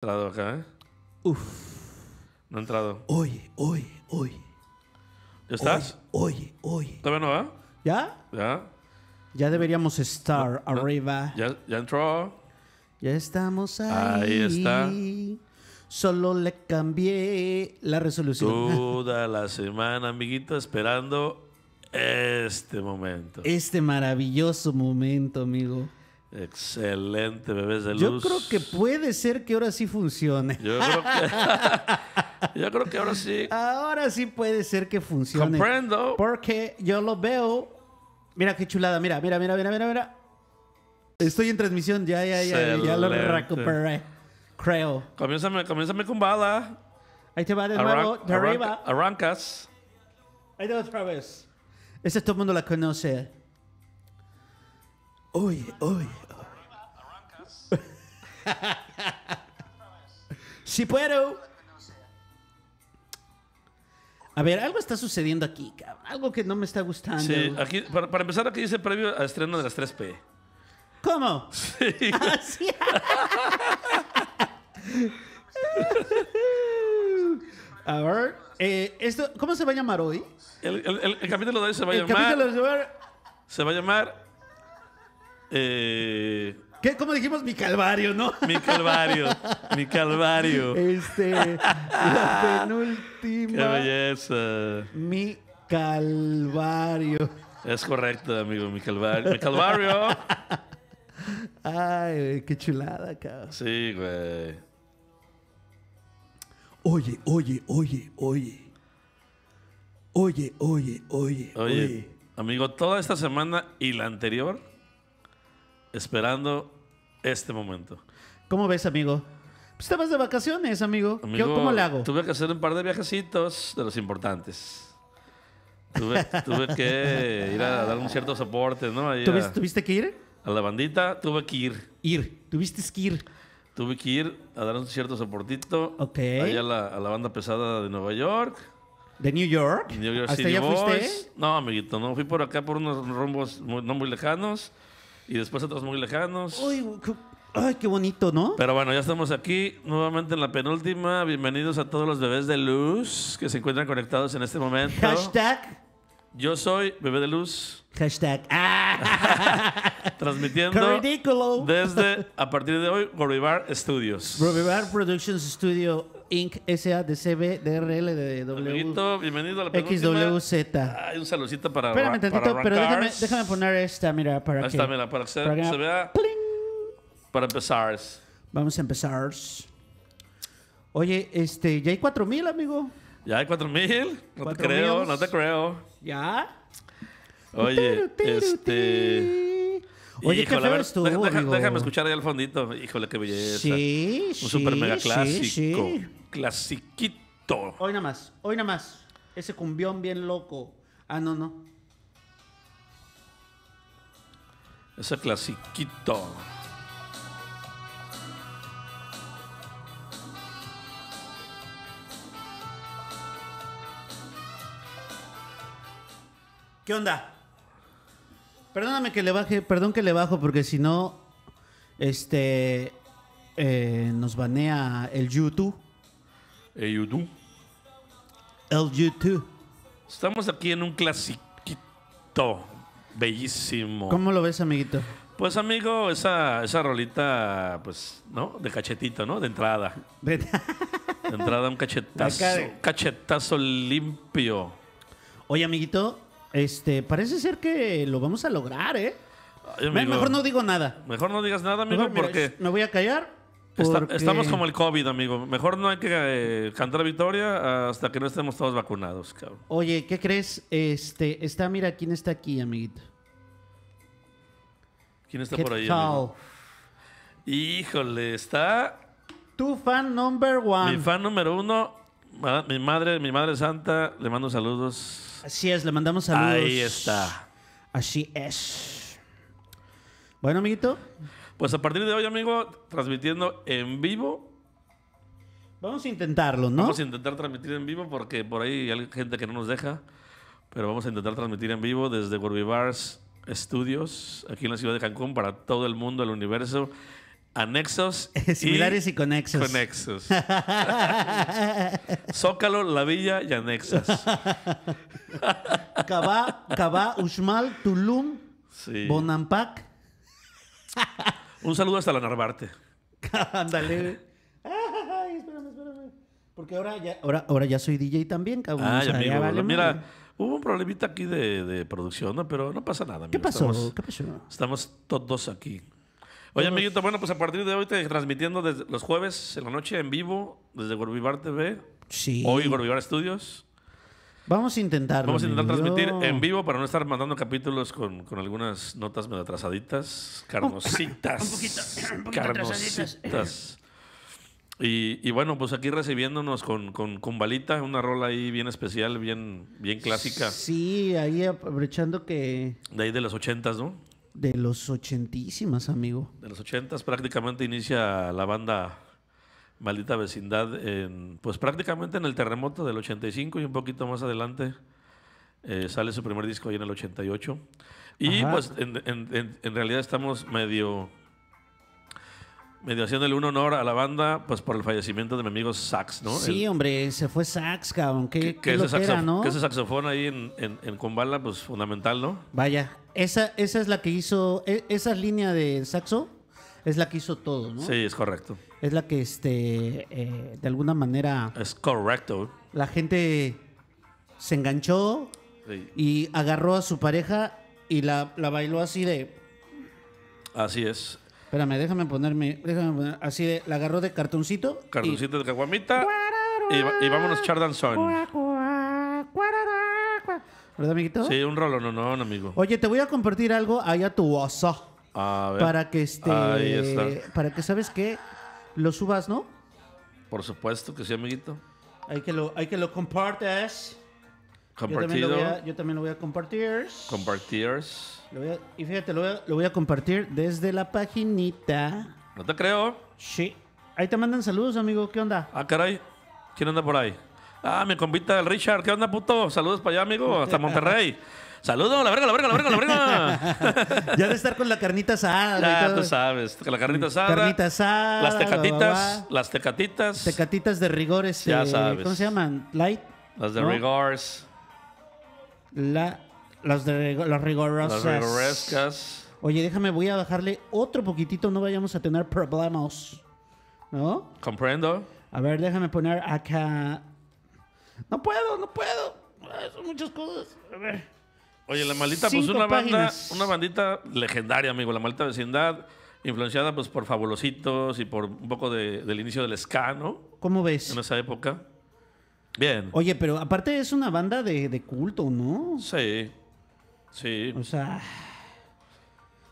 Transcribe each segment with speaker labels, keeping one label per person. Speaker 1: entrado acá, ¿eh?
Speaker 2: Uf.
Speaker 1: No ha entrado.
Speaker 2: Oye, oye, oye.
Speaker 1: ¿Ya estás?
Speaker 2: Oye, oye. oye.
Speaker 1: ¿Todavía no va?
Speaker 2: ¿Ya?
Speaker 1: ¿Ya?
Speaker 2: Ya deberíamos estar
Speaker 1: No, no.
Speaker 2: arriba.
Speaker 1: Ah, ¿Ya, ya entró?
Speaker 2: Ya estamos
Speaker 1: Ahí
Speaker 2: ahí.
Speaker 1: está.
Speaker 2: Solo le cambié la resolución.
Speaker 1: Toda la semana, amiguito, esperando este momento.
Speaker 2: Este maravilloso momento, amigo.
Speaker 1: Excelente, bebés de
Speaker 2: Yo
Speaker 1: luz.
Speaker 2: creo que puede ser que ahora sí funcione.
Speaker 1: Yo creo que, yo creo que ahora sí
Speaker 2: Ah, Ahora sí puede ser que funcione.
Speaker 1: comprendo.
Speaker 2: Porque yo lo veo. Mira qué chulada, mira, mira, mira, mira, mira, mira. Estoy en transmisión, ya, ya, ya, ya lo
Speaker 1: Excelente.
Speaker 2: recuperé. Creo.
Speaker 1: Comiénzame, comiénzame con bala.
Speaker 2: Ahí te va de
Speaker 1: Arran-
Speaker 2: nuevo, de
Speaker 1: arranca-
Speaker 2: arriba.
Speaker 1: Arrancas.
Speaker 2: Ahí te va otra vez. Esa todo el mundo la conoce. Oye, oye. Si puedo. A ver, algo está sucediendo aquí, cabrón. Algo que Ah, no me está gustando.
Speaker 1: Sí, aquí, para, para empezar, aquí dice previo a estreno de las 3P.
Speaker 2: ¿Cómo? Ah, sí. a ver, eh, esto, ¿cómo se va a llamar hoy?
Speaker 1: El, el- el- el capítulo de hoy se va a
Speaker 2: El
Speaker 1: llamar.
Speaker 2: capítulo se va a-
Speaker 1: Se va a llamar. eh,
Speaker 2: ¿Qué? ¿Cómo dijimos? Mi calvario, ¿no?
Speaker 1: mi Calvario. mi Calvario.
Speaker 2: Este, la
Speaker 1: Qué
Speaker 2: penúltima.
Speaker 1: belleza.
Speaker 2: Mi calvario.
Speaker 1: Es correcto, amigo. Mi Calvario. Mi Calvario.
Speaker 2: Ay, qué chulada, cabrón.
Speaker 1: Sí, güey.
Speaker 2: Oye, oye, oye, oye. Oye, oye, oye,
Speaker 1: Oye, amigo, toda esta semana y la anterior esperando este momento.
Speaker 2: ¿Cómo ves, amigo? Pues te vas de vacaciones, amigo. ¿Qué-
Speaker 1: Amigo,
Speaker 2: ¿Cómo le hago?
Speaker 1: Tuve que hacer un par de viajecitos de los importantes. Tuve, tuve que ir a dar un cierto soporte, ¿no? Ahí
Speaker 2: ¿Tuviste,
Speaker 1: a,
Speaker 2: tuviste que ir?
Speaker 1: a la bandita, tuve que ir.
Speaker 2: Ir. Tuviste que ir.
Speaker 1: Tuve que ir a dar un cierto soportito
Speaker 2: Ok.
Speaker 1: ahí a la, a la banda pesada de Nueva York.
Speaker 2: ¿De New York?
Speaker 1: New York
Speaker 2: ¿Hasta
Speaker 1: City
Speaker 2: allá
Speaker 1: Boys.
Speaker 2: fuiste?
Speaker 1: No, amiguito, no. Fui por acá por unos rumbos muy- no muy lejanos y después otros muy lejanos.
Speaker 2: Uy, qué- ay, qué bonito, ¿no?
Speaker 1: Pero bueno, ya estamos aquí nuevamente en la penúltima. Bienvenidos a todos los bebés de luz que se encuentran conectados en este momento.
Speaker 2: Hashtag.
Speaker 1: Yo soy Bebé de Luz,
Speaker 2: Hashtag. ¡Ah! ¡Qué
Speaker 1: transmitiendo
Speaker 2: ridículo!
Speaker 1: desde, a partir de hoy, Goribar Studios.
Speaker 2: Provivar Productions Studio Inc. SADCB DRL de W.
Speaker 1: Amiguito, bienvenido a la penúltima.
Speaker 2: XWZ.
Speaker 1: Ay, un saludcito para
Speaker 2: Espérame
Speaker 1: para
Speaker 2: tantito, pero
Speaker 1: arrancar.
Speaker 2: déjame, déjame poner esta, mira, para
Speaker 1: Ahí
Speaker 2: que.
Speaker 1: está, mira, para que se,
Speaker 2: para que-
Speaker 1: se vea,
Speaker 2: ¡Pling!
Speaker 1: para empezar.
Speaker 2: Vamos a empezar. Oye, este, ya hay 4000, amigo.
Speaker 1: Ya hay 4000. No te
Speaker 2: Cuatro
Speaker 1: creo,
Speaker 2: mils.
Speaker 1: no te creo.
Speaker 2: ¿Ya?
Speaker 1: Oye,
Speaker 2: Tiru, tiru,
Speaker 1: este.
Speaker 2: tiru. Oye,
Speaker 1: híjole, a
Speaker 2: qué feo
Speaker 1: ver,
Speaker 2: estuvo,
Speaker 1: deja- deja-
Speaker 2: amigo.
Speaker 1: Déjame escuchar ahí al fondito. Híjole, qué belleza.
Speaker 2: Sí,
Speaker 1: Un
Speaker 2: sí,
Speaker 1: super mega
Speaker 2: sí,
Speaker 1: clásico.
Speaker 2: sí.
Speaker 1: Clasiquito.
Speaker 2: Hoy nada más, hoy nada más. Ese cumbión bien loco. Ah, no, no.
Speaker 1: Ese clasiquito.
Speaker 2: ¿Qué onda? Perdóname que le baje, perdón que le bajo porque si no, este, eh, nos banea el YouTube.
Speaker 1: Ey, Udu.
Speaker 2: El YouTube.
Speaker 1: Estamos aquí en un clasiquito. Bellísimo.
Speaker 2: ¿Cómo lo ves, amiguito?
Speaker 1: Pues, amigo, esa, esa rolita, pues, ¿no? De cachetito, ¿no? De entrada.
Speaker 2: Ven.
Speaker 1: De entrada, un cachetazo.
Speaker 2: Acá de-
Speaker 1: Cachetazo limpio.
Speaker 2: Oye, amiguito, este, parece ser que lo vamos a lograr, ¿eh?
Speaker 1: Ay,
Speaker 2: Me-
Speaker 1: amigo,
Speaker 2: Mejor no digo nada.
Speaker 1: mejor no digas nada, amigo,
Speaker 2: Mejor, mira,
Speaker 1: porque.
Speaker 2: sh- me voy a callar.
Speaker 1: Esta-
Speaker 2: porque-
Speaker 1: Estamos como el COVID, amigo. Mejor no hay que eh, cantar victoria hasta que no estemos todos vacunados, cabrón.
Speaker 2: Oye, ¿qué crees? Este, está, mira quién está aquí, amiguito.
Speaker 1: ¿Quién está
Speaker 2: ¿Qué
Speaker 1: por ahí?
Speaker 2: tal?
Speaker 1: amigo? Híjole, está
Speaker 2: Tu fan number one.
Speaker 1: mi fan número uno, ma- mi madre, mi madre santa. Le mando saludos.
Speaker 2: Así es, le mandamos saludos.
Speaker 1: Ahí está.
Speaker 2: Así es. Bueno, amiguito,
Speaker 1: Pues a partir de hoy, amigo, transmitiendo en vivo.
Speaker 2: vamos a intentarlo, ¿no?
Speaker 1: Vamos a intentar transmitir en vivo porque por ahí hay gente que no nos deja. Pero vamos a intentar transmitir en vivo desde Gorbivars Studios, aquí en la ciudad de Cancún, para todo el mundo, el universo Anexos
Speaker 2: Similares y conexos.
Speaker 1: Conexos. Zócalo, La Villa y Anexas.
Speaker 2: Cabá, Cabá, Uxmal, Tulum,
Speaker 1: Sí.
Speaker 2: Bonampac.
Speaker 1: Un saludo hasta la Narvarte.
Speaker 2: Ándale. güey. Ay, espérame, espérame. Porque ahora ya, ahora, ahora ya soy DJ también, cabrón.
Speaker 1: Ay,
Speaker 2: O sea, ya
Speaker 1: amigo.
Speaker 2: vale
Speaker 1: mira,
Speaker 2: madre.
Speaker 1: hubo un problemita aquí de, de producción, ¿no? pero no pasa nada.
Speaker 2: ¿Qué
Speaker 1: amigo.
Speaker 2: pasó?
Speaker 1: Estamos-
Speaker 2: ¿Qué pasó?
Speaker 1: Estamos todos aquí. Oye, amiguito, bueno, pues a partir de hoy te transmitiendo desde los jueves en la noche en vivo desde Gorbivar TV.
Speaker 2: Sí.
Speaker 1: Hoy Gorbivar Studios.
Speaker 2: Vamos a intentarlo.
Speaker 1: Vamos a intentar
Speaker 2: amigo.
Speaker 1: transmitir en vivo para no estar mandando capítulos con, con algunas notas medio atrasaditas, carnositas.
Speaker 3: un poquito atrasaditas.
Speaker 1: carnositas. Y, y bueno, pues aquí recibiéndonos con, con, con Balita, una rola ahí bien especial, bien, bien clásica,
Speaker 2: Sí, ahí aprovechando que
Speaker 1: de ahí de los ochentas, ¿no?
Speaker 2: de los ochentísimas, amigo.
Speaker 1: De los ochentas prácticamente inicia la banda Maldita Vecindad, en, pues prácticamente en el terremoto del 85 y un poquito más adelante eh, sale su primer disco ahí en el 88. Y
Speaker 2: Ajá.
Speaker 1: pues en, en- en- en realidad estamos medio, medio haciéndole un honor a la banda pues por el fallecimiento de mi amigo Sax, ¿no?
Speaker 2: Sí,
Speaker 1: El-
Speaker 2: hombre, se fue Sax, cabrón. Qué,
Speaker 1: que,
Speaker 2: qué
Speaker 1: que ese
Speaker 2: loquera,
Speaker 1: saxof-
Speaker 2: ¿no?
Speaker 1: que ese saxofón ahí en, en, en Kumbala, pues fundamental, ¿no?
Speaker 2: Vaya, esa, esa es la que hizo, e- esa línea de saxo es la que hizo todo, ¿no?
Speaker 1: Sí, es correcto.
Speaker 2: Es la que, este, eh, de alguna manera,
Speaker 1: Es correcto.
Speaker 2: la gente se enganchó
Speaker 1: Sí,
Speaker 2: y agarró a su pareja y la, la bailó así de,
Speaker 1: así es.
Speaker 2: espérame, déjame ponerme, déjame poner, así de, la agarró de cartoncito. y-
Speaker 1: Cartoncito de caguamita. Y, va- y vámonos Chardanson.
Speaker 2: ¿Verdad, amiguito?
Speaker 1: Sí, un rolo, no, no, amigo.
Speaker 2: Oye, te voy a compartir algo ahí a tu WhatsApp.
Speaker 1: A ver.
Speaker 2: Para que este.
Speaker 1: Ahí está.
Speaker 2: Para que sabes que lo subas, ¿no?
Speaker 1: Por supuesto que sí, amiguito.
Speaker 2: Hay que lo, hay que lo compartas. Yo también
Speaker 1: Compartido.
Speaker 2: lo voy a, yo también lo voy a compartir.
Speaker 1: Compartiers.
Speaker 2: Lo voy a- y fíjate, lo voy, a, lo voy a compartir desde la paginita.
Speaker 1: No te creo.
Speaker 2: Sí. Ahí te mandan saludos, amigo. ¿Qué onda?
Speaker 1: Ah, caray. ¿Quién anda por ahí? Ah, mi compita el Richard. ¿Qué onda, puto? Saludos para allá, amigo. Hasta Monterrey. Saludos, la verga, la verga, la verga, la verga.
Speaker 2: ya de estar con la carnita asada. y
Speaker 1: ya,
Speaker 2: todo.
Speaker 1: tú sabes. que La carnita asada.
Speaker 2: Carnita asada,
Speaker 1: Las
Speaker 2: la
Speaker 1: tecatitas.
Speaker 2: babá.
Speaker 1: Las tecatitas.
Speaker 2: Tecatitas de rigor, este,
Speaker 1: Ya sabes.
Speaker 2: ¿Cómo se llaman? Light.
Speaker 1: las de
Speaker 2: ¿no?
Speaker 1: rigors.
Speaker 2: La, las de rigor- las
Speaker 1: Las
Speaker 2: rigorosas.
Speaker 1: rigorescas.
Speaker 2: Oye, déjame, voy a bajarle otro poquitito, no vayamos a tener problemas. ¿No?
Speaker 1: Comprendo.
Speaker 2: A ver, déjame poner acá. No puedo, no puedo. Ah, Son muchas cosas. A ver.
Speaker 1: Oye, la maldita, pues
Speaker 2: Cinco
Speaker 1: una banda,
Speaker 2: páginas.
Speaker 1: una bandita legendaria, amigo, la maldita vecindad, influenciada pues por Fabulositos y por un poco de- del inicio del ska, ¿no?
Speaker 2: ¿Cómo ves?
Speaker 1: En esa época. Bien.
Speaker 2: Oye, pero aparte es una banda de, de culto, ¿no?
Speaker 1: Sí. Sí.
Speaker 2: O sea.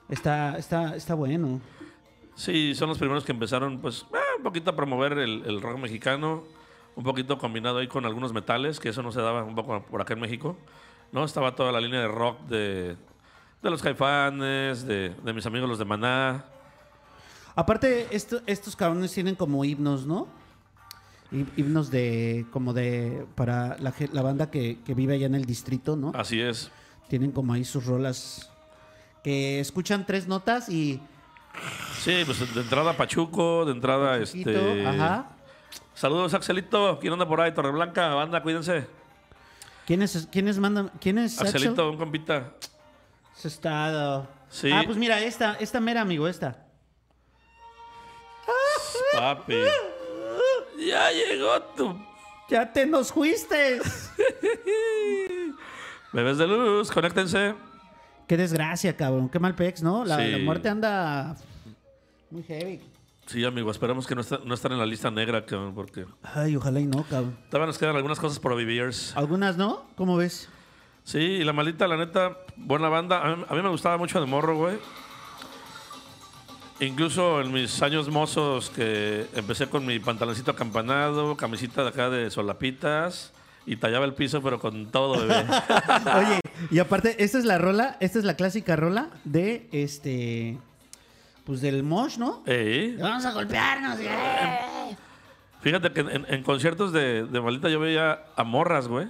Speaker 2: Está, está, está bueno.
Speaker 1: Sí, son los primeros que empezaron, pues, ah, un poquito a promover el, el rock mexicano, un poquito combinado ahí con algunos metales, que eso no se daba un poco por acá en México, ¿no? Estaba toda la línea de rock de, de los caifanes, de, de mis amigos los de Maná.
Speaker 2: Aparte, esto- estos cabrones tienen como himnos, ¿no? Hi- Himnos de. como de. para la, ge- la banda que, que vive allá en el distrito, ¿no?
Speaker 1: Así es.
Speaker 2: Tienen como ahí sus rolas que escuchan tres notas y
Speaker 1: Sí, pues de entrada Pachuco, de entrada
Speaker 2: poquito,
Speaker 1: este.
Speaker 2: ajá.
Speaker 1: Saludos, Axelito. ¿Quién anda por ahí? Torreblanca, banda, cuídense.
Speaker 2: ¿Quiénes quiénes mandan? ¿Quién es Axel?
Speaker 1: Axelito, un compita.
Speaker 2: Su estado.
Speaker 1: Sí.
Speaker 2: Ah, pues mira, esta, esta mera, amigo, esta.
Speaker 1: Papi. Ya llegó tu.
Speaker 2: Ya te nos fuiste.
Speaker 1: Bebés de luz, conéctense.
Speaker 2: Qué desgracia, cabrón. Qué mal pex, ¿no? La,
Speaker 1: Sí.
Speaker 2: la muerte anda muy heavy.
Speaker 1: Sí, amigo, esperamos que no, est- no estén en la lista negra, cabrón, porque
Speaker 2: Ay, ojalá y no, cabrón.
Speaker 1: todavía nos quedan algunas cosas por vivir.
Speaker 2: Algunas no, ¿cómo ves?
Speaker 1: Sí, y la maldita, la neta, buena banda. A mí, a mí me gustaba mucho de morro, güey. Incluso en mis años mozos que empecé con mi pantaloncito acampanado, camisita de acá de solapitas y tallaba el piso, pero con todo, bebé.
Speaker 2: Oye, y aparte, esta es la rola, esta es la clásica rola de este. Pues del Mosh, ¿no?
Speaker 1: Ey.
Speaker 2: Vamos a golpearnos. ¡eh!
Speaker 1: Fíjate que en, en conciertos de, de maldita yo veía a morras, güey,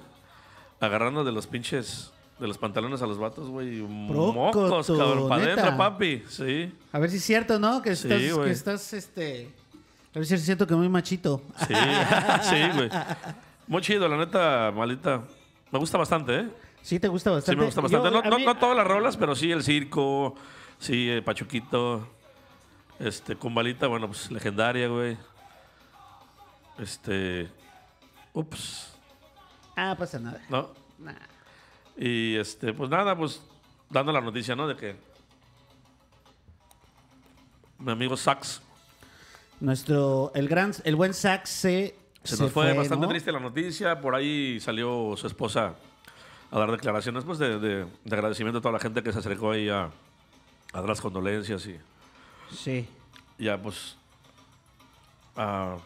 Speaker 1: agarrando de los pinches de los pantalones a los vatos, güey.
Speaker 2: Procoto,
Speaker 1: Mocos, cabrón. Para
Speaker 2: neta.
Speaker 1: adentro, papi. Sí.
Speaker 2: A ver si es cierto, ¿no? Que
Speaker 1: Sí,
Speaker 2: estás, que
Speaker 1: güey.
Speaker 2: estás, este... A ver si es cierto que muy machito.
Speaker 1: Sí, sí, güey. Muy chido, la neta, maldita. Me gusta bastante, ¿eh?
Speaker 2: Sí, te gusta bastante.
Speaker 1: Sí, me gusta bastante.
Speaker 2: Yo,
Speaker 1: no,
Speaker 2: a
Speaker 1: no-
Speaker 2: mí-
Speaker 1: no todas las rolas, pero sí el circo, sí eh, Pachuquito, este, Cumbalita, bueno, pues legendaria, güey. Este. Ups,
Speaker 2: Ah, pasa nada.
Speaker 1: ¿no?
Speaker 2: Nah.
Speaker 1: Y este, pues nada, pues dando la noticia, ¿no? De que. Mi amigo Sax
Speaker 2: Nuestro, el gran, el buen Sax se,
Speaker 1: Se, nos fue, bastante
Speaker 2: ¿no?
Speaker 1: triste la noticia. Por ahí salió su esposa a dar declaraciones pues, de, de- de agradecimiento a toda la gente que se acercó ahí a, a dar las condolencias y
Speaker 2: Sí.
Speaker 1: ya pues a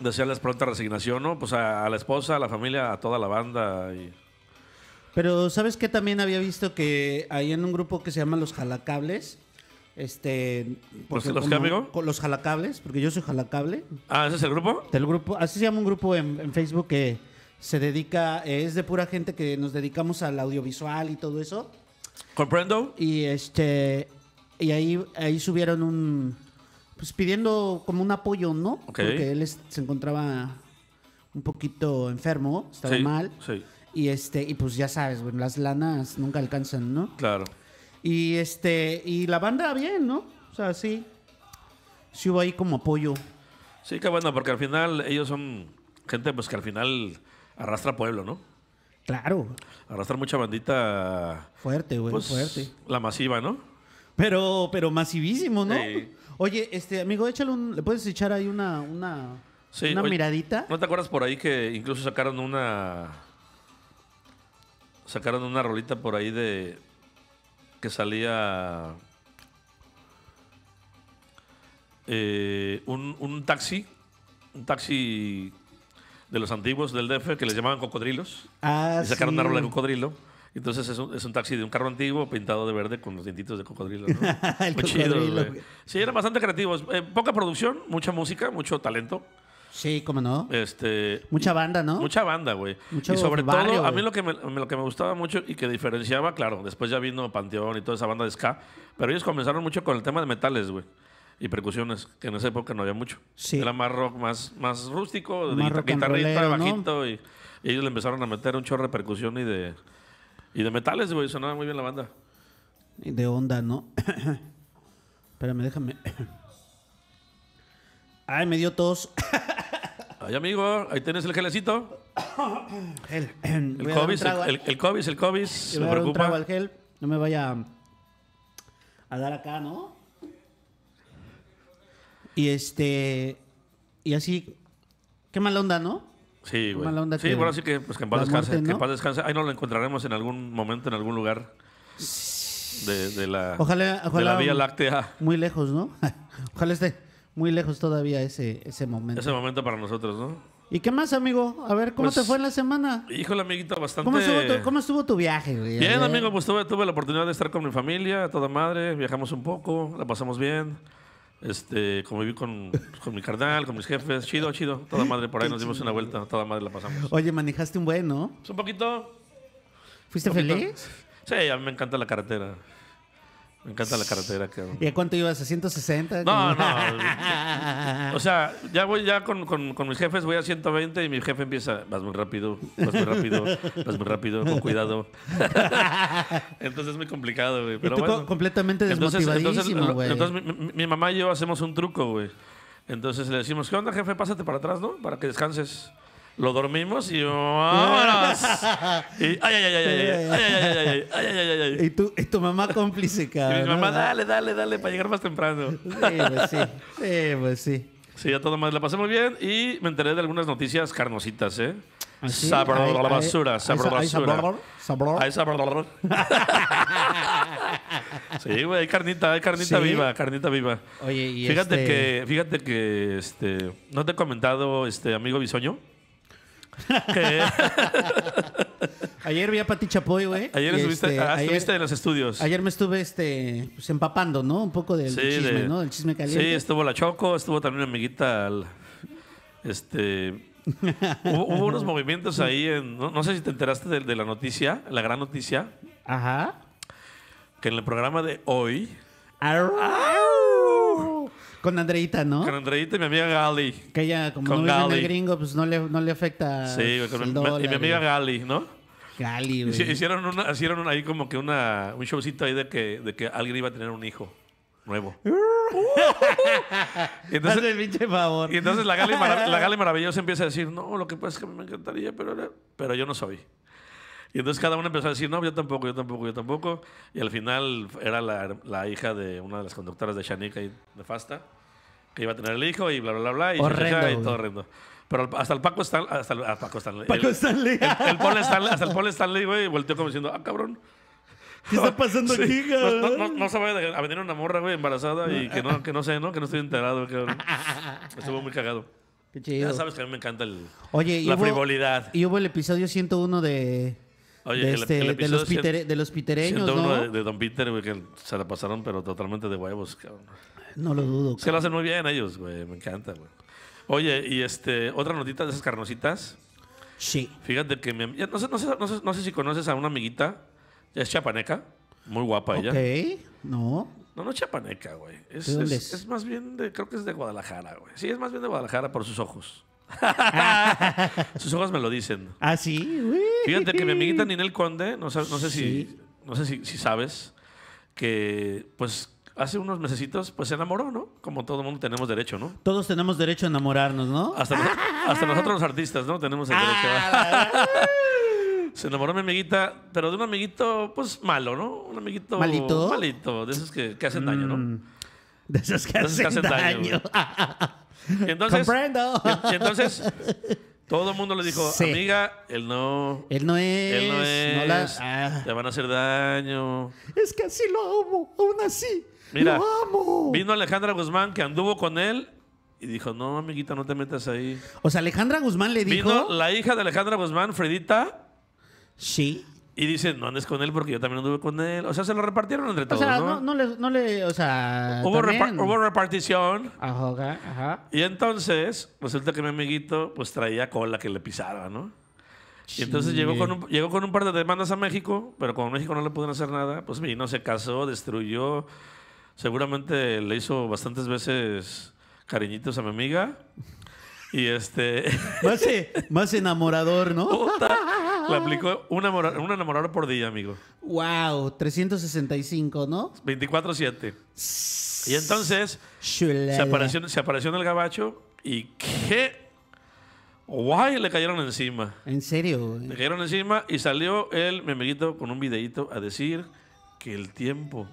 Speaker 1: desearles pronta resignación, ¿no? Pues a, a la esposa, a la familia, a toda la banda. Y,
Speaker 2: Pero ¿sabes qué? También había visto que ahí en un grupo que se llama Los Jalacables, este... porque
Speaker 1: ¿Los- los qué, amigo?
Speaker 2: con Los Jalacables, porque yo soy jalacable.
Speaker 1: ah, ¿ese es el grupo?
Speaker 2: Del grupo, así se llama un grupo en, en Facebook que se dedica, eh, es de pura gente que nos dedicamos al audiovisual y todo eso.
Speaker 1: ¿Comprendo?
Speaker 2: Y este y ahí, ahí subieron un pues pidiendo como un apoyo, ¿no?
Speaker 1: Ok.
Speaker 2: Porque él es- se encontraba un poquito enfermo, estaba
Speaker 1: Sí,
Speaker 2: mal.
Speaker 1: sí.
Speaker 2: Y este, y pues ya sabes, güey, las lanas nunca alcanzan, ¿no?
Speaker 1: Claro.
Speaker 2: Y este, y la banda bien, ¿no? O sea, sí. Sí hubo ahí como apoyo.
Speaker 1: Sí, qué bueno, porque al final ellos son gente pues que al final arrastra pueblo, ¿no?
Speaker 2: Claro,
Speaker 1: Arrastra mucha bandita.
Speaker 2: fuerte, güey,
Speaker 1: Pues,
Speaker 2: fuerte.
Speaker 1: La masiva, ¿no?
Speaker 2: Pero, pero masivísimo, ¿no?
Speaker 1: Sí.
Speaker 2: Oye, este, amigo, échale un, ¿le puedes echar ahí una, una,
Speaker 1: Sí,
Speaker 2: una
Speaker 1: oye,
Speaker 2: miradita?
Speaker 1: ¿No te acuerdas por ahí que incluso sacaron una. Sacaron una rolita por ahí de. que salía. eh, un, un taxi. Un taxi de los antiguos del DF que les llamaban cocodrilos.
Speaker 2: Ah,
Speaker 1: y sacaron una
Speaker 2: sí.
Speaker 1: rola de cocodrilo. Entonces es un, es un taxi de un carro antiguo pintado de verde con los dientitos de cocodrilo. ¿no?
Speaker 2: El
Speaker 1: Muy chido,
Speaker 2: cocodrilo,
Speaker 1: güey.
Speaker 2: güey.
Speaker 1: Sí, eran bastante creativos. Eh, poca producción, mucha música, mucho talento.
Speaker 2: Sí, cómo no.
Speaker 1: Este,
Speaker 2: Mucha banda, ¿no?
Speaker 1: Mucha banda, güey.
Speaker 2: ¿Ah? Mucho
Speaker 1: y sobre
Speaker 2: barrio,
Speaker 1: todo, a
Speaker 2: güey.
Speaker 1: mí lo que, me, me- lo que me gustaba mucho y que diferenciaba, claro, después ya vino Panteón y toda esa banda de ska, pero ellos comenzaron mucho con el tema de metales, güey. Y percusiones, que en esa época no había mucho.
Speaker 2: Sí.
Speaker 1: Era más rock, más, más rústico, de
Speaker 2: Más
Speaker 1: guita-
Speaker 2: rock and
Speaker 1: guitarrita,
Speaker 2: rollero, ¿no?
Speaker 1: bajito. Y, y ellos le empezaron a meter un chorro de percusión y de, y de metales, güey. Sonaba muy bien la banda.
Speaker 2: De onda, ¿no? Espérame, déjame. Ay, me dio tos.
Speaker 1: Ay, amigo, ahí tienes el gelecito.
Speaker 2: Gel.
Speaker 1: El
Speaker 2: Voy a dar un
Speaker 1: COVID,
Speaker 2: trago,
Speaker 1: el, el, el COVID, el COVID.
Speaker 2: le
Speaker 1: Me
Speaker 2: voy a dar un trago
Speaker 1: preocupa.
Speaker 2: al gel. No me vaya a- a dar acá, ¿no? Y este. Y así. Qué mala onda, ¿no?
Speaker 1: Sí, güey.
Speaker 2: Mala onda
Speaker 1: Sí,
Speaker 2: que-
Speaker 1: bueno, así que, pues, que en paz
Speaker 2: la
Speaker 1: descanse.
Speaker 2: muerte,
Speaker 1: Que
Speaker 2: ¿no?
Speaker 1: en paz descanse. Ahí nos lo encontraremos en algún momento, en algún lugar de, de la,
Speaker 2: Ojalá-
Speaker 1: de
Speaker 2: ojalá-
Speaker 1: la Vía Láctea.
Speaker 2: Muy lejos, ¿no? Ojalá esté muy lejos todavía ese, ese momento.
Speaker 1: Ese momento para nosotros, ¿no?
Speaker 2: ¿Y qué más, amigo? A ver, ¿cómo
Speaker 1: Pues-
Speaker 2: te fue en la semana?
Speaker 1: Híjole, amiguito, bastante.
Speaker 2: ¿Cómo estuvo tu, cómo estuvo tu viaje, güey?
Speaker 1: Bien,
Speaker 2: Eh,
Speaker 1: amigo, pues tuve, tuve la oportunidad de estar con mi familia, a toda madre. Viajamos un poco, la pasamos bien. Este, conviví con, con mi carnal, con mis jefes. Chido, chido. Toda madre, por ahí nos dimos una vuelta. a Toda madre la pasamos.
Speaker 2: Oye, manejaste un buen, ¿no?
Speaker 1: Pues un poquito.
Speaker 2: ¿Fuiste
Speaker 1: poquito.
Speaker 2: feliz?
Speaker 1: Sí, a mí me encanta la carretera. Me encanta la carretera, cabrón.
Speaker 2: ¿Y a cuánto ibas? ¿A
Speaker 1: No,
Speaker 2: 160? Como-
Speaker 1: no. O sea, ya voy ya con, con- con mis jefes, voy a 120 y mi jefe empieza, vas muy rápido, vas muy rápido, vas muy rápido, con cuidado. entonces es muy complicado, güey.
Speaker 2: y
Speaker 1: Pero
Speaker 2: tú co-
Speaker 1: bueno.
Speaker 2: completamente
Speaker 1: Entonces, entonces,
Speaker 2: desmotivadísimo, güey.
Speaker 1: entonces mi, mi- mi mamá y yo hacemos un truco, güey. Entonces le decimos, ¿qué onda, jefe? Pásate para atrás, ¿no? Para que descanses. Lo dormimos y vámonos. Y, ay, ay, ay, ay, ay, ay, ay, ay, ay, ay, ay, ay, ay, ay.
Speaker 2: Y, tu, y tu mamá cómplice,
Speaker 1: Y
Speaker 2: cabrón.
Speaker 1: mi mamá,
Speaker 2: ¿no?
Speaker 1: dale, dale, dale, para llegar más temprano.
Speaker 2: Sí, pues sí. Sí, pues sí.
Speaker 1: Sí, a todo más la pasé muy bien y me enteré de algunas noticias carnositas, ¿eh?
Speaker 2: ¿Ah, sí?
Speaker 1: Sabor
Speaker 2: Ay,
Speaker 1: la
Speaker 2: ay,
Speaker 1: basura,
Speaker 2: ay,
Speaker 1: sabor
Speaker 2: sa- ay,
Speaker 1: basura.
Speaker 2: sabor, sabor.
Speaker 1: Ay, sabor. Sí, güey, hay carnita, hay carnita
Speaker 2: Sí.
Speaker 1: viva, carnita viva.
Speaker 2: Oye, y
Speaker 1: fíjate
Speaker 2: este-
Speaker 1: que, fíjate que, este, no te he comentado, este, amigo bisoño. que
Speaker 2: Ayer vi a Pati Chapoy, güey.
Speaker 1: ayer
Speaker 2: y
Speaker 1: estuviste,
Speaker 2: este,
Speaker 1: ah,
Speaker 2: ayer-
Speaker 1: estuviste en los estudios.
Speaker 2: Ayer me estuve este, pues, empapando, ¿no? Un poco del chisme,
Speaker 1: de-
Speaker 2: ¿no? Del chisme
Speaker 1: Sí,
Speaker 2: caliente.
Speaker 1: estuvo la Choco, estuvo también mi amiguita, el- este, hubo, hubo unos movimientos ahí, en- no, no sé si te enteraste de, de la noticia, la gran noticia,
Speaker 2: Ajá.
Speaker 1: que en el programa de hoy,
Speaker 2: Arr- Con Andreita, ¿no?
Speaker 1: con Andreita y mi amiga Gali.
Speaker 2: Que ella, como
Speaker 1: Con
Speaker 2: no vive en
Speaker 1: Gali.
Speaker 2: el gringo, pues no le, no le afecta.
Speaker 1: Sí, güey,
Speaker 2: el
Speaker 1: con mi-
Speaker 2: dólar,
Speaker 1: y mi amiga
Speaker 2: güey.
Speaker 1: Gali, ¿no?
Speaker 2: Gali,
Speaker 1: Hici-
Speaker 2: güey.
Speaker 1: Hicieron, una, hicieron una- ahí como que una, un showcito ahí de que, de que alguien iba a tener un hijo nuevo. Y
Speaker 2: Hazle
Speaker 1: entonces,
Speaker 2: el pinche favor.
Speaker 1: y entonces la, Gali mara- la Gali Maravillosa empieza a decir, no, lo que pasa es que a mí me encantaría, pero, era- pero yo no soy. Y entonces cada uno empezó a decir, no, yo tampoco, yo tampoco, yo tampoco. Y al final era la, la hija de una de las conductoras de Shanika y de Fasta, que iba a tener el hijo y bla, bla, bla, bla. Y,
Speaker 2: Horrendo,
Speaker 1: cha, cha, cha, y
Speaker 2: güey.
Speaker 1: todo horrendo. Pero al- hasta el Paco Stan- hasta el- ah, Paco Stanley,
Speaker 2: Paco
Speaker 1: el-
Speaker 2: Stanley.
Speaker 1: el, el Paul Stanley, hasta el Paul Stanley, güey, volteó como diciendo, ah, cabrón.
Speaker 2: ¿Qué está pasando
Speaker 1: Sí,
Speaker 2: aquí,
Speaker 1: no, no,
Speaker 2: cabrón?
Speaker 1: no- no se vaya a venir una morra, güey, embarazada y que no, que no sé, ¿no? Que no estoy enterado, cabrón. Estuvo muy cagado.
Speaker 2: Qué chido.
Speaker 1: Ya sabes que a mí me encanta el,
Speaker 2: Oye, y
Speaker 1: la
Speaker 2: hubo-
Speaker 1: frivolidad.
Speaker 2: Y hubo el episodio 101 de.
Speaker 1: Oye,
Speaker 2: de,
Speaker 1: el-
Speaker 2: este-
Speaker 1: el
Speaker 2: de los
Speaker 1: episodio cien-
Speaker 2: pitere- de los pitereños,
Speaker 1: Siento uno
Speaker 2: ¿no?
Speaker 1: de, de Don Peter, güey, que se la pasaron, pero totalmente de huevos, cabrón.
Speaker 2: No lo dudo.
Speaker 1: Es que lo hacen muy bien ellos, güey. Me encanta, güey. Oye, y este, otra notita de esas carnositas.
Speaker 2: Sí.
Speaker 1: Fíjate que mi am- ya no, sé, no, sé, no, sé, no sé si conoces a una amiguita. Ya es chapaneca. Muy guapa ella.
Speaker 2: Ok. No.
Speaker 1: No, no es chapaneca, güey. Es,
Speaker 2: ¿De dónde
Speaker 1: es-
Speaker 2: es?
Speaker 1: es más bien de, creo que es de Guadalajara, güey. Sí, es más bien de Guadalajara por sus ojos. sus ojos me lo dicen.
Speaker 2: Ah, sí. Uy.
Speaker 1: Fíjate que mi amiguita Ninel Conde, no, sab- no sé, si,
Speaker 2: Sí.
Speaker 1: no sé si, si sabes, que pues hace unos mesecitos pues se enamoró, ¿no? Como todo mundo tenemos derecho, ¿no?
Speaker 2: Todos tenemos derecho a enamorarnos, ¿no?
Speaker 1: Hasta, nos- hasta nosotros los artistas, ¿no? Tenemos el derecho.
Speaker 2: Ah,
Speaker 1: Se enamoró mi amiguita, pero de un amiguito, pues malo, ¿no? Un amiguito.
Speaker 2: ¿Malito? Mm.
Speaker 1: Malito, de esos que, que hacen daño, ¿no?
Speaker 2: de esos que
Speaker 1: De esos que
Speaker 2: hacen,
Speaker 1: hacen daño,
Speaker 2: daño. Ah,
Speaker 1: güey. Y entonces.
Speaker 2: Comprendo.
Speaker 1: y- y entonces, todo el mundo le dijo,
Speaker 2: Sí.
Speaker 1: amiga, él no.
Speaker 2: Él no es.
Speaker 1: Él no es.
Speaker 2: la- ah.
Speaker 1: Te van a hacer daño.
Speaker 2: Es que así lo amo. Aún así.
Speaker 1: Mira,
Speaker 2: lo amo.
Speaker 1: Vino Alejandra Guzmán, que anduvo con él, y dijo, no, amiguita, no te metas ahí.
Speaker 2: O sea, Alejandra Guzmán le dijo.
Speaker 1: Vino la hija de Alejandra Guzmán, Fredita,
Speaker 2: Sí.
Speaker 1: y dice, no andes con él porque yo también anduve con él. O sea, se lo repartieron entre
Speaker 2: O
Speaker 1: todos,
Speaker 2: sea,
Speaker 1: ¿no?
Speaker 2: no, no le, no le. O sea.
Speaker 1: Hubo,
Speaker 2: también.
Speaker 1: repa- hubo repartición.
Speaker 2: Ajá, ajá.
Speaker 1: Y entonces, resulta que mi amiguito pues traía cola que le pisaba, ¿no? Y entonces llegó con, un, llegó con un par de demandas a México, pero como en México no le pudieron hacer nada, pues vino, se casó, destruyó. Seguramente le hizo bastantes veces cariñitos a mi amiga. Y este,
Speaker 2: Más, eh, más enamorador, ¿no?
Speaker 1: le aplicó un enamorado, un enamorado por día, amigo.
Speaker 2: Wow, 365, ¿no?
Speaker 1: 24-7. Y entonces,
Speaker 2: Chulada.
Speaker 1: se apareció, se apareció en el gabacho y qué guay le cayeron encima.
Speaker 2: En serio,
Speaker 1: Le
Speaker 2: güey.
Speaker 1: cayeron encima y salió él, mi amiguito, con un videíto a decir que el tiempo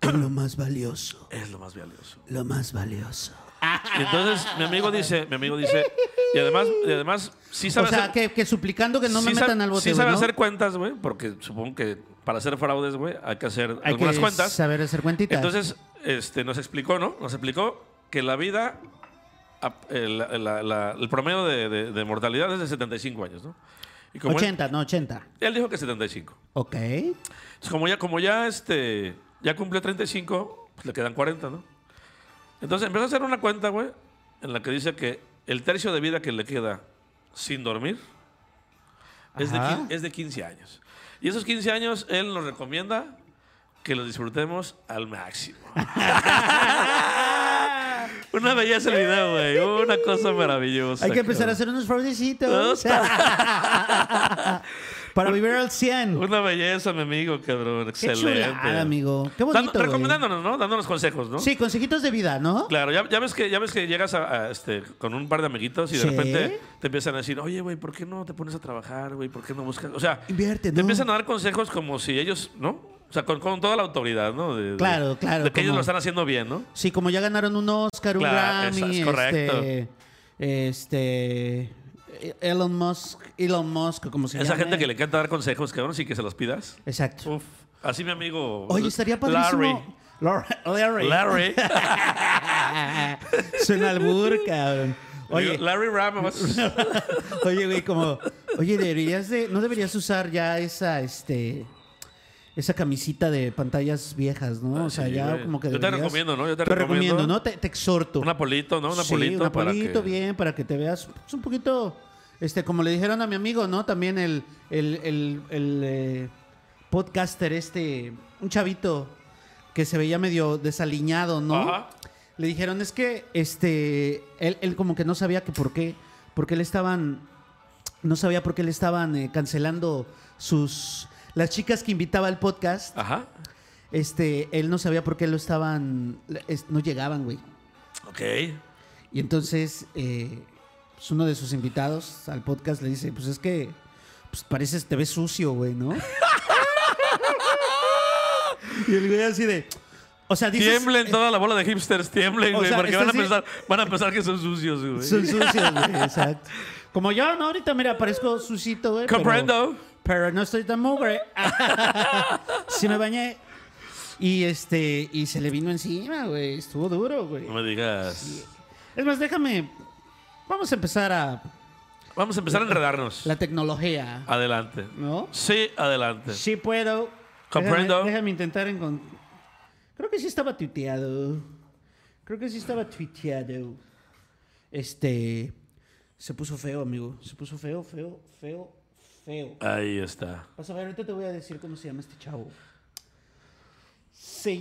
Speaker 2: Es lo más valioso.
Speaker 1: es lo más valioso.
Speaker 2: Lo más valioso.
Speaker 1: Y entonces mi amigo dice, mi amigo dice, y además, y además sí
Speaker 2: O
Speaker 1: sabe
Speaker 2: sea,
Speaker 1: hacer,
Speaker 2: que, que suplicando que no
Speaker 1: sí
Speaker 2: me
Speaker 1: sabe-
Speaker 2: metan al bote,
Speaker 1: sí
Speaker 2: güey,
Speaker 1: sabe
Speaker 2: ¿no?
Speaker 1: hacer cuentas, güey, porque supongo que para hacer fraudes, güey, hay que hacer
Speaker 2: Hay
Speaker 1: algunas
Speaker 2: que
Speaker 1: cuentas.
Speaker 2: saber hacer cuentitas.
Speaker 1: Entonces, este, nos explicó, ¿no? Nos explicó que la vida, ap- el, la- la- el promedio de, de- de mortalidad es de 75 años, ¿no? Y como él-
Speaker 2: 80, no, 80.
Speaker 1: Él, dijo que 75.
Speaker 2: Ok.
Speaker 1: Entonces, Pues como ya, como ya, este, ya cumplió 35, pues le quedan 40, ¿no? Entonces, empezó a hacer una cuenta, güey, en la que dice que el tercio de vida que le queda sin dormir es de,
Speaker 2: Ajá.
Speaker 1: quin- es de 15 años. Y esos 15 años, él nos recomienda que los disfrutemos al máximo. Una belleza el video, güey. Una cosa maravillosa.
Speaker 2: Hay que empezar
Speaker 1: cabrón.
Speaker 2: a hacer unos fraudecitos. Para vivir al 100.
Speaker 1: Una belleza, mi amigo, cabrón.
Speaker 2: Qué
Speaker 1: Excelente.
Speaker 2: chulada, amigo. Qué bonito,
Speaker 1: Dando-
Speaker 2: güey.
Speaker 1: recomendándonos, ¿no? Dándonos consejos, ¿no?
Speaker 2: Sí, consejitos de vida, ¿no?
Speaker 1: Claro, ya, ya ves que, ya ves que llegas a, a, este, con un par de amiguitos y de
Speaker 2: Sí.
Speaker 1: repente te empiezan a decir, oye, güey, ¿por qué no te pones a trabajar, güey? ¿Por qué no buscas? O sea,
Speaker 2: Invierte,
Speaker 1: te
Speaker 2: ¿no?
Speaker 1: empiezan a dar consejos como si ellos, ¿no? O sea, con, con toda la autoridad, ¿no? De, de-
Speaker 2: Claro, claro,
Speaker 1: De que ellos
Speaker 2: como-
Speaker 1: lo están haciendo bien, ¿no?
Speaker 2: Sí, como ya ganaron un Oscar, un
Speaker 1: Claro, esa-
Speaker 2: Grammy,
Speaker 1: es correcto.
Speaker 2: este, este Elon Musk, Elon Musk, como se
Speaker 1: Esa
Speaker 2: llame.
Speaker 1: gente que le encanta dar consejos, cabrón, sí que se los pidas.
Speaker 2: Exacto.
Speaker 1: Uf, así mi amigo.
Speaker 2: Oye, estaría padrísimo. Larry. Larry.
Speaker 1: Uh, Larry. Larry.
Speaker 2: Suena albur, cabrón. Oye,
Speaker 1: Larry Ramos.
Speaker 2: oye, güey, como, oye, deberías de, no deberías usar ya esa, este, esa camisita de pantallas viejas, ¿no? o sea,
Speaker 1: sí,
Speaker 2: ya
Speaker 1: güey.
Speaker 2: como que
Speaker 1: Yo te
Speaker 2: deberías-
Speaker 1: recomiendo, ¿no? Yo te recomiendo.
Speaker 2: ¿no? Te, te exhorto.
Speaker 1: Un apolito, ¿no? Un
Speaker 2: Sí,
Speaker 1: apolito.
Speaker 2: un
Speaker 1: para
Speaker 2: apolito
Speaker 1: que-
Speaker 2: bien para que te veas pues, un poquito, este, como le dijeron a mi amigo, ¿no? También el, el, el- el, eh, podcaster este, un chavito que se veía medio desaliñado, ¿no?
Speaker 1: Ajá.
Speaker 2: Le dijeron, es que este, él, él como que no sabía que por qué, porque le estaban, no sabía por qué le estaban eh, cancelando sus, las chicas que invitaba al podcast,
Speaker 1: Ajá.
Speaker 2: este, él no sabía por qué lo estaban, es- no llegaban, güey.
Speaker 1: Ok.
Speaker 2: Y entonces eh, pues uno de sus invitados al podcast le dice, pues es que pues pareces, te ves sucio, güey, ¿no? y el güey así de... O sea, dices... eh,
Speaker 1: Tiemblen toda la bola de hipsters, tiemblen,
Speaker 2: O
Speaker 1: güey,
Speaker 2: sea,
Speaker 1: porque
Speaker 2: está
Speaker 1: van a,
Speaker 2: así-
Speaker 1: pensar, van a pensar que son sucios, güey.
Speaker 2: Son sucios, güey, exacto. Como yo, ¿no? Ahorita, mira, parezco sucito, güey. pero-
Speaker 1: Comprendo.
Speaker 2: Pero no estoy tan mugre. sí me bañé. Y este... Y se le vino encima, güey. Estuvo duro, güey.
Speaker 1: No me digas.
Speaker 2: Es más, déjame... Vamos a empezar a...
Speaker 1: Vamos a empezar a enredarnos.
Speaker 2: La tecnología.
Speaker 1: Adelante.
Speaker 2: ¿No?
Speaker 1: Sí, adelante.
Speaker 2: Sí puedo.
Speaker 1: Comprendo.
Speaker 2: Déjame, déjame intentar encontrar. Creo que sí estaba tuiteado. Creo que sí estaba tuiteado. Este. Se puso feo, amigo. Se puso feo, feo, feo, feo.
Speaker 1: Ahí está.
Speaker 2: Vas a ver, ahorita te voy a decir cómo se llama este chavo. Se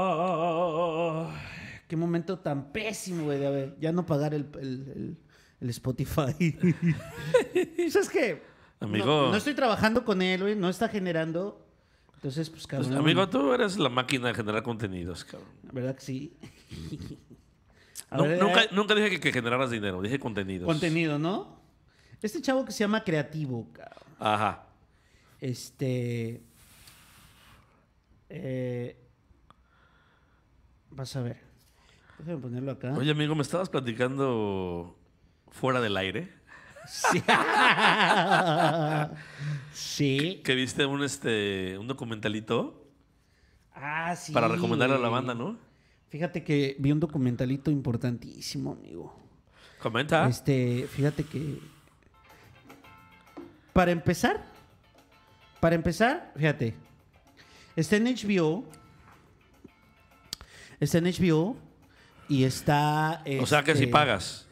Speaker 2: llama. Qué momento tan pésimo, güey, de a ver, ya no pagar el, el- el- el Spotify. ¿Sabes qué?
Speaker 1: Amigo.
Speaker 2: No, no estoy trabajando con él, güey, no está generando. Entonces, pues,
Speaker 1: Pues,
Speaker 2: cabrón.
Speaker 1: amigo, tú eres la máquina de generar contenidos, cabrón.
Speaker 2: ¿Verdad que sí? A
Speaker 1: Nu-
Speaker 2: ver,
Speaker 1: nunca,
Speaker 2: eh,
Speaker 1: nunca dije que, que generaras dinero, dije contenidos.
Speaker 2: Contenido, ¿no? Este chavo que se llama Creativo, cabrón.
Speaker 1: Ajá.
Speaker 2: Este. eh, vas a ver. Déjame ponerlo acá.
Speaker 1: Oye, amigo, me estabas platicando fuera del aire
Speaker 2: Sí. Sí.
Speaker 1: que viste un, este, un documentalito
Speaker 2: Ah, sí.
Speaker 1: para recomendarle a la
Speaker 2: güey.
Speaker 1: banda, ¿no?
Speaker 2: Fíjate que vi un documentalito importantísimo, amigo.
Speaker 1: Comenta.
Speaker 2: Este, fíjate que. Para empezar, para empezar, fíjate. Está en HBO. Está en HBO. Y está.
Speaker 1: o sea que si
Speaker 2: este,
Speaker 1: pagas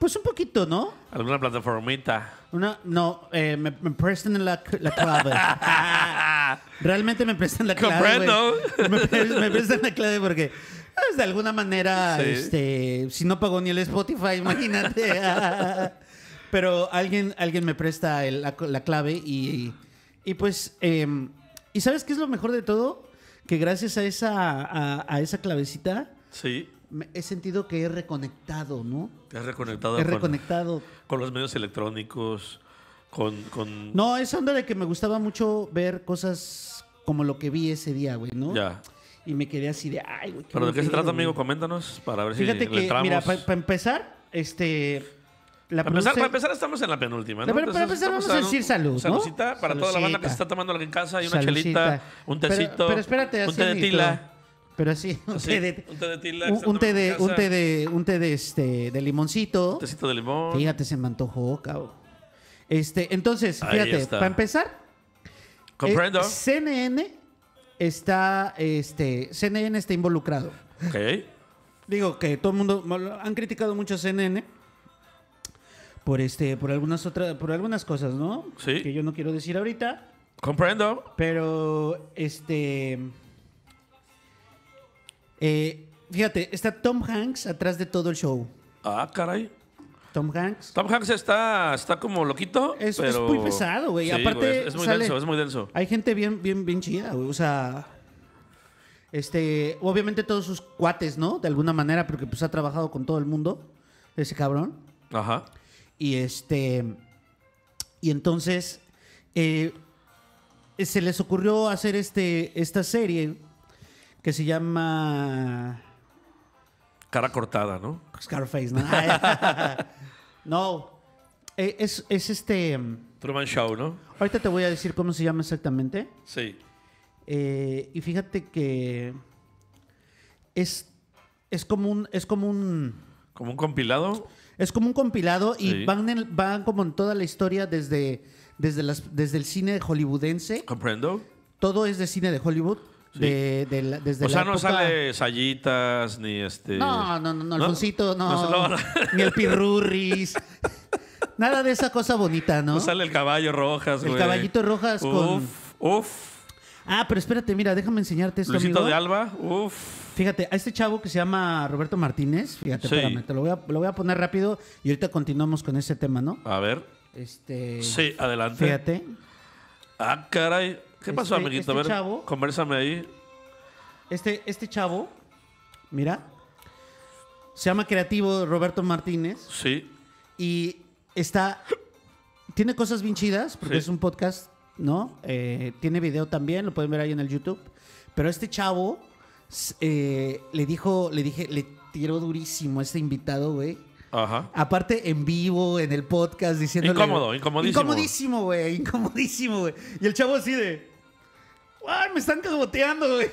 Speaker 2: Pues un poquito, ¿no?
Speaker 1: alguna plataformita.
Speaker 2: Una, no, eh, me, me prestan la, la clave.
Speaker 1: Ah,
Speaker 2: Realmente me prestan la clave.
Speaker 1: Comprendo.
Speaker 2: güey. Me, pre- me prestan la clave porque, pues, de alguna manera,
Speaker 1: Sí.
Speaker 2: este, si no pagó ni el Spotify, imagínate. Pero alguien, alguien me presta el- la, la clave y, y, pues, eh, ¿y sabes qué es lo mejor de todo? Que gracias a esa, a, a esa clavecita
Speaker 1: Sí,
Speaker 2: me- he sentido que he reconectado, ¿no?
Speaker 1: te has reconectado
Speaker 2: He
Speaker 1: con,
Speaker 2: reconectado.
Speaker 1: con los medios electrónicos, con... con
Speaker 2: No, es onda de que me gustaba mucho ver cosas como lo que vi ese día, güey, ¿no?
Speaker 1: Ya.
Speaker 2: Y me quedé así de, ay, güey.
Speaker 1: ¿Pero de
Speaker 2: buen
Speaker 1: qué se
Speaker 2: pedo,
Speaker 1: trata,
Speaker 2: güey".
Speaker 1: amigo? Coméntanos para ver si
Speaker 2: Fíjate
Speaker 1: le
Speaker 2: que,
Speaker 1: entramos.
Speaker 2: mira, para empezar, este. La
Speaker 1: Para empezar,
Speaker 2: produce-
Speaker 1: para empezar estamos en la penúltima, ¿no?
Speaker 2: Pero para empezar vamos a
Speaker 1: estamos
Speaker 2: decir salud, ¿no?
Speaker 1: Saludcita para toda la banda que
Speaker 2: Saludcita.
Speaker 1: se está tomando algo en casa. Hay una
Speaker 2: Salucita.
Speaker 1: chelita, un
Speaker 2: Pero-
Speaker 1: tecito,
Speaker 2: Pero, espérate, así.
Speaker 1: un té de
Speaker 2: ni
Speaker 1: tila.
Speaker 2: todo. Pero así, un
Speaker 1: Así,
Speaker 2: té de.
Speaker 1: un té de tila que
Speaker 2: un-
Speaker 1: está
Speaker 2: Un té de,
Speaker 1: tomando en
Speaker 2: un té
Speaker 1: casa.
Speaker 2: de, un té de, este, de limoncito.
Speaker 1: Un tecito de limón.
Speaker 2: Fíjate, se me antojó, cabrón. Este, entonces,
Speaker 1: Ahí
Speaker 2: fíjate,
Speaker 1: está.
Speaker 2: para empezar, eh,
Speaker 1: Comprendo.
Speaker 2: CNN está, este, CNN está involucrado.
Speaker 1: Ok.
Speaker 2: Digo que todo el mundo han criticado mucho a CNN por este por algunas otras por algunas cosas, ¿no?
Speaker 1: Sí.
Speaker 2: Que yo no quiero decir ahorita,
Speaker 1: Comprendo.
Speaker 2: pero este eh, fíjate, está Tom Hanks atrás de todo el show.
Speaker 1: Ah, caray.
Speaker 2: Tom Hanks
Speaker 1: Tom Hanks está, está como loquito.
Speaker 2: es, es
Speaker 1: pero...
Speaker 2: muy pesado, güey.
Speaker 1: Sí,
Speaker 2: Aparte
Speaker 1: es, es muy
Speaker 2: sale-
Speaker 1: denso, es muy denso.
Speaker 2: Hay gente bien bien bien chida, güey, o sea, este, obviamente todos sus cuates, ¿no? De alguna manera porque pues ha trabajado con todo el mundo ese cabrón.
Speaker 1: Ajá.
Speaker 2: Y este. Y entonces. eh, se les ocurrió hacer este, esta serie que se llama.
Speaker 1: Cara cortada, ¿no?
Speaker 2: Scarface, ¿no? Ay, no. Eh, Es, es este.
Speaker 1: Truman Show, ¿no?
Speaker 2: Ahorita te voy a decir cómo se llama exactamente.
Speaker 1: Sí.
Speaker 2: Eh, y fíjate que. Es. Es como un. Es como un.
Speaker 1: Como un compilado.
Speaker 2: Es como un compilado y
Speaker 1: Sí.
Speaker 2: van, en- van como en toda la historia desde desde, las, desde el cine hollywoodense.
Speaker 1: ¿Comprendo?
Speaker 2: Todo es de cine de Hollywood.
Speaker 1: Sí.
Speaker 2: De, de la- desde
Speaker 1: o sea, no
Speaker 2: la época-
Speaker 1: sale Sayitas ni este.
Speaker 2: No, no, no, no,
Speaker 1: ¿No?
Speaker 2: Alfonsito, no.
Speaker 1: No se lo van a-
Speaker 2: Ni el Pirurris. Nada de esa cosa bonita, ¿no?
Speaker 1: No sale el caballo rojas,
Speaker 2: El
Speaker 1: güey.
Speaker 2: caballito rojas con-
Speaker 1: Uf, uf.
Speaker 2: Ah, pero espérate, mira, déjame enseñarte esto,
Speaker 1: Luisito
Speaker 2: amigo.
Speaker 1: de Alba, uf.
Speaker 2: Fíjate, a este chavo que se llama Roberto Martínez, fíjate,
Speaker 1: Sí.
Speaker 2: espérame, te lo voy, a, lo voy a poner rápido y ahorita continuamos con ese tema, ¿no?
Speaker 1: A ver.
Speaker 2: Este.
Speaker 1: Sí, adelante.
Speaker 2: Fíjate.
Speaker 1: Ah, caray. ¿Qué pasó,
Speaker 2: Este-
Speaker 1: amiguito?
Speaker 2: este
Speaker 1: a ver,
Speaker 2: chavo-
Speaker 1: conversame ahí.
Speaker 2: Este, este chavo, mira, se llama Creativo Roberto Martínez
Speaker 1: Sí.
Speaker 2: y está. Tiene cosas bien chidas porque
Speaker 1: Sí.
Speaker 2: es un podcast, ¿no? Eh, tiene video también, lo pueden ver ahí en el YouTube. Pero este chavo s- eh, le dijo, le dije, le tiró durísimo a este invitado, güey.
Speaker 1: Ajá.
Speaker 2: Aparte, en vivo, en el podcast, diciéndole...
Speaker 1: Incómodo, incomodísimo.
Speaker 2: Incomodísimo, güey, incomodísimo, güey. Y el chavo así de... ¡Ay, me están cagoteando, güey!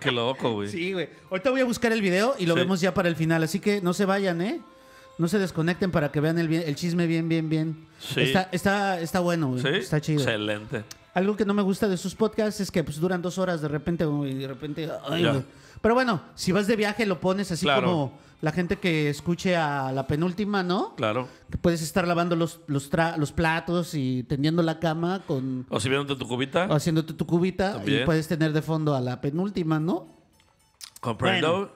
Speaker 1: Qué loco, güey.
Speaker 2: Sí, güey. Ahorita voy a buscar el video y lo
Speaker 1: Sí.
Speaker 2: vemos ya para el final. Así que no se vayan, ¿eh? No se desconecten para que vean el, bien- el chisme bien, bien, bien.
Speaker 1: Sí.
Speaker 2: Está, está, está bueno, güey.
Speaker 1: Sí.
Speaker 2: Está chido.
Speaker 1: Excelente.
Speaker 2: Algo que no me gusta de sus podcasts es que pues, duran dos horas de repente güey, y de repente. ay,
Speaker 1: Ya.
Speaker 2: güey. Pero bueno, si vas de viaje lo pones así
Speaker 1: Claro.
Speaker 2: como la gente que escuche a la penúltima, ¿no?
Speaker 1: Claro.
Speaker 2: Que Puedes estar lavando los, los, tra- los platos y tendiendo la cama con
Speaker 1: O si vieron tu cubita,
Speaker 2: o haciéndote tu cubita y
Speaker 1: Ah. También.
Speaker 2: puedes tener de fondo a la penúltima, ¿no?
Speaker 1: comprendo.
Speaker 2: Bueno.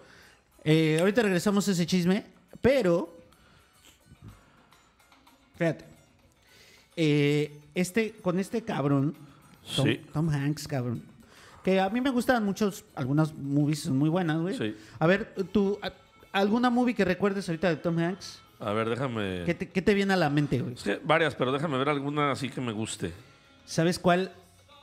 Speaker 2: Eh, ahorita regresamos a ese chisme, pero. Fíjate. Eh, este, con este cabrón, Tom,
Speaker 1: Sí.
Speaker 2: Tom Hanks, cabrón. Que a mí me gustan muchos, algunas movies son muy buenas, güey.
Speaker 1: Sí.
Speaker 2: A ver, tú, a- ¿alguna movie que recuerdes ahorita de Tom Hanks?
Speaker 1: A ver, déjame.
Speaker 2: ¿Qué te, qué te viene a la mente, güey?
Speaker 1: Es que varias, pero déjame ver alguna así que me guste.
Speaker 2: ¿Sabes cuál?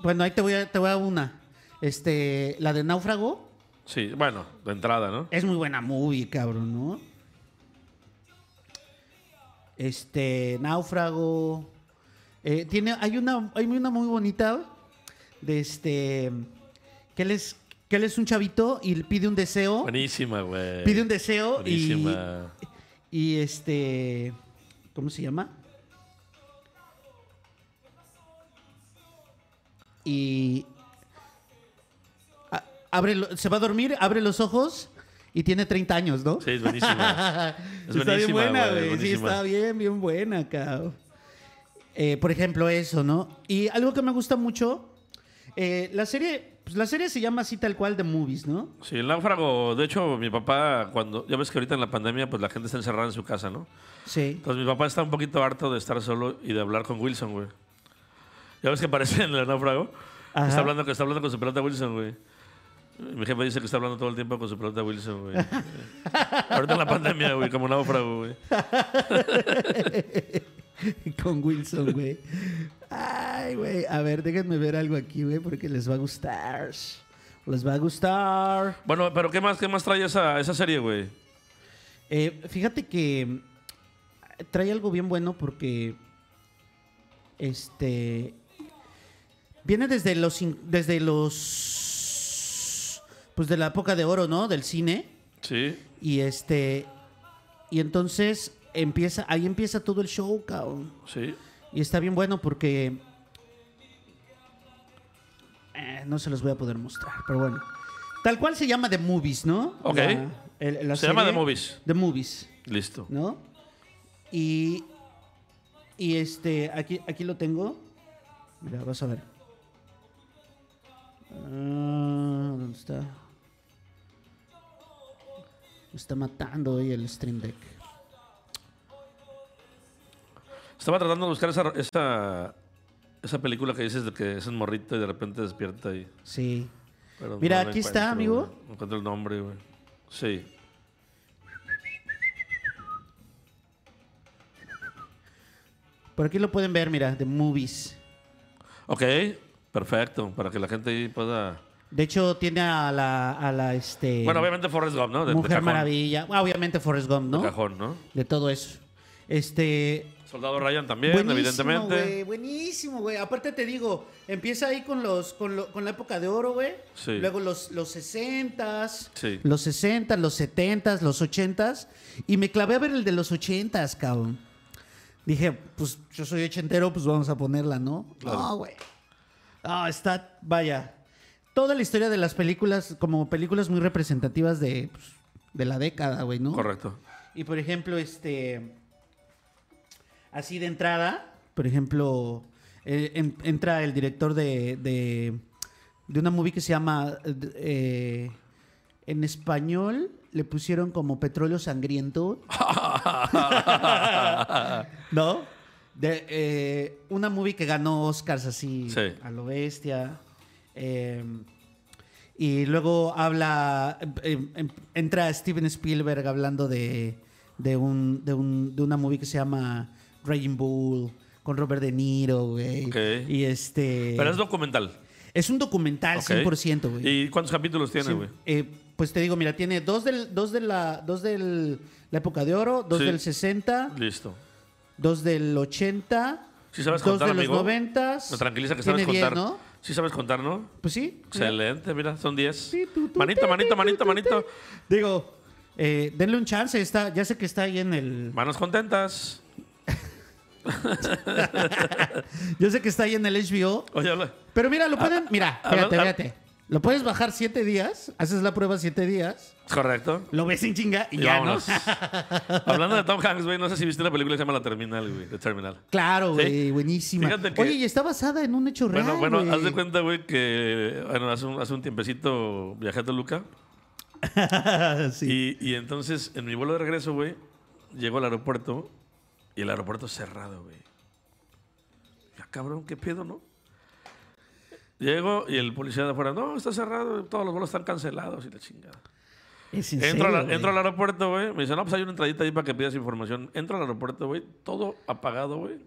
Speaker 2: Bueno, ahí te voy a, te voy a una. Este, la de Náufrago
Speaker 1: Sí, bueno, de entrada, ¿no?
Speaker 2: es muy buena movie, cabrón, ¿no? Este, Náufrago. Eh, tiene, hay una, hay una muy bonita de este. Que él es, que él es un chavito y le pide un deseo.
Speaker 1: Buenísima, güey.
Speaker 2: Pide un deseo y,
Speaker 1: Buenísima.
Speaker 2: y este. ¿Cómo se llama? Y. a- abre lo- se va a dormir, abre los ojos y tiene 30 años, ¿no? Ah,
Speaker 1: Sí, es buenísima. Es
Speaker 2: está bien
Speaker 1: buenísima,
Speaker 2: buena,
Speaker 1: güey,
Speaker 2: güey. Sí,
Speaker 1: buenísima.
Speaker 2: está bien, bien buena, cabrón. Eh, por ejemplo, eso, ¿no? Y algo que me gusta mucho. eh, la serie. pues, la serie se llama así tal cual The Movies, ¿no?
Speaker 1: Sí, el náufrago. De hecho, mi papá, cuando. Ya ves que ahorita en la pandemia, pues la gente está encerrada en su casa, ¿no?
Speaker 2: Sí.
Speaker 1: Entonces Pues mi papá está un poquito harto de estar solo y de hablar con Wilson, güey. Ya ves que aparece en el náufrago.
Speaker 2: Ajá.
Speaker 1: Está hablando, está hablando con su pelota Wilson, güey. Y Mi jefe dice que está hablando todo el tiempo con su pelota Wilson, güey. Ahorita en la pandemia, güey, como náufrago, güey.
Speaker 2: Con Wilson, güey. Ay, güey. A ver, déjenme ver algo aquí, güey, porque les va a gustar. Les va a gustar.
Speaker 1: Bueno, pero ¿qué más, qué más trae esa, esa serie, güey?
Speaker 2: Eh, fíjate que mm, trae algo bien bueno porque. Este. Viene desde los. cin- Desde los. Pues de la época de oro, ¿no? Del cine.
Speaker 1: Sí.
Speaker 2: Y este. Y entonces empieza. Ahí empieza todo el show, cabrón.
Speaker 1: Sí.
Speaker 2: Y está bien bueno porque. eh, no se los voy a poder mostrar, pero bueno. Tal cual se llama The Movies, ¿no?
Speaker 1: Ok.
Speaker 2: el- la
Speaker 1: Se llama
Speaker 2: serie
Speaker 1: The Movies.
Speaker 2: The Movies,
Speaker 1: Listo.
Speaker 2: ¿no? Y. Y este. Aquí, aquí lo tengo. Mira, vas a ver. Ah, ¿Dónde está? Me está matando hoy el Stream Deck.
Speaker 1: Estaba tratando de buscar esa, esa, esa película que dices de que es un morrito y de repente despierta y.
Speaker 2: Sí.
Speaker 1: pero
Speaker 2: Mira,
Speaker 1: la
Speaker 2: aquí está,
Speaker 1: encuentro,
Speaker 2: amigo.
Speaker 1: güey. No encuentro el nombre, güey. Sí.
Speaker 2: Por aquí lo pueden ver, mira, The Movies.
Speaker 1: Ok, perfecto, para que la gente ahí pueda...
Speaker 2: De hecho, tiene a la, a la este,
Speaker 1: Bueno, obviamente Forrest Gump, ¿no? De, de
Speaker 2: Mujer
Speaker 1: cajón.
Speaker 2: Maravilla. Ah, Obviamente Forrest Gump,
Speaker 1: De
Speaker 2: ¿no? De,
Speaker 1: cajón, ¿no?
Speaker 2: todo eso. Este.
Speaker 1: Soldado Ryan también, evidentemente.
Speaker 2: güey, buenísimo, güey. Aparte te digo, empieza ahí con los con, lo- con la época de oro, güey.
Speaker 1: Sí.
Speaker 2: Luego los, los 60s.
Speaker 1: Sí.
Speaker 2: Los 60, los 70, los 80. Y me clavé a ver el de los 80, cabrón. Dije, pues yo soy ochentero, pues vamos a ponerla, ¿no? No, güey. No, está, vaya. Toda la historia de las películas, como películas muy representativas de, pues, de la década, güey, ¿no?
Speaker 1: Correcto.
Speaker 2: Y por ejemplo, este. Así de entrada, por ejemplo, eh, en- entra el director de, de. de una movie que se llama. eh, d- eh, en español le pusieron como Petróleo Sangriento. ¿No? De, eh, una movie que ganó Oscars así
Speaker 1: Sí.
Speaker 2: a lo bestia. Eh, y luego habla, em- em- entra Steven Spielberg hablando de, de, un, de, un- de una movie que se llama Raging Bull con Robert De Niro, güey.
Speaker 1: Ok.
Speaker 2: Y este...
Speaker 1: Pero es documental.
Speaker 2: es un documental,
Speaker 1: ok.
Speaker 2: 100%, güey.
Speaker 1: ¿Y cuántos capítulos tiene,
Speaker 2: Sí,
Speaker 1: güey?
Speaker 2: eh, pues te digo, mira, tiene dos, del, dos de la dos del, la época de oro, dos
Speaker 1: Sí.
Speaker 2: del 60,
Speaker 1: Listo.
Speaker 2: dos del 80,
Speaker 1: Si sabes
Speaker 2: dos
Speaker 1: contar,
Speaker 2: de los
Speaker 1: amigo.
Speaker 2: 90.
Speaker 1: Me tranquiliza que sabes
Speaker 2: Tiene diez,
Speaker 1: contar.
Speaker 2: ¿no?
Speaker 1: Sí sabes contar, ¿no?
Speaker 2: Pues sí. mira.
Speaker 1: Excelente, mira, son 10.
Speaker 2: Sí, tú, tú,
Speaker 1: Manito,
Speaker 2: te,
Speaker 1: manito,
Speaker 2: te,
Speaker 1: manito,
Speaker 2: tú, tú,
Speaker 1: manito.
Speaker 2: Digo, eh, denle un chance. Está, ya sé que está ahí en el.
Speaker 1: Manos contentas.
Speaker 2: Yo sé que está ahí en el HBO.
Speaker 1: Oye, habla.
Speaker 2: Pero mira, lo pueden. Mira, espérate,
Speaker 1: ah,
Speaker 2: espérate. Lo puedes bajar siete días. Haces la prueba siete días.
Speaker 1: Correcto.
Speaker 2: Lo ves sin chinga y,
Speaker 1: Y
Speaker 2: ya,
Speaker 1: vámonos.
Speaker 2: ¿no?
Speaker 1: Hablando de Tom Hanks, güey, no sé si viste la película que se llama La Terminal, güey. The Terminal.
Speaker 2: Claro,
Speaker 1: Sí.
Speaker 2: güey. Buenísima.
Speaker 1: Fíjate que-
Speaker 2: Oye, y está basada en un hecho
Speaker 1: Bueno,
Speaker 2: real.
Speaker 1: bueno,
Speaker 2: güey.
Speaker 1: haz de cuenta, güey, que bueno, hace, un, hace un tiempecito viajé a Toluca.
Speaker 2: sí.
Speaker 1: Y, y entonces, en mi vuelo de regreso, güey, llego al aeropuerto y el aeropuerto cerrado, güey. Ya, cabrón, qué pedo, ¿no? Llego y el policía de afuera, no, está cerrado, todos los vuelos están cancelados y la chingada.
Speaker 2: Es en
Speaker 1: Entro, a la-
Speaker 2: serio,
Speaker 1: entro al
Speaker 2: güey.
Speaker 1: aeropuerto, güey. Me dice, no, pues hay una entradita ahí para que pidas información. Entro al aeropuerto, güey. Todo apagado, güey.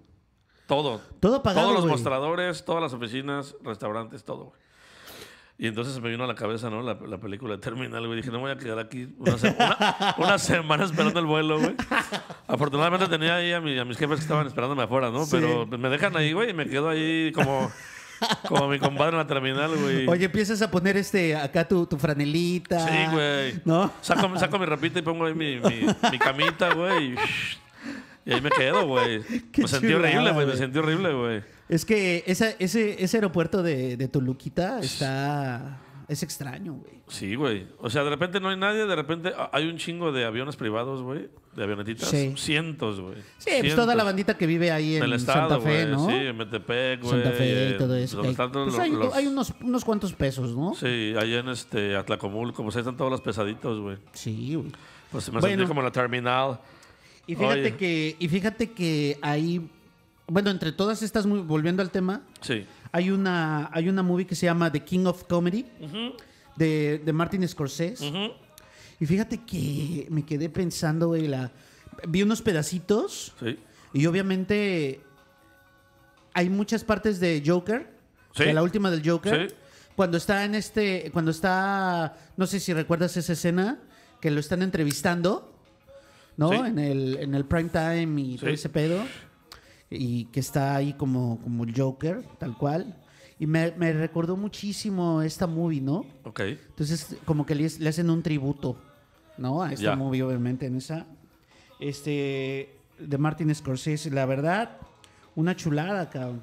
Speaker 1: Todo.
Speaker 2: Todo apagado,
Speaker 1: Todos los
Speaker 2: güey.
Speaker 1: mostradores, todas las oficinas, restaurantes, todo, güey. Y entonces se me vino a la cabeza, ¿no? La, la película de Terminal, güey. Dije, no me voy a quedar aquí una, se- una- una semana esperando el vuelo, güey. Afortunadamente tenía ahí a, mi- a mis jefes que estaban esperándome afuera, ¿no?
Speaker 2: Sí.
Speaker 1: Pero me dejan ahí, güey, y me quedo ahí como, como mi compadre en la terminal, güey.
Speaker 2: Oye, empiezas a poner este acá tu, tu franelita.
Speaker 1: Sí, güey.
Speaker 2: Ah, ¿No?
Speaker 1: Saco, saco mi rapita y pongo ahí mi, mi- mi camita, güey. y- Y ahí me quedo, güey.
Speaker 2: Qué
Speaker 1: Me sentí
Speaker 2: chulada,
Speaker 1: horrible, güey. Me
Speaker 2: güey.
Speaker 1: sentí horrible, güey.
Speaker 2: Es que esa- ese, ese aeropuerto de, de Toluquita está. Es extraño, güey.
Speaker 1: Sí, güey. O sea, de repente no hay nadie, de repente ah, hay un chingo de aviones privados, güey. De avionetitas.
Speaker 2: Sí.
Speaker 1: Cientos, güey.
Speaker 2: Sí, pues toda la
Speaker 1: Cientos.
Speaker 2: bandita que vive ahí en
Speaker 1: Del estado,
Speaker 2: Santa Fe,
Speaker 1: güey.
Speaker 2: ¿no?
Speaker 1: Sí, en Metepec, güey.
Speaker 2: Santa Fe
Speaker 1: eh,
Speaker 2: y todo eso.
Speaker 1: donde
Speaker 2: Hay,
Speaker 1: están todos
Speaker 2: pues
Speaker 1: los-
Speaker 2: hay,
Speaker 1: los-
Speaker 2: hay unos, unos cuantos pesos, ¿no? Sí,
Speaker 1: Sí, allá en este, Atlacomulco, pues ahí están todos los pesaditos, güey.
Speaker 2: güey.
Speaker 1: Pues me sentí
Speaker 2: Bueno.
Speaker 1: como en la terminal.
Speaker 2: Y fíjate
Speaker 1: Oye.
Speaker 2: que. Y fíjate que ahí. Bueno, entre todas estas, muy- volviendo al tema,
Speaker 1: Sí.
Speaker 2: hay una, hay una movie que se llama The King of Comedy de, de Martin Scorsese.
Speaker 1: Ujú.
Speaker 2: Y fíjate que me quedé pensando, güey, la. Vi unos pedacitos.
Speaker 1: Sí.
Speaker 2: Y obviamente hay muchas partes de Joker,
Speaker 1: Sí.
Speaker 2: de la última del Joker,
Speaker 1: Sí.
Speaker 2: cuando está en este, cuando está, no sé si recuerdas esa escena que lo están entrevistando, ¿no?
Speaker 1: Sí.
Speaker 2: En el en el prime time y todo
Speaker 1: Sí.
Speaker 2: ese pedo y que está ahí como como el Joker, tal cual. Y me, me recordó muchísimo esta movie, ¿no?
Speaker 1: Ok.
Speaker 2: Entonces, como que le, le hacen un tributo, ¿no? A esta
Speaker 1: Ya.
Speaker 2: movie, obviamente, en esa. Este, de Martin Scorsese, la verdad, una chulada, cabrón.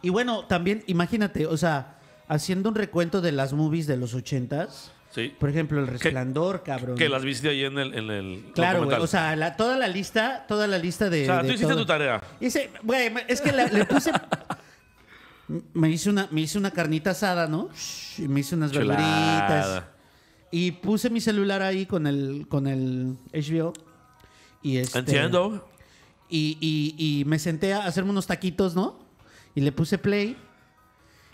Speaker 2: Y bueno, también, imagínate, o sea, haciendo un recuento de las movies de los ochentas,
Speaker 1: Sí.
Speaker 2: por ejemplo, El Resplandor, cabrón.
Speaker 1: Que las viste ahí en el, en el
Speaker 2: claro, güey,
Speaker 1: documental.
Speaker 2: o sea, la- toda la lista, toda la lista de...
Speaker 1: O sea,
Speaker 2: de
Speaker 1: tú hiciste
Speaker 2: todo.
Speaker 1: tu tarea.
Speaker 2: Hice- güey, me- es que la- le puse. me, hice una, me hice una carnita asada, ¿no? Y me hice unas verduritas.
Speaker 1: Chulada.
Speaker 2: Y puse mi celular ahí con el, con el HBO. Y este,
Speaker 1: Entiendo.
Speaker 2: Y, y- y me senté a hacerme unos taquitos, ¿no? Y le puse play.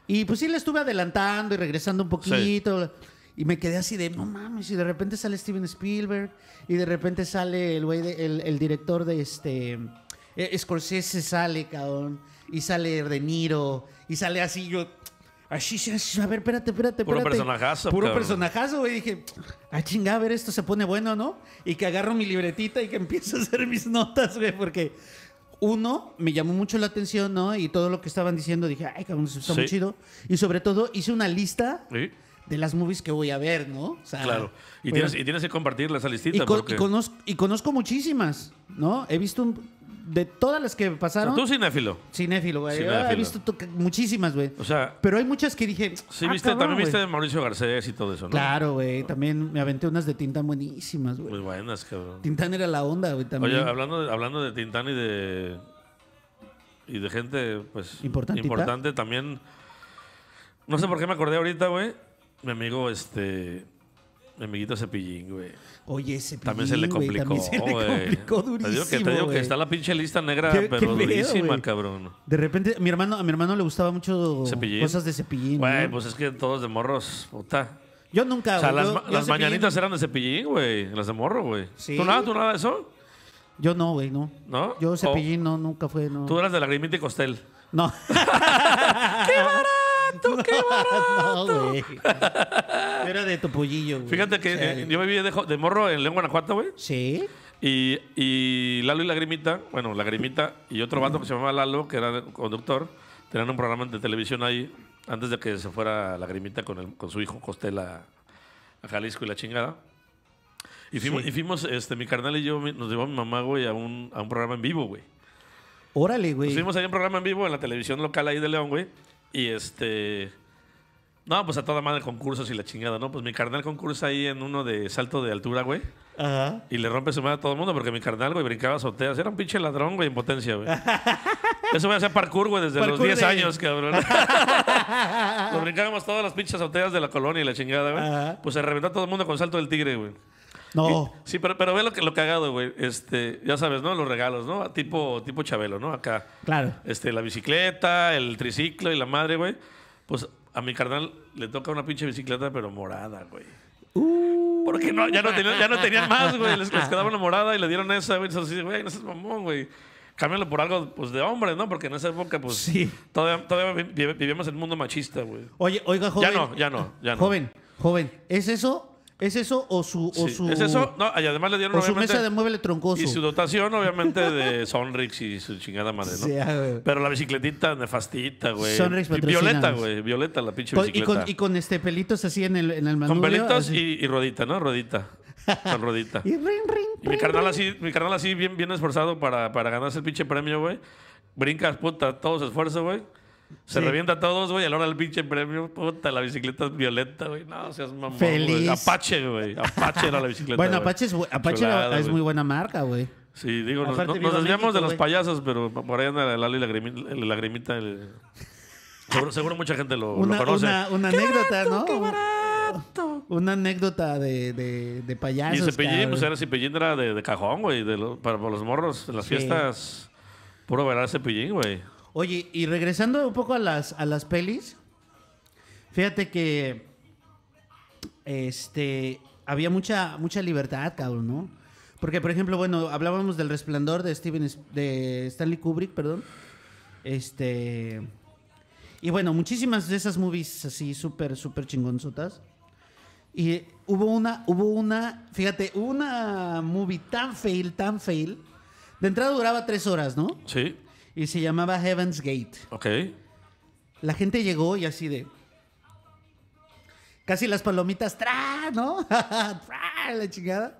Speaker 2: Y pues sí, le estuve adelantando y regresando un poquito. Y me quedé así de, no mames. Y de repente sale Steven Spielberg. Y de repente sale el güey, de- el, el director de este. eh, Scorsese sale, cabrón. Y sale De Niro. Y sale así yo. Así, así, así, a ver, espérate, espérate, espérate.
Speaker 1: Puro personajazo,
Speaker 2: Puro
Speaker 1: cabrón.
Speaker 2: personajazo, güey. Dije, ah, chinga, a ver, esto se pone bueno, ¿no? Y que agarro mi libretita y que empiezo a hacer mis notas, güey, porque uno, me llamó mucho la atención, ¿no? Y todo lo que estaban diciendo, dije, ay, cabrón, eso está muy
Speaker 1: Sí.
Speaker 2: chido. Y sobre todo, hice una lista
Speaker 1: Sí,
Speaker 2: de las movies que voy a ver, ¿no? O sea,
Speaker 1: claro. Y,
Speaker 2: ah, bueno,
Speaker 1: tienes, y tienes que compartirla esa
Speaker 2: y
Speaker 1: listita.
Speaker 2: con- y
Speaker 1: porque...
Speaker 2: conozco, y conozco muchísimas, ¿no? He visto un- de todas las que
Speaker 1: O sea,
Speaker 2: pasaron,
Speaker 1: tú cinéfilo.
Speaker 2: cinéfilo, güey. Yo
Speaker 1: Cinéfilo.
Speaker 2: He visto to- muchísimas, güey.
Speaker 1: O sea,
Speaker 2: Pero hay muchas que dije.
Speaker 1: sí
Speaker 2: "Ah,
Speaker 1: viste,
Speaker 2: cabrón,
Speaker 1: también viste de
Speaker 2: güey".
Speaker 1: Mauricio Garcés y todo eso, ¿no?
Speaker 2: Claro, güey. También me aventé unas de Tintán buenísimas, güey.
Speaker 1: Muy buenas, cabrón.
Speaker 2: Tintán era la onda, güey, también.
Speaker 1: Oye, hablando de, hablando de Tintán y de. Y de gente, pues.
Speaker 2: Importantita.
Speaker 1: Importante también. No sé por qué me acordé ahorita, güey. Mi amigo, este. Mi amiguito Cepillín, güey.
Speaker 2: Oye, ese
Speaker 1: También se le
Speaker 2: pillín, güey,
Speaker 1: complicó.
Speaker 2: También se
Speaker 1: güey.
Speaker 2: le complicó durísimo.
Speaker 1: Te digo que, te digo
Speaker 2: güey.
Speaker 1: que está la pinche lista negra,
Speaker 2: Qué- qué
Speaker 1: pero
Speaker 2: feo,
Speaker 1: durísima,
Speaker 2: güey.
Speaker 1: cabrón.
Speaker 2: De repente, mi hermano, a mi hermano le gustaba mucho
Speaker 1: Cepillín.
Speaker 2: cosas de cepillín.
Speaker 1: Güey,
Speaker 2: ¿no?
Speaker 1: pues es que todos de morros, puta.
Speaker 2: yo nunca.
Speaker 1: O sea,
Speaker 2: güey,
Speaker 1: las,
Speaker 2: yo-
Speaker 1: ma-
Speaker 2: yo
Speaker 1: las
Speaker 2: Cepillín-
Speaker 1: mañanitas eran de cepillín, güey. Las de morro, güey.
Speaker 2: Sí.
Speaker 1: ¿Tú nada, tú nada de eso?
Speaker 2: Yo no, güey, no.
Speaker 1: ¿No?
Speaker 2: Yo
Speaker 1: O-
Speaker 2: cepillín no, nunca fue, no.
Speaker 1: Tú eras de Lagrimita y Costel.
Speaker 2: No. ¡Qué barato! ¡Qué barato! No, güey. Yo era de Topollillo, güey.
Speaker 1: Fíjate que
Speaker 2: O sea,
Speaker 1: eh, yo viví de, jo- de morro en León, Guanajuato, güey.
Speaker 2: Sí.
Speaker 1: Y, y Lalo y Lagrimita, bueno, Lagrimita y otro vato que se llamaba Lalo, que era conductor, tenían un programa de televisión ahí antes de que se fuera Lagrimita con, el- con su hijo Costel a, a Jalisco y la chingada. Y fuimos, y fuimos, este, mi carnal y yo, mi- nos llevó mi mamá, güey, a un, a un programa en vivo, güey.
Speaker 2: Órale,
Speaker 1: Nos
Speaker 2: güey.
Speaker 1: fuimos ahí un programa en vivo en la televisión local ahí de León, güey. Y este. No, pues a toda madre concursos y la chingada, ¿no? Pues mi carnal concursa ahí en uno de salto de altura, güey.
Speaker 2: Ajá.
Speaker 1: Y le rompe su madre a todo el mundo porque mi carnal, güey, brincaba azoteas. Era un pinche ladrón, güey, en potencia, güey. Eso me hacía parkour, güey, desde
Speaker 2: Parkour
Speaker 1: los 10
Speaker 2: de-
Speaker 1: años, cabrón. Nos brincábamos todas las pinches azoteas de la colonia y la chingada, güey.
Speaker 2: Ajá.
Speaker 1: Pues se reventó a todo el mundo con salto del tigre, güey.
Speaker 2: No.
Speaker 1: Sí, pero, pero ve lo, que, lo cagado, güey. Este, ya sabes, ¿no? Los regalos, ¿no? Tipo, tipo Chabelo, ¿no? Acá
Speaker 2: Claro.
Speaker 1: este, la bicicleta, el triciclo y la madre, güey. Pues a mi carnal le toca una pinche bicicleta, pero morada, güey.
Speaker 2: Uh.
Speaker 1: Porque no, ya, no tenían, ya no tenían más, güey. Les, les quedaba una morada y le dieron esa, güey. Entonces, güey, no seas mamón, güey. Cámbialo por algo, pues, de hombre, ¿no? Porque en esa época, pues,
Speaker 2: Sí.
Speaker 1: todavía, todavía vi- vi- vivíamos en el mundo machista, güey.
Speaker 2: Oye, oiga, joven.
Speaker 1: Ya no, ya no, ya no.
Speaker 2: Joven, joven. ¿Es eso? ¿Es eso o su. O
Speaker 1: Sí.
Speaker 2: su
Speaker 1: ¿Es eso? No, y además le dieron,
Speaker 2: o su
Speaker 1: obviamente,
Speaker 2: mesa de mueble troncoso.
Speaker 1: y su dotación, obviamente, de Sonrix y su chingada madre, ¿no?
Speaker 2: Sí, ah, güey.
Speaker 1: Pero la bicicletita nefastita, güey.
Speaker 2: Sonrix
Speaker 1: Vi- Violeta,
Speaker 2: patrocínanos.
Speaker 1: güey. Violeta, la pinche
Speaker 2: Con- y,
Speaker 1: bicicleta.
Speaker 2: con, y con este pelitos así en el, en el
Speaker 1: Con
Speaker 2: manubrio,
Speaker 1: velitos
Speaker 2: así.
Speaker 1: y, y rodita, ¿no? Rodita. Con rodita.
Speaker 2: Y ring, ring.
Speaker 1: Y mi carnal así, mi carnal así bien, bien esforzado para, para ganarse el pinche premio, güey. Brincas, puta, todo su esfuerzo, güey. Se
Speaker 2: Sí.
Speaker 1: revienta a todos, güey. A la hora del pinche premio, puta, la bicicleta es violeta, güey. No, seas mamón,
Speaker 2: Feliz.
Speaker 1: güey. Apache, güey. Apache era la bicicleta,
Speaker 2: Bueno,
Speaker 1: güey.
Speaker 2: Apache es, bu- Apache
Speaker 1: Chulada,
Speaker 2: es
Speaker 1: güey.
Speaker 2: muy buena marca, güey.
Speaker 1: Sí, digo, nos,
Speaker 2: Aparte,
Speaker 1: nos- nos
Speaker 2: viva
Speaker 1: desviamos
Speaker 2: México,
Speaker 1: de los
Speaker 2: güey.
Speaker 1: payasos, pero por ahí anda Lali Lagrimita. el- lagrimita el- Seguro, seguro mucha gente lo, lo
Speaker 2: Una,
Speaker 1: conoce.
Speaker 2: una, una anécdota, ¿no? Una anécdota de, de, de
Speaker 1: Y
Speaker 2: payasos.
Speaker 1: Cepillín,
Speaker 2: cabrón.
Speaker 1: pues era Cepillín, era de, de cajón, güey, de lo- para, para los morros, en las
Speaker 2: Sí.
Speaker 1: fiestas, puro velar Cepillín, güey.
Speaker 2: Oye, y regresando un poco a las, a las pelis, fíjate que este había mucha, mucha libertad, cabrón, ¿no? Porque, por ejemplo, bueno, hablábamos del resplandor de Steven S- de Stanley Kubrick, perdón. Este. Y bueno, muchísimas de esas movies así súper, súper chingonzotas. Y hubo una, hubo una, fíjate, hubo una movie tan fail, tan fail. De entrada duraba tres horas, ¿no?
Speaker 1: Sí,
Speaker 2: Y se llamaba Heaven's Gate.
Speaker 1: ok.
Speaker 2: La gente llegó y así de. Casi las palomitas, ¡tra! ¿No? ¡Tra! La chingada.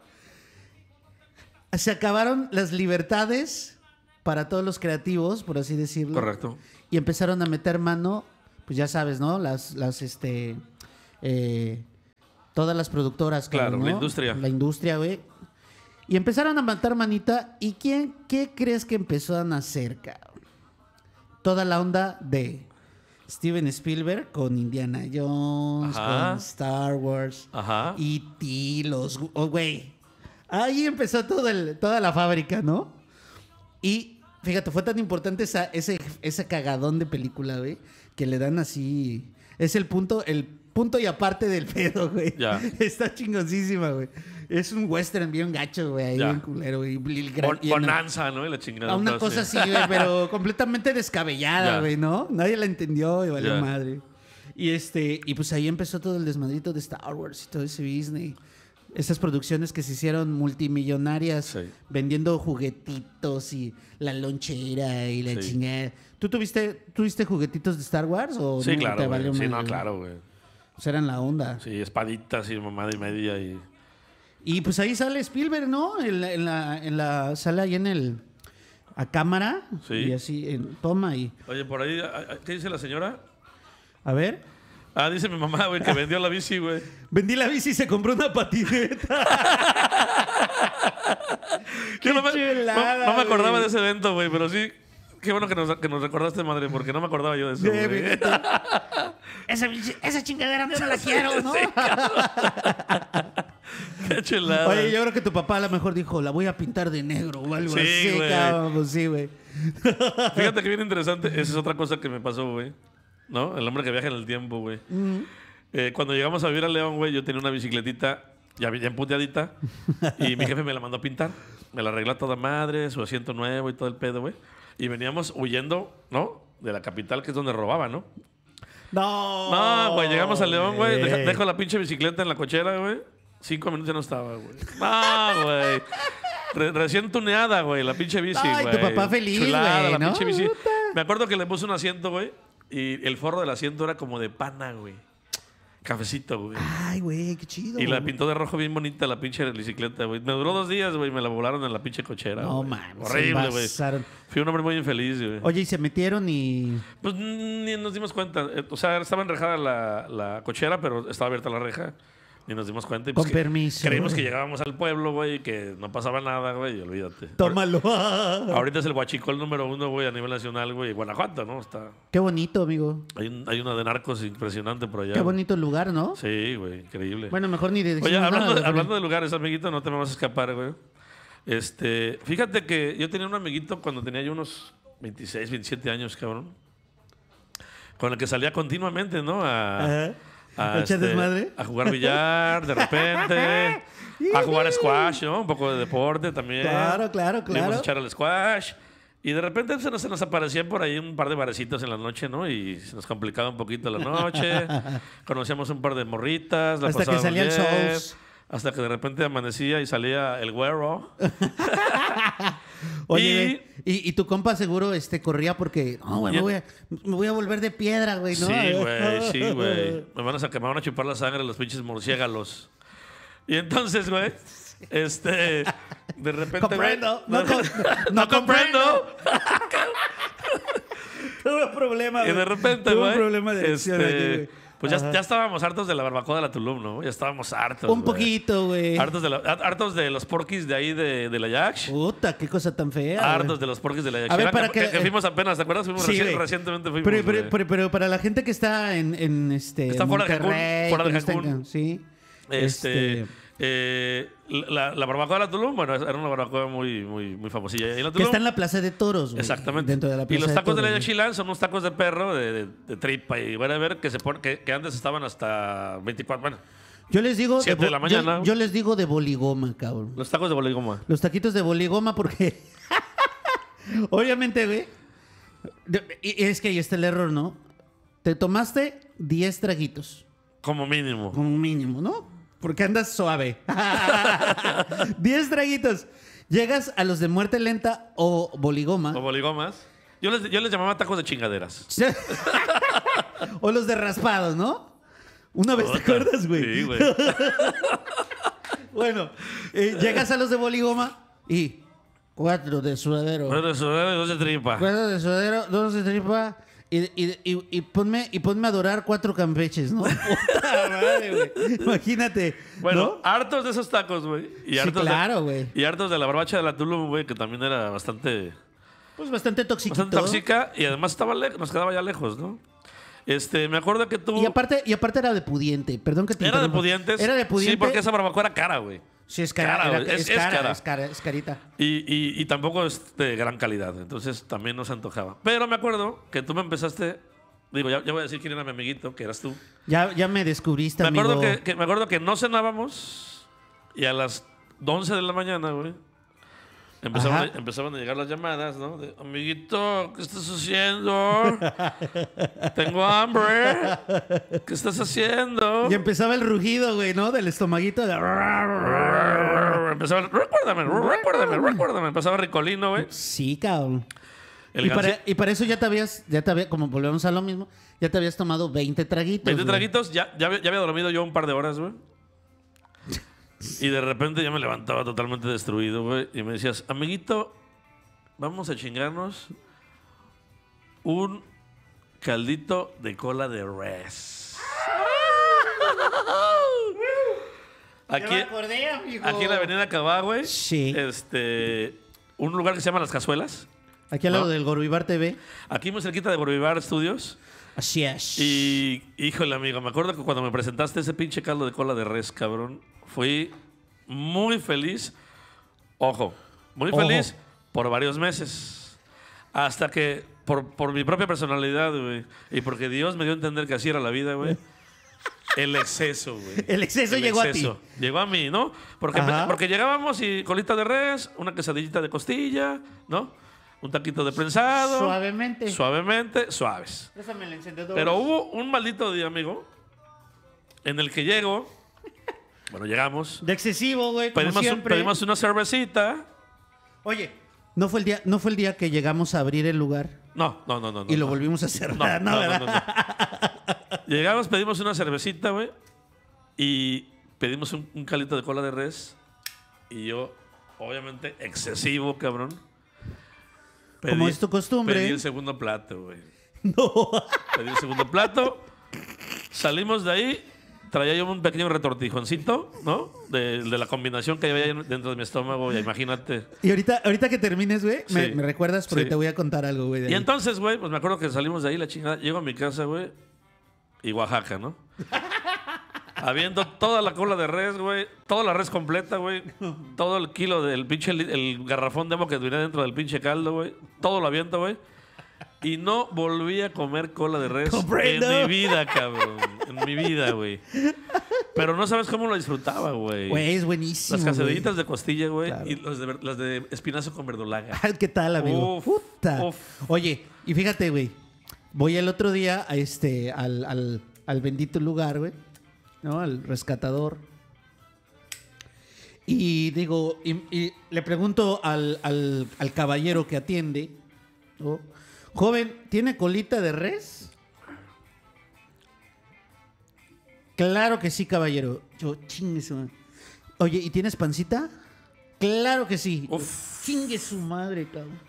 Speaker 2: Se acabaron las libertades para todos los creativos, por así decirlo.
Speaker 1: Correcto.
Speaker 2: Y empezaron a meter mano, pues ya sabes, ¿no? Las, las, este. eh, todas las productoras.
Speaker 1: Claro,
Speaker 2: cabrón,
Speaker 1: la
Speaker 2: ¿no?
Speaker 1: industria.
Speaker 2: La industria, güey. Y empezaron a matar manita. ¿Y quién, qué crees que empezaron a hacer, cabrón? Toda la onda de Steven Spielberg con Indiana Jones,
Speaker 1: Ajá.
Speaker 2: con Star Wars,
Speaker 1: Ajá.
Speaker 2: y los... oh, güey. Ahí empezó todo el, toda la fábrica, ¿no? Y fíjate, fue tan importante esa, ese, ese cagadón de película, güey, que le dan así... Es el punto, el punto y aparte del pedo, güey.
Speaker 1: Ya.
Speaker 2: Está chingoncísima, güey. Es un western bien gacho, güey, ahí
Speaker 1: Ya.
Speaker 2: bien culero, güey. y el gran-
Speaker 1: Bon-
Speaker 2: y el-
Speaker 1: bonanza, ¿no? Y la chingada. pues,
Speaker 2: a una
Speaker 1: todo
Speaker 2: cosa
Speaker 1: así.
Speaker 2: así, güey, pero completamente descabellada,
Speaker 1: Ya.
Speaker 2: güey, ¿no? Nadie la entendió y valió
Speaker 1: Ya.
Speaker 2: madre. Y este, y pues ahí empezó todo el desmadrito de Star Wars y todo ese Disney. Esas producciones que se hicieron multimillonarias
Speaker 1: Sí.
Speaker 2: vendiendo juguetitos y la lonchera y la
Speaker 1: Sí.
Speaker 2: chingada. ¿Tú tuviste, tuviste juguetitos de Star Wars o
Speaker 1: Sí,
Speaker 2: nunca
Speaker 1: claro,
Speaker 2: te
Speaker 1: güey.
Speaker 2: valió
Speaker 1: Sí,
Speaker 2: madre,
Speaker 1: no,
Speaker 2: güey?
Speaker 1: claro, güey.
Speaker 2: Pues eran la onda.
Speaker 1: Sí, espaditas y mamada y media y...
Speaker 2: Y pues ahí sale Spielberg, ¿no? En la, en la, en la sala ahí en el a cámara
Speaker 1: Sí.
Speaker 2: y así, en toma y...
Speaker 1: Oye, por ahí, a- a- ¿qué dice la señora?
Speaker 2: A ver.
Speaker 1: Ah, dice mi mamá, güey, que vendió la bici, güey.
Speaker 2: Vendí la bici y se compró una patineta.
Speaker 1: Yo no me,
Speaker 2: chulada,
Speaker 1: no- no me acordaba
Speaker 2: güey.
Speaker 1: de ese evento, güey, pero sí. Qué bueno que nos, que nos recordaste, madre, porque no me acordaba yo de eso.
Speaker 2: De-
Speaker 1: güey.
Speaker 3: Esa, esa chingadera yo no la quiero, ¿no?
Speaker 1: Qué chulada.
Speaker 2: Oye, yo creo que tu papá a lo mejor dijo, la voy a pintar de negro o algo
Speaker 1: Sí,
Speaker 2: así,
Speaker 1: güey.
Speaker 2: cabrón. Pues sí, güey.
Speaker 1: Fíjate que bien interesante. Esa es otra cosa que me pasó, güey. ¿No? El hombre que viaja en el tiempo, güey. Eh, cuando llegamos a vivir a León, güey, yo tenía una bicicletita ya bien emputeadita y mi jefe me la mandó a pintar. Me la arregló a toda madre, su asiento nuevo y todo el pedo, güey. Y veníamos huyendo, ¿no? De la capital, que es donde robaba, ¿no?
Speaker 2: No.
Speaker 1: No, güey, llegamos a León, güey. deja- dejo la pinche bicicleta en la cochera, güey. Cinco minutos ya no estaba, güey. No, güey. Re- recién tuneada, güey, la pinche bici,
Speaker 2: Ay,
Speaker 1: güey.
Speaker 2: tu papá feliz,
Speaker 1: Chulada,
Speaker 2: güey,
Speaker 1: la
Speaker 2: ¿no?
Speaker 1: pinche bici.
Speaker 2: Puta.
Speaker 1: Me acuerdo que le puse un asiento, güey. Y el forro del asiento era como de pana, güey. Cafecito, güey.
Speaker 2: Ay, güey, qué chido.
Speaker 1: Y la pintó de rojo bien bonita la pinche bicicleta, güey. Me duró dos días, güey. Me la volaron en la pinche cochera.
Speaker 2: No,
Speaker 1: güey.
Speaker 2: mames, se
Speaker 1: Horrible, güey.
Speaker 2: embazaron.
Speaker 1: Fui un hombre muy infeliz, güey.
Speaker 2: Oye, y se metieron y...
Speaker 1: Pues mm, ni nos dimos cuenta. Eh, O sea, estaba enrejada la, la cochera, pero estaba abierta la reja. Ni nos dimos cuenta. Y, pues,
Speaker 2: Con
Speaker 1: que-
Speaker 2: permiso.
Speaker 1: Creímos que llegábamos al pueblo, güey, y que no pasaba nada, güey, y olvídate.
Speaker 2: Tómalo.
Speaker 1: Ahorita es el guachicol número uno, güey, a nivel nacional, güey, Guanajuato, ¿no? Está,
Speaker 2: Qué bonito, amigo.
Speaker 1: hay, un- hay una de narcos impresionante por allá.
Speaker 2: Qué
Speaker 1: güey.
Speaker 2: bonito lugar, ¿no?
Speaker 1: Sí, güey, increíble.
Speaker 2: Bueno, mejor ni de...
Speaker 1: Oye,
Speaker 2: decimos
Speaker 1: hablando, de,
Speaker 2: nada, güey.
Speaker 1: hablando de lugares, amiguito, no te me vas a escapar, güey. Este, fíjate que yo tenía un amiguito cuando tenía yo unos 26, 27 años, cabrón. Con el que salía continuamente, ¿no? A, este,
Speaker 2: Ajá. ¿A echar desmadre?
Speaker 1: a jugar billar, de repente. a jugar squash, ¿no? Un poco de deporte también.
Speaker 2: Claro, claro,
Speaker 1: Le íbamos
Speaker 2: claro.
Speaker 1: a echar al squash. Y de repente se nos, se nos aparecían por ahí un par de barecitos en la noche, ¿no? Y se nos complicaba un poquito la noche. Conocíamos un par de morritas. la
Speaker 2: Hasta que
Speaker 1: pasábamos
Speaker 2: salía el
Speaker 1: bien.
Speaker 2: Souls.
Speaker 1: Hasta que de repente amanecía y salía el güero.
Speaker 2: Oye, y... Y, y tu compa seguro este, corría porque... No, güey,
Speaker 1: Y-
Speaker 2: me, voy a- me voy a volver de piedra, güey, ¿no?
Speaker 1: Sí, güey, sí, güey. Me van a sacar, me van a chupar la sangre los pinches murciélagos. Y entonces, güey, este, de repente...
Speaker 2: Comprendo,
Speaker 1: güey,
Speaker 2: no con-
Speaker 1: no
Speaker 2: no
Speaker 1: comprendo.
Speaker 2: Tuve un problema,
Speaker 1: Y de repente,
Speaker 2: Tuve
Speaker 1: güey.
Speaker 2: un problema de adicción
Speaker 1: este,
Speaker 2: aquí, güey.
Speaker 1: Pues ya,
Speaker 2: Ajá.
Speaker 1: ya estábamos hartos de la barbacoa de la Tulum, ¿no? Ya estábamos hartos.
Speaker 2: Un
Speaker 1: pues, güey.
Speaker 2: poquito, güey.
Speaker 1: Hartos de, la- hartos de los porquis de ahí de, de la Yax.
Speaker 2: Puta, qué cosa tan fea. güey.
Speaker 1: hartos de los porquis de la Yax.
Speaker 2: A ver,
Speaker 1: Era
Speaker 2: para que- eh,
Speaker 1: fuimos apenas, ¿te acuerdas? Fuimos
Speaker 2: Sí,
Speaker 1: reci-
Speaker 2: güey.
Speaker 1: recientemente fuimos.
Speaker 2: Pero, pero,
Speaker 1: güey.
Speaker 2: pero- pero para la gente que está en, en este
Speaker 1: Está fuera de Cancún,
Speaker 2: Monterrey,
Speaker 1: fuera de
Speaker 2: que no está en
Speaker 1: Cancún.
Speaker 2: Can- sí.
Speaker 1: Este, eh, la, la barbacoa de la Tulum, bueno, era una barbacoa muy, muy, muy famosilla. ahí en la
Speaker 2: que
Speaker 1: Tulum.
Speaker 2: está en la Plaza de Toros, güey.
Speaker 1: Exactamente.
Speaker 2: Dentro de la
Speaker 1: y
Speaker 2: Plaza
Speaker 1: los tacos de, la
Speaker 2: Toros, güey.
Speaker 1: Yaxchilán son unos tacos de perro, de, de- de tripa y whatever, que, se pon- que, que antes estaban hasta 24. Bueno,
Speaker 2: Yo les digo
Speaker 1: Siete
Speaker 2: bo-
Speaker 1: de la mañana.
Speaker 2: Yo, yo les digo de boligoma, cabrón.
Speaker 1: los tacos de boligoma.
Speaker 2: Los taquitos de boligoma porque obviamente, güey. de- y- y Es que ahí está el error, ¿no? Te tomaste 10 traguitos.
Speaker 1: Como mínimo.
Speaker 2: Como mínimo, ¿no? Porque andas suave. 10 traguitos. Llegas a los de muerte lenta o
Speaker 1: O
Speaker 2: boligoma.
Speaker 1: boligomas. Yo les, yo les llamaba tacos de chingaderas.
Speaker 2: o los de raspados, ¿no? Una vez te acuerdas, güey.
Speaker 1: Sí, güey.
Speaker 2: Bueno, eh, llegas a los de boligoma y cuatro de sudadero.
Speaker 1: Bueno, eso era dos de tripa.
Speaker 2: Cuatro de sudadero, dos de tripa. Y, y- y- y ponme, y ponme a dorar cuatro campeches, ¿no? Puta madre, güey. Imagínate.
Speaker 1: Bueno,
Speaker 2: ¿no?
Speaker 1: hartos de esos tacos, güey. Y
Speaker 2: Sí,
Speaker 1: hartos de-
Speaker 2: claro, güey.
Speaker 1: Y hartos de la barbacha de la Tulum, güey, que también era bastante,
Speaker 2: Pues bastante tóxico.
Speaker 1: bastante tóxica y además estaba le- nos quedaba ya lejos, ¿no? Este, me acuerdo que tú...
Speaker 2: Y aparte, y aparte era de pudiente. Perdón que te
Speaker 1: ¿Era de
Speaker 2: interrumpa.
Speaker 1: pudientes?
Speaker 2: Era de pudiente.
Speaker 1: Sí, porque esa barbacoa era cara, güey.
Speaker 2: Sí, es cara.
Speaker 1: cara,
Speaker 2: era-
Speaker 1: güey.
Speaker 2: es,
Speaker 1: Es- es
Speaker 2: cara,
Speaker 1: cara.
Speaker 2: es cara, es carita.
Speaker 1: Y, y- y tampoco es de gran calidad, entonces también nos antojaba. Pero me acuerdo que tú me empezaste... Digo, ya, ya voy a decir quién era mi amiguito, que eras tú.
Speaker 2: Ya, ya me descubriste,
Speaker 1: Me
Speaker 2: amigo.
Speaker 1: acuerdo que, que- me acuerdo que no cenábamos y a las 11 de la mañana, güey, empezaban,
Speaker 2: Ajá.
Speaker 1: a, empezaban a llegar las llamadas, ¿no? De, Amiguito, ¿qué estás haciendo? Tengo hambre. ¿Qué estás haciendo?
Speaker 2: Y em- empezaba el rugido, güey, ¿no? Del estomaguito. de-
Speaker 1: Empezaba, recuérdame, recuérdame, recuérdame. Empezaba Ricolino, güey.
Speaker 2: Sí, cabrón.
Speaker 1: El
Speaker 2: y, para,
Speaker 1: gansi-
Speaker 2: y para eso ya te habías, ya te había, como volvemos a lo mismo, ya te habías tomado 20 traguitos.
Speaker 1: 20
Speaker 2: güey.
Speaker 1: traguitos, ya, ya, había- ya había dormido yo un par de horas, güey. Y de repente ya me levantaba totalmente destruido, güey. Y me decías, amiguito, vamos a chingarnos un caldito de cola de res. Aquí, aquí en la Avenida Cabá, güey.
Speaker 2: Sí.
Speaker 1: Este, un lugar que se llama Las Cazuelas.
Speaker 2: Aquí al lado
Speaker 1: ¿No?
Speaker 2: del Gorbivar TV.
Speaker 1: Aquí muy cerquita de Bolivar Studios.
Speaker 2: Así es.
Speaker 1: Y, híjole, amigo, me acuerdo que cuando me presentaste ese pinche caldo de cola de res, cabrón, fui muy feliz. Ojo, muy
Speaker 2: Ojo.
Speaker 1: feliz por varios meses. Hasta que, por, por mi propia personalidad, güey, y porque Dios me dio a entender que así era la vida, güey. El exceso, güey.
Speaker 2: El exceso llegó a ti.
Speaker 1: ti. Llegó a mí, ¿no? Porque,
Speaker 2: Ajá.
Speaker 1: porque llegábamos y colita de res, una quesadillita de costilla, ¿no? Un taquito de prensado.
Speaker 2: Suavemente.
Speaker 1: Suavemente, suaves.
Speaker 2: Déjame el encendedor.
Speaker 1: Pero uh, hubo un maldito día, amigo, en el que llego. Bueno, llegamos.
Speaker 2: De excesivo, güey. como
Speaker 1: Pedimos, un-
Speaker 2: siempre.
Speaker 1: pedimos una cervecita.
Speaker 2: Oye, no fue, el día, no fue el día que llegamos a abrir el lugar
Speaker 1: No, no, no, no. no,
Speaker 2: y lo
Speaker 1: no.
Speaker 2: volvimos a cerrar, ¿no?
Speaker 1: No, no,
Speaker 2: ¿verdad?
Speaker 1: no, no, no. Llegamos, pedimos una cervecita, güey. Y pedimos un, un calito de cola de res. Y yo, obviamente, excesivo, cabrón.
Speaker 2: Como es tu costumbre.
Speaker 1: Pedí el segundo plato, güey. Pedí el segundo plato. Salimos de ahí. Traía yo un pequeño retortijoncito, ¿no? De, de la combinación que había dentro de mi estómago, ya imagínate.
Speaker 2: Y ahorita, ahorita que termines, güey, me,
Speaker 1: Sí.
Speaker 2: me recuerdas porque
Speaker 1: Sí.
Speaker 2: te voy a contar algo, güey. de
Speaker 1: Y
Speaker 2: ahí.
Speaker 1: entonces, güey, pues me acuerdo que salimos de ahí, la chingada. Llego a mi casa, güey, y Oaxaca, ¿no? Habiendo toda la cola de res, güey, toda la res completa, güey, todo el kilo del pinche, li- el garrafón de agua que tenía dentro del pinche caldo, güey, todo lo aviento, güey. Y no volví a comer cola de res
Speaker 2: Comprendo.
Speaker 1: en mi vida, cabrón. En mi vida, güey. Pero no sabes cómo lo disfrutaba, güey.
Speaker 2: Güey, es buenísimo.
Speaker 1: Las
Speaker 2: güey.
Speaker 1: cacerillitas de costilla, güey,
Speaker 2: Claro.
Speaker 1: y los de ver- las de espinazo con verdolaga.
Speaker 2: Ay, ¿Qué tal, amigo?
Speaker 1: Uf,
Speaker 2: Puta.
Speaker 1: uf.
Speaker 2: Oye, y fíjate, güey. Voy el otro día a este, al, al, al bendito lugar, güey. ¿No? Al rescatador. Y digo, y, y le pregunto al, al, al caballero que atiende. ¿no? Oh. Joven, ¿tiene colita de res? Claro que sí, caballero. Yo, chingue su madre. Oye, ¿y tienes pancita? Claro que sí.
Speaker 1: Uf.
Speaker 2: Chingue su madre, cabrón.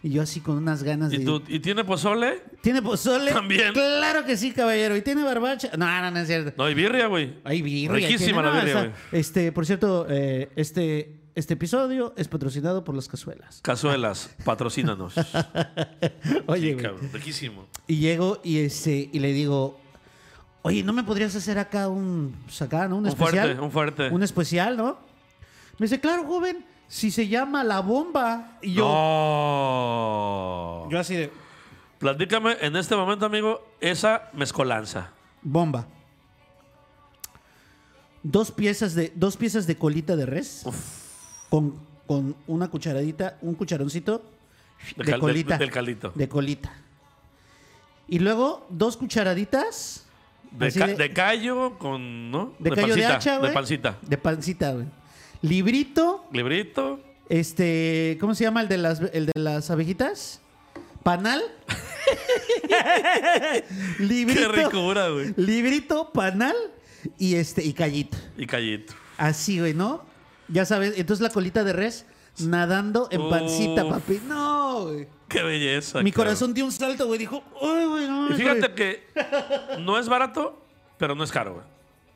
Speaker 2: Y yo así con unas ganas
Speaker 1: ¿Y,
Speaker 2: de...
Speaker 1: tú- ¿Y tiene pozole?
Speaker 2: ¿Tiene pozole?
Speaker 1: También.
Speaker 2: Claro que sí, caballero. ¿Y tiene barbacha? No, no, no es cierto.
Speaker 1: No, y birria, güey.
Speaker 2: Ay, birria.
Speaker 1: Riquísima la
Speaker 2: tiene- no,
Speaker 1: birria,
Speaker 2: o sea, Este, por cierto, eh, este, este episodio es patrocinado por las cazuelas.
Speaker 1: Cazuelas, patrocínanos.
Speaker 2: Oye, güey.
Speaker 1: Cabrón, riquísimo.
Speaker 2: Y llego y este y le digo, oye, ¿no me podrías hacer acá un, pues acá, ¿no? un,
Speaker 1: Un
Speaker 2: especial?
Speaker 1: fuerte, un fuerte.
Speaker 2: Un especial, ¿no? Me dice, claro, joven, si se llama La Bomba. Y yo,
Speaker 1: No.
Speaker 2: yo así de,
Speaker 1: Platícame en este momento, amigo, esa mezcolanza.
Speaker 2: bomba. Dos piezas de, dos piezas de colita de res. Con, con una cucharadita, un cucharoncito de,
Speaker 1: De cal- del-
Speaker 2: colita.
Speaker 1: del caldito.
Speaker 2: De colita. Y luego dos cucharaditas.
Speaker 1: De,
Speaker 2: así
Speaker 1: ca- de callo con, ¿no?
Speaker 2: De callo de
Speaker 1: pancita,
Speaker 2: hacha, güey.
Speaker 1: De pancita.
Speaker 2: De pancita, güey. Librito,
Speaker 1: Librito.
Speaker 2: este, ¿cómo se llama el de las, el de las abejitas? Panal. librito.
Speaker 1: Qué ricura, güey.
Speaker 2: Librito, panal y este y callito.
Speaker 1: Y callito.
Speaker 2: Así, güey, ¿no? Ya sabes, entonces la colita de res nadando en pancita,
Speaker 1: Uf.
Speaker 2: papi. No, güey.
Speaker 1: Qué belleza.
Speaker 2: Mi
Speaker 1: cabrón.
Speaker 2: corazón dio un salto, güey. Dijo, "Ay, güey, no
Speaker 1: Y
Speaker 2: mames,
Speaker 1: fíjate
Speaker 2: güey".
Speaker 1: que no es barato, pero no es caro, güey.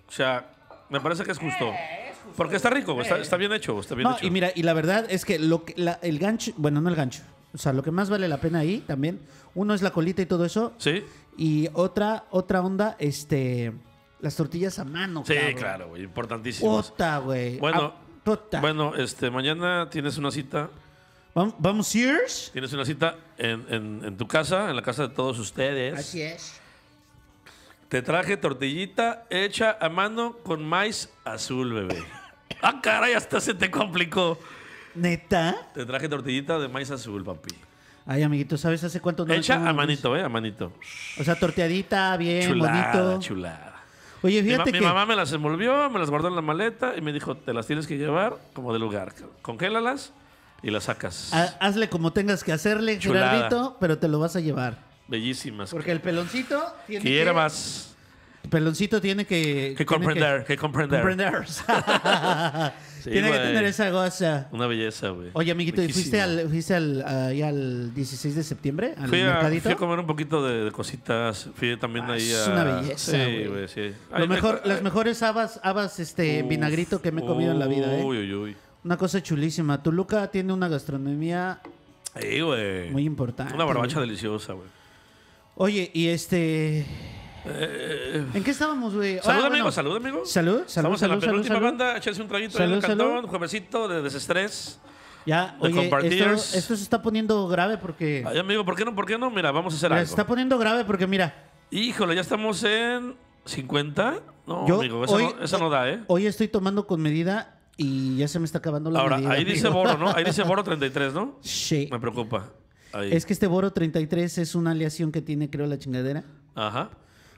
Speaker 1: O sea, me parece que Eh, es justo. Eh. Porque está rico, güey, está, está bien hecho, güey, está bien
Speaker 2: No,
Speaker 1: hecho.
Speaker 2: y mira, y la verdad es que, lo que la- el gancho, bueno, no el gancho, o sea, lo que más vale la pena ahí también, uno es la colita y todo eso,
Speaker 1: ¿Sí?
Speaker 2: y otra otra onda, este, las tortillas a mano.
Speaker 1: Sí,
Speaker 2: cabrón.
Speaker 1: claro, güey, importantísimo.
Speaker 2: Puta, güey.
Speaker 1: Bueno,
Speaker 2: Ah, puta.
Speaker 1: Bueno, este, mañana tienes una cita,
Speaker 2: Vam- vamos, Sears.
Speaker 1: tienes una cita en, en- en tu casa, en la casa de todos ustedes.
Speaker 2: Así es.
Speaker 1: Te traje tortillita hecha a mano con maíz azul, bebé. ah, caray, hasta se te complicó.
Speaker 2: Neta.
Speaker 1: Te traje tortillita de maíz azul, papi.
Speaker 2: Ay, amiguito, ¿sabes hace cuánto no? le
Speaker 1: Hecha
Speaker 2: como
Speaker 1: a
Speaker 2: maíz?
Speaker 1: manito, eh, a manito.
Speaker 2: O sea, torteadita, bien,
Speaker 1: chulada,
Speaker 2: bonito.
Speaker 1: chulada.
Speaker 2: Oye,
Speaker 1: Mi ma-
Speaker 2: fíjate
Speaker 1: mi,
Speaker 2: que...
Speaker 1: mamá me las envolvió, me las guardó en la maleta y me dijo, te las tienes que llevar como de lugar. cabrón. Congélalas y las sacas.
Speaker 2: ha- Hazle como tengas que hacerle,
Speaker 1: Chulada.
Speaker 2: Gerardito, pero te lo vas a llevar.
Speaker 1: Bellísimas.
Speaker 2: Porque el peloncito tiene
Speaker 1: Quiere
Speaker 2: que-
Speaker 1: más.
Speaker 2: peloncito tiene que...
Speaker 1: Que
Speaker 2: tiene
Speaker 1: comprender, que comprender.
Speaker 2: comprender.
Speaker 1: Sí,
Speaker 2: tiene que
Speaker 1: güey.
Speaker 2: tener esa goza.
Speaker 1: Una belleza, güey.
Speaker 2: Oye, amiguito, ¿y ¿fuiste
Speaker 1: Riquísimo.
Speaker 2: al, fuiste al, ahí al 16 de septiembre? ¿Al
Speaker 1: Fui a,
Speaker 2: mercadito?
Speaker 1: fui a comer un poquito de, de cositas. Fui también
Speaker 2: Ah,
Speaker 1: ahí
Speaker 2: es
Speaker 1: a-
Speaker 2: una belleza,
Speaker 1: Sí,
Speaker 2: güey.
Speaker 1: güey, sí.
Speaker 2: Lo
Speaker 1: Ay, me-
Speaker 2: mejor,
Speaker 1: ay,
Speaker 2: las mejores habas, habas este, en
Speaker 1: uf,
Speaker 2: vinagrito que me he comido en la vida, ¿eh?
Speaker 1: Uy, uy, uy.
Speaker 2: Una cosa chulísima. Toluca tiene una gastronomía
Speaker 1: Sí, güey.
Speaker 2: muy ¿eh? importante.
Speaker 1: Una barbacha
Speaker 2: güey.
Speaker 1: deliciosa, güey.
Speaker 2: Oye, y este... ¿En qué estábamos, güey? Ah,
Speaker 1: Eh, Salud,
Speaker 2: bueno.
Speaker 1: amigo, salud, amigo.
Speaker 2: Salud, salud,
Speaker 1: Estamos en la
Speaker 2: salud, salud,
Speaker 1: penúltima
Speaker 2: salud.
Speaker 1: banda. Échense un traguito
Speaker 2: Salud,
Speaker 1: ahí en el
Speaker 2: salud.
Speaker 1: cantón. Juevesito de desestrés.
Speaker 2: Ya,
Speaker 1: The
Speaker 2: oye, esto,
Speaker 1: Compartiers.
Speaker 2: esto se está poniendo grave porque...
Speaker 1: Ay, amigo, ¿por qué no? ¿Por qué no? Mira, vamos a hacer
Speaker 2: Se
Speaker 1: algo.
Speaker 2: está poniendo grave porque, mira,
Speaker 1: Híjole, ya estamos en 50. No,
Speaker 2: Yo
Speaker 1: amigo, eso,
Speaker 2: hoy-
Speaker 1: no, eso no da, ¿eh?
Speaker 2: hoy estoy tomando con medida y ya se me está acabando la
Speaker 1: Ahora,
Speaker 2: medida.
Speaker 1: ahí dice
Speaker 2: amigo.
Speaker 1: Boro, ¿no? Ahí dice Boro 33, ¿no?
Speaker 2: Sí.
Speaker 1: Me preocupa. Ahí.
Speaker 2: Es que este Boro 33 es una aleación que tiene, creo, la chingadera.
Speaker 1: Ajá.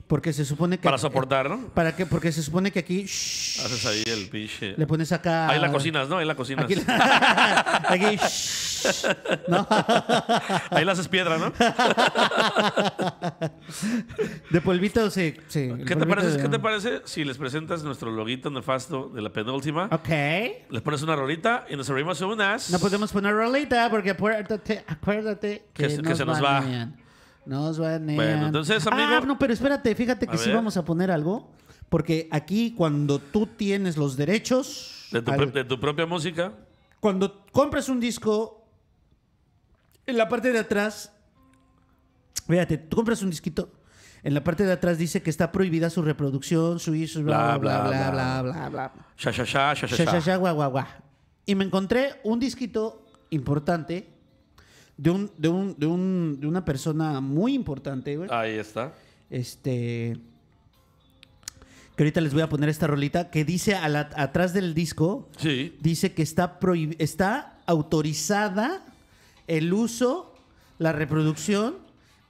Speaker 2: Porque se supone que... eh,
Speaker 1: Para soportar, ¿no?
Speaker 2: ¿Para qué? Porque se supone que aquí... shh,
Speaker 1: Haces ahí el pinche.
Speaker 2: Le pones acá...
Speaker 1: Ahí la cocinas, ¿no? Ahí la cocinas.
Speaker 2: Aquí, aquí, shh, ¿no?
Speaker 1: Ahí la haces piedra, ¿no?
Speaker 2: De polvito se... se- el
Speaker 1: ¿Qué te,
Speaker 2: polvito
Speaker 1: parece,
Speaker 2: de-
Speaker 1: ¿Qué te parece si les presentas nuestro loguito nefasto de la penúltima?
Speaker 2: Ok.
Speaker 1: Les pones una rolita y nos abrimos unas.
Speaker 2: No podemos poner rolita porque acuérdate, acuérdate que,
Speaker 1: Que se- que
Speaker 2: nos
Speaker 1: se nos va.
Speaker 2: banean. Nos banean.
Speaker 1: Bueno, entonces,
Speaker 2: Ah,
Speaker 1: amigo-
Speaker 2: no, pero espérate, fíjate que
Speaker 1: A
Speaker 2: sí
Speaker 1: ver.
Speaker 2: vamos a poner algo. Porque aquí, cuando tú tienes los derechos.
Speaker 1: De tu,
Speaker 2: al-
Speaker 1: pro- de tu propia música.
Speaker 2: Cuando compras un disco, en la parte de atrás. Fíjate, tú compras un disquito. En la parte de atrás dice que está prohibida su reproducción, su uso, bla, bla, bla, bla, bla, bla, bla.
Speaker 1: Sha, sha, sha, sha, sha,
Speaker 2: Sha,
Speaker 1: sha.
Speaker 2: sha, sha, guau, guau, guau. Y me encontré un disquito importante de, un, de, un, de, un, de una persona muy importante, güey.
Speaker 1: Ahí está.
Speaker 2: Este. Que ahorita les voy a poner esta rolita que dice a la- atrás del disco,
Speaker 1: Sí.
Speaker 2: dice que está, prohib- está autorizada el uso, la reproducción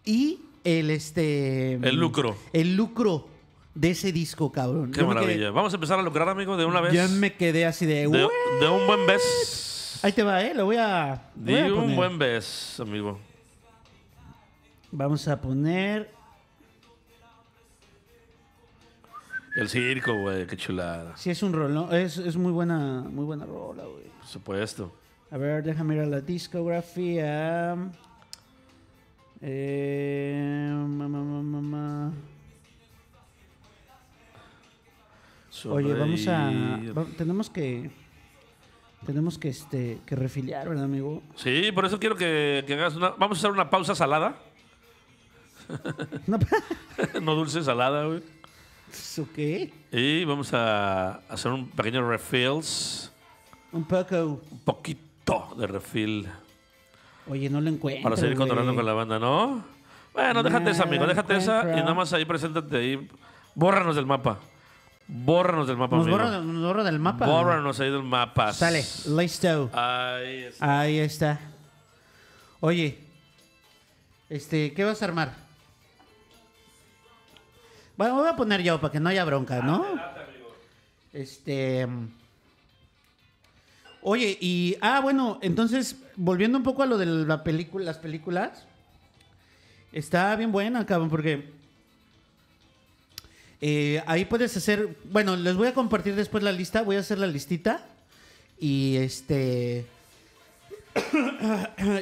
Speaker 2: y el este.
Speaker 1: El lucro.
Speaker 2: El lucro de ese disco, cabrón.
Speaker 1: Qué
Speaker 2: Yo me quedé-
Speaker 1: maravilla. Vamos a empezar a lograr, amigo, de una vez.
Speaker 2: Yo me quedé así de.
Speaker 1: De,
Speaker 2: "What?".
Speaker 1: de un buen beso.
Speaker 2: Ahí te va, ¿eh? Lo voy a. lo voy a
Speaker 1: De un
Speaker 2: poner.
Speaker 1: buen beso, amigo.
Speaker 2: Vamos a poner.
Speaker 1: El circo, güey. Qué chulada.
Speaker 2: Sí, es un rol, ¿no? Es, es muy buena, muy buena rola, güey.
Speaker 1: Por supuesto.
Speaker 2: A ver, déjame ir a la discografía. Eh, ma, ma, ma, ma, ma. Oye, vamos a.
Speaker 1: Sonreír.
Speaker 2: va- tenemos que. Tenemos que este. que refiliar, ¿verdad, amigo?
Speaker 1: Sí, por eso quiero que, que hagas una. Vamos a hacer una pausa salada.
Speaker 2: No,
Speaker 1: no dulce, salada, güey.
Speaker 2: ¿o qué?
Speaker 1: Y vamos a hacer un pequeño refills.
Speaker 2: Un poco.
Speaker 1: Un poquito de refill.
Speaker 2: Oye, no lo encuentro.
Speaker 1: Para seguir
Speaker 2: güey.
Speaker 1: controlando con la banda, ¿no? Bueno, déjate esa, amigo.
Speaker 2: no
Speaker 1: Déjate esa. Y
Speaker 2: encuentro.
Speaker 1: nada más ahí preséntate ahí. Bórranos del mapa. Bórranos del mapa,
Speaker 2: Nos
Speaker 1: amigo.
Speaker 2: borra, nos borra del mapa.
Speaker 1: Bórranos ahí del mapa.
Speaker 2: Sale, listo.
Speaker 1: Ahí está.
Speaker 2: Ahí está. Oye, este, ¿qué vas a armar? Bueno, voy a poner yo para que no haya bronca, ¿no? Este. mm. Oye, y. Ah, bueno, entonces, volviendo un poco a lo de la película, las películas. Está bien buena, cabrón, porque. eh, ahí puedes hacer. Bueno, les voy a compartir después la lista. Voy a hacer la listita. Y este.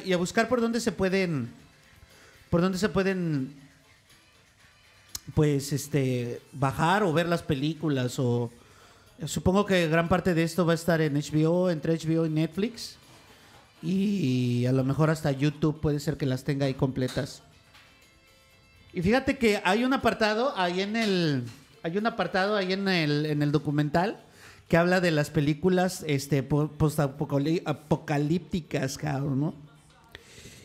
Speaker 2: y a buscar por dónde se pueden. Por dónde se pueden. Pues este. Bajar o ver las películas. O. Supongo que gran parte de esto va a estar en HBO, entre HBO y Netflix. Y a lo mejor hasta YouTube puede ser que las tenga ahí completas. Y fíjate que hay un apartado ahí en el. Hay un apartado ahí en el, en el documental que habla de las películas este, po- postapocalípticas, cabrón, ¿no?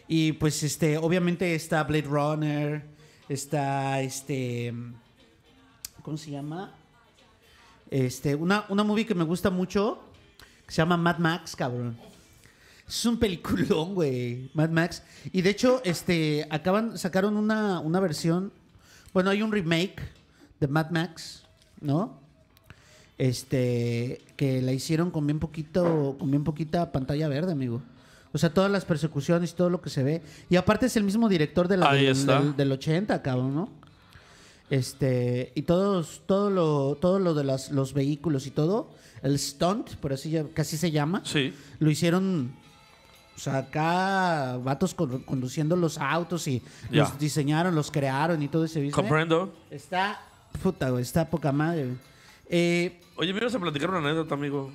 Speaker 2: Y pues este, obviamente está Blade Runner, está este. ¿Cómo se llama? Este, una, una movie que me gusta mucho que se llama Mad Max, cabrón. Es un peliculón, güey. Mad Max. Y de hecho, este, acaban, sacaron una, una versión. Bueno, hay un remake de Mad Max, ¿no? Este, que la hicieron con bien poquito, con bien poquita pantalla verde, amigo. O sea, todas las persecuciones y todo lo que se ve. Y aparte es el mismo director de la
Speaker 1: Ahí
Speaker 2: del,
Speaker 1: está.
Speaker 2: del- del 80, cabrón, ¿no? Este, y todos, todo lo, todo lo de las, los vehículos y todo, el stunt, por así ya- que así se llama,
Speaker 1: Sí.
Speaker 2: lo hicieron, o sea, acá vatos con- conduciendo los autos y
Speaker 1: Ya.
Speaker 2: los diseñaron, los crearon y todo ese business.
Speaker 1: Comprendo.
Speaker 2: Está, puta, güey, está poca madre. güey. Eh,
Speaker 1: Oye, me ibas a platicar una anécdota, amigo.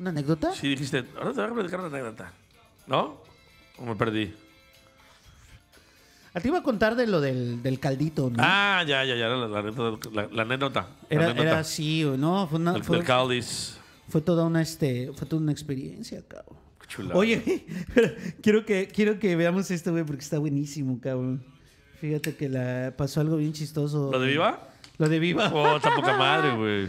Speaker 2: ¿Una anécdota?
Speaker 1: Sí, dijiste, ahora te voy a platicar una anécdota. ¿No? ¿O me perdí?
Speaker 2: Ah, Te iba a contar de lo del, del caldito, ¿no?
Speaker 1: Ah, ya, ya, ya, la, la anécdota. La, la anécdota. la
Speaker 2: era,
Speaker 1: anécdota.
Speaker 2: era así, güey, ¿no? Fue, una-
Speaker 1: Del-
Speaker 2: fue-
Speaker 1: del Caldis.
Speaker 2: fue toda una, este, fue toda una experiencia, cabrón.
Speaker 1: Qué chulada.
Speaker 2: Oye, güey, quiero que, quiero que veamos esto, güey, porque está buenísimo, cabrón. Fíjate que la pasó algo bien chistoso.
Speaker 1: ¿Lo de
Speaker 2: güey.
Speaker 1: Viva?
Speaker 2: Lo de Viva.
Speaker 1: Oh, está poca madre, güey.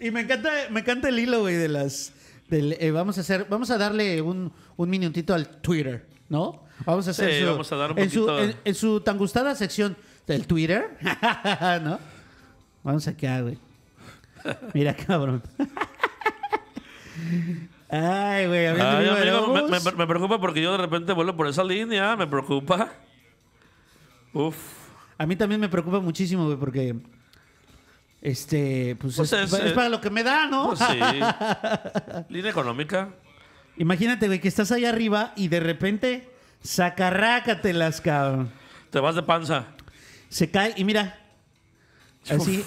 Speaker 2: Y me encanta, me encanta el hilo, güey, de las. Del, eh, vamos a hacer, vamos a darle un, un minutito al Twitter, ¿no? Vamos a hacer
Speaker 1: Sí,
Speaker 2: su,
Speaker 1: vamos a dar un
Speaker 2: en, su,
Speaker 1: poquito-
Speaker 2: en- en su tan gustada sección del Twitter, ¿no? Vamos acá, güey. Mira, cabrón. Ay, güey,
Speaker 1: Ay,
Speaker 2: hablando de Viva
Speaker 1: amigo, me,
Speaker 2: Aerobús.
Speaker 1: me- me preocupa porque yo de repente vuelo por esa línea, me preocupa. Uf.
Speaker 2: A mí también me preocupa muchísimo, güey, porque. Este, pues,
Speaker 1: Pues
Speaker 2: es,
Speaker 1: es,
Speaker 2: es
Speaker 1: eh,
Speaker 2: para lo que me da, ¿no?
Speaker 1: Pues sí. línea económica.
Speaker 2: Imagínate, güey, que estás ahí arriba y de repente sacarrácatelas, cabrón.
Speaker 1: Te vas de panza.
Speaker 2: Se cae y mira. Así.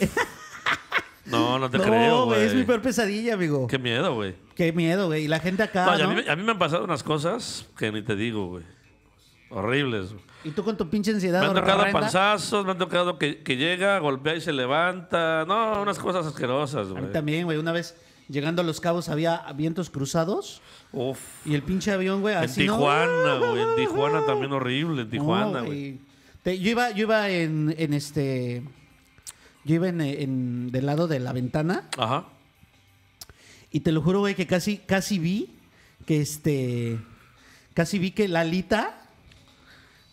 Speaker 1: No, no te
Speaker 2: no,
Speaker 1: creo,
Speaker 2: güey, es mi
Speaker 1: güey.
Speaker 2: peor pesadilla, amigo.
Speaker 1: Qué
Speaker 2: Qué,
Speaker 1: miedo, güey.
Speaker 2: miedo, güey. Y la gente acá,
Speaker 1: No, y a,
Speaker 2: Ah, ¿no?
Speaker 1: mí, me- a mí me han pasado unas cosas que ni te digo, güey. Horribles. güey.
Speaker 2: Y tú con tu pinche ansiedad
Speaker 1: Me han tocado
Speaker 2: horrenda.
Speaker 1: panzazos, me han tocado que, que llega, golpea y se levanta. No, unas cosas asquerosas,
Speaker 2: A mí
Speaker 1: güey.
Speaker 2: también, güey. Una vez llegando a Los Cabos había vientos cruzados
Speaker 1: Uf.
Speaker 2: y el pinche avión, güey,
Speaker 1: En
Speaker 2: así Ah, ¿no?
Speaker 1: Tijuana, güey. En Tijuana también horrible. En
Speaker 2: No,
Speaker 1: Tijuana, güey.
Speaker 2: Te- Yo iba, yo iba en, en este... Yo iba en- en, del lado de la ventana
Speaker 1: Ajá.
Speaker 2: Y te lo juro, güey, que casi, casi vi que este. Casi vi que Lalita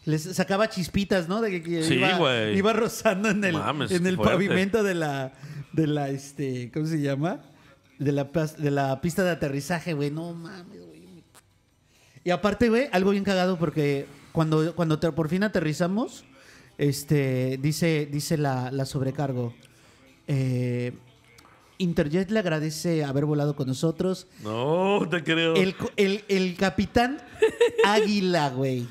Speaker 2: les sacaba chispitas, ¿no? De que, que
Speaker 1: Sí,
Speaker 2: iba,
Speaker 1: güey.
Speaker 2: iba rozando en el,
Speaker 1: Mames,
Speaker 2: en
Speaker 1: qué
Speaker 2: el
Speaker 1: fuerte.
Speaker 2: pavimento de la. De la, este. ¿Cómo se llama? De la, pas- de la pista de aterrizaje, güey. No mames, güey. Y aparte, güey, algo bien cagado porque cuando, cuando te- por fin aterrizamos, este, dice, dice la, la sobrecargo. eh, Interjet le agradece haber volado con nosotros.
Speaker 1: No, te creo.
Speaker 2: El, co- el- el capitán Águila, güey.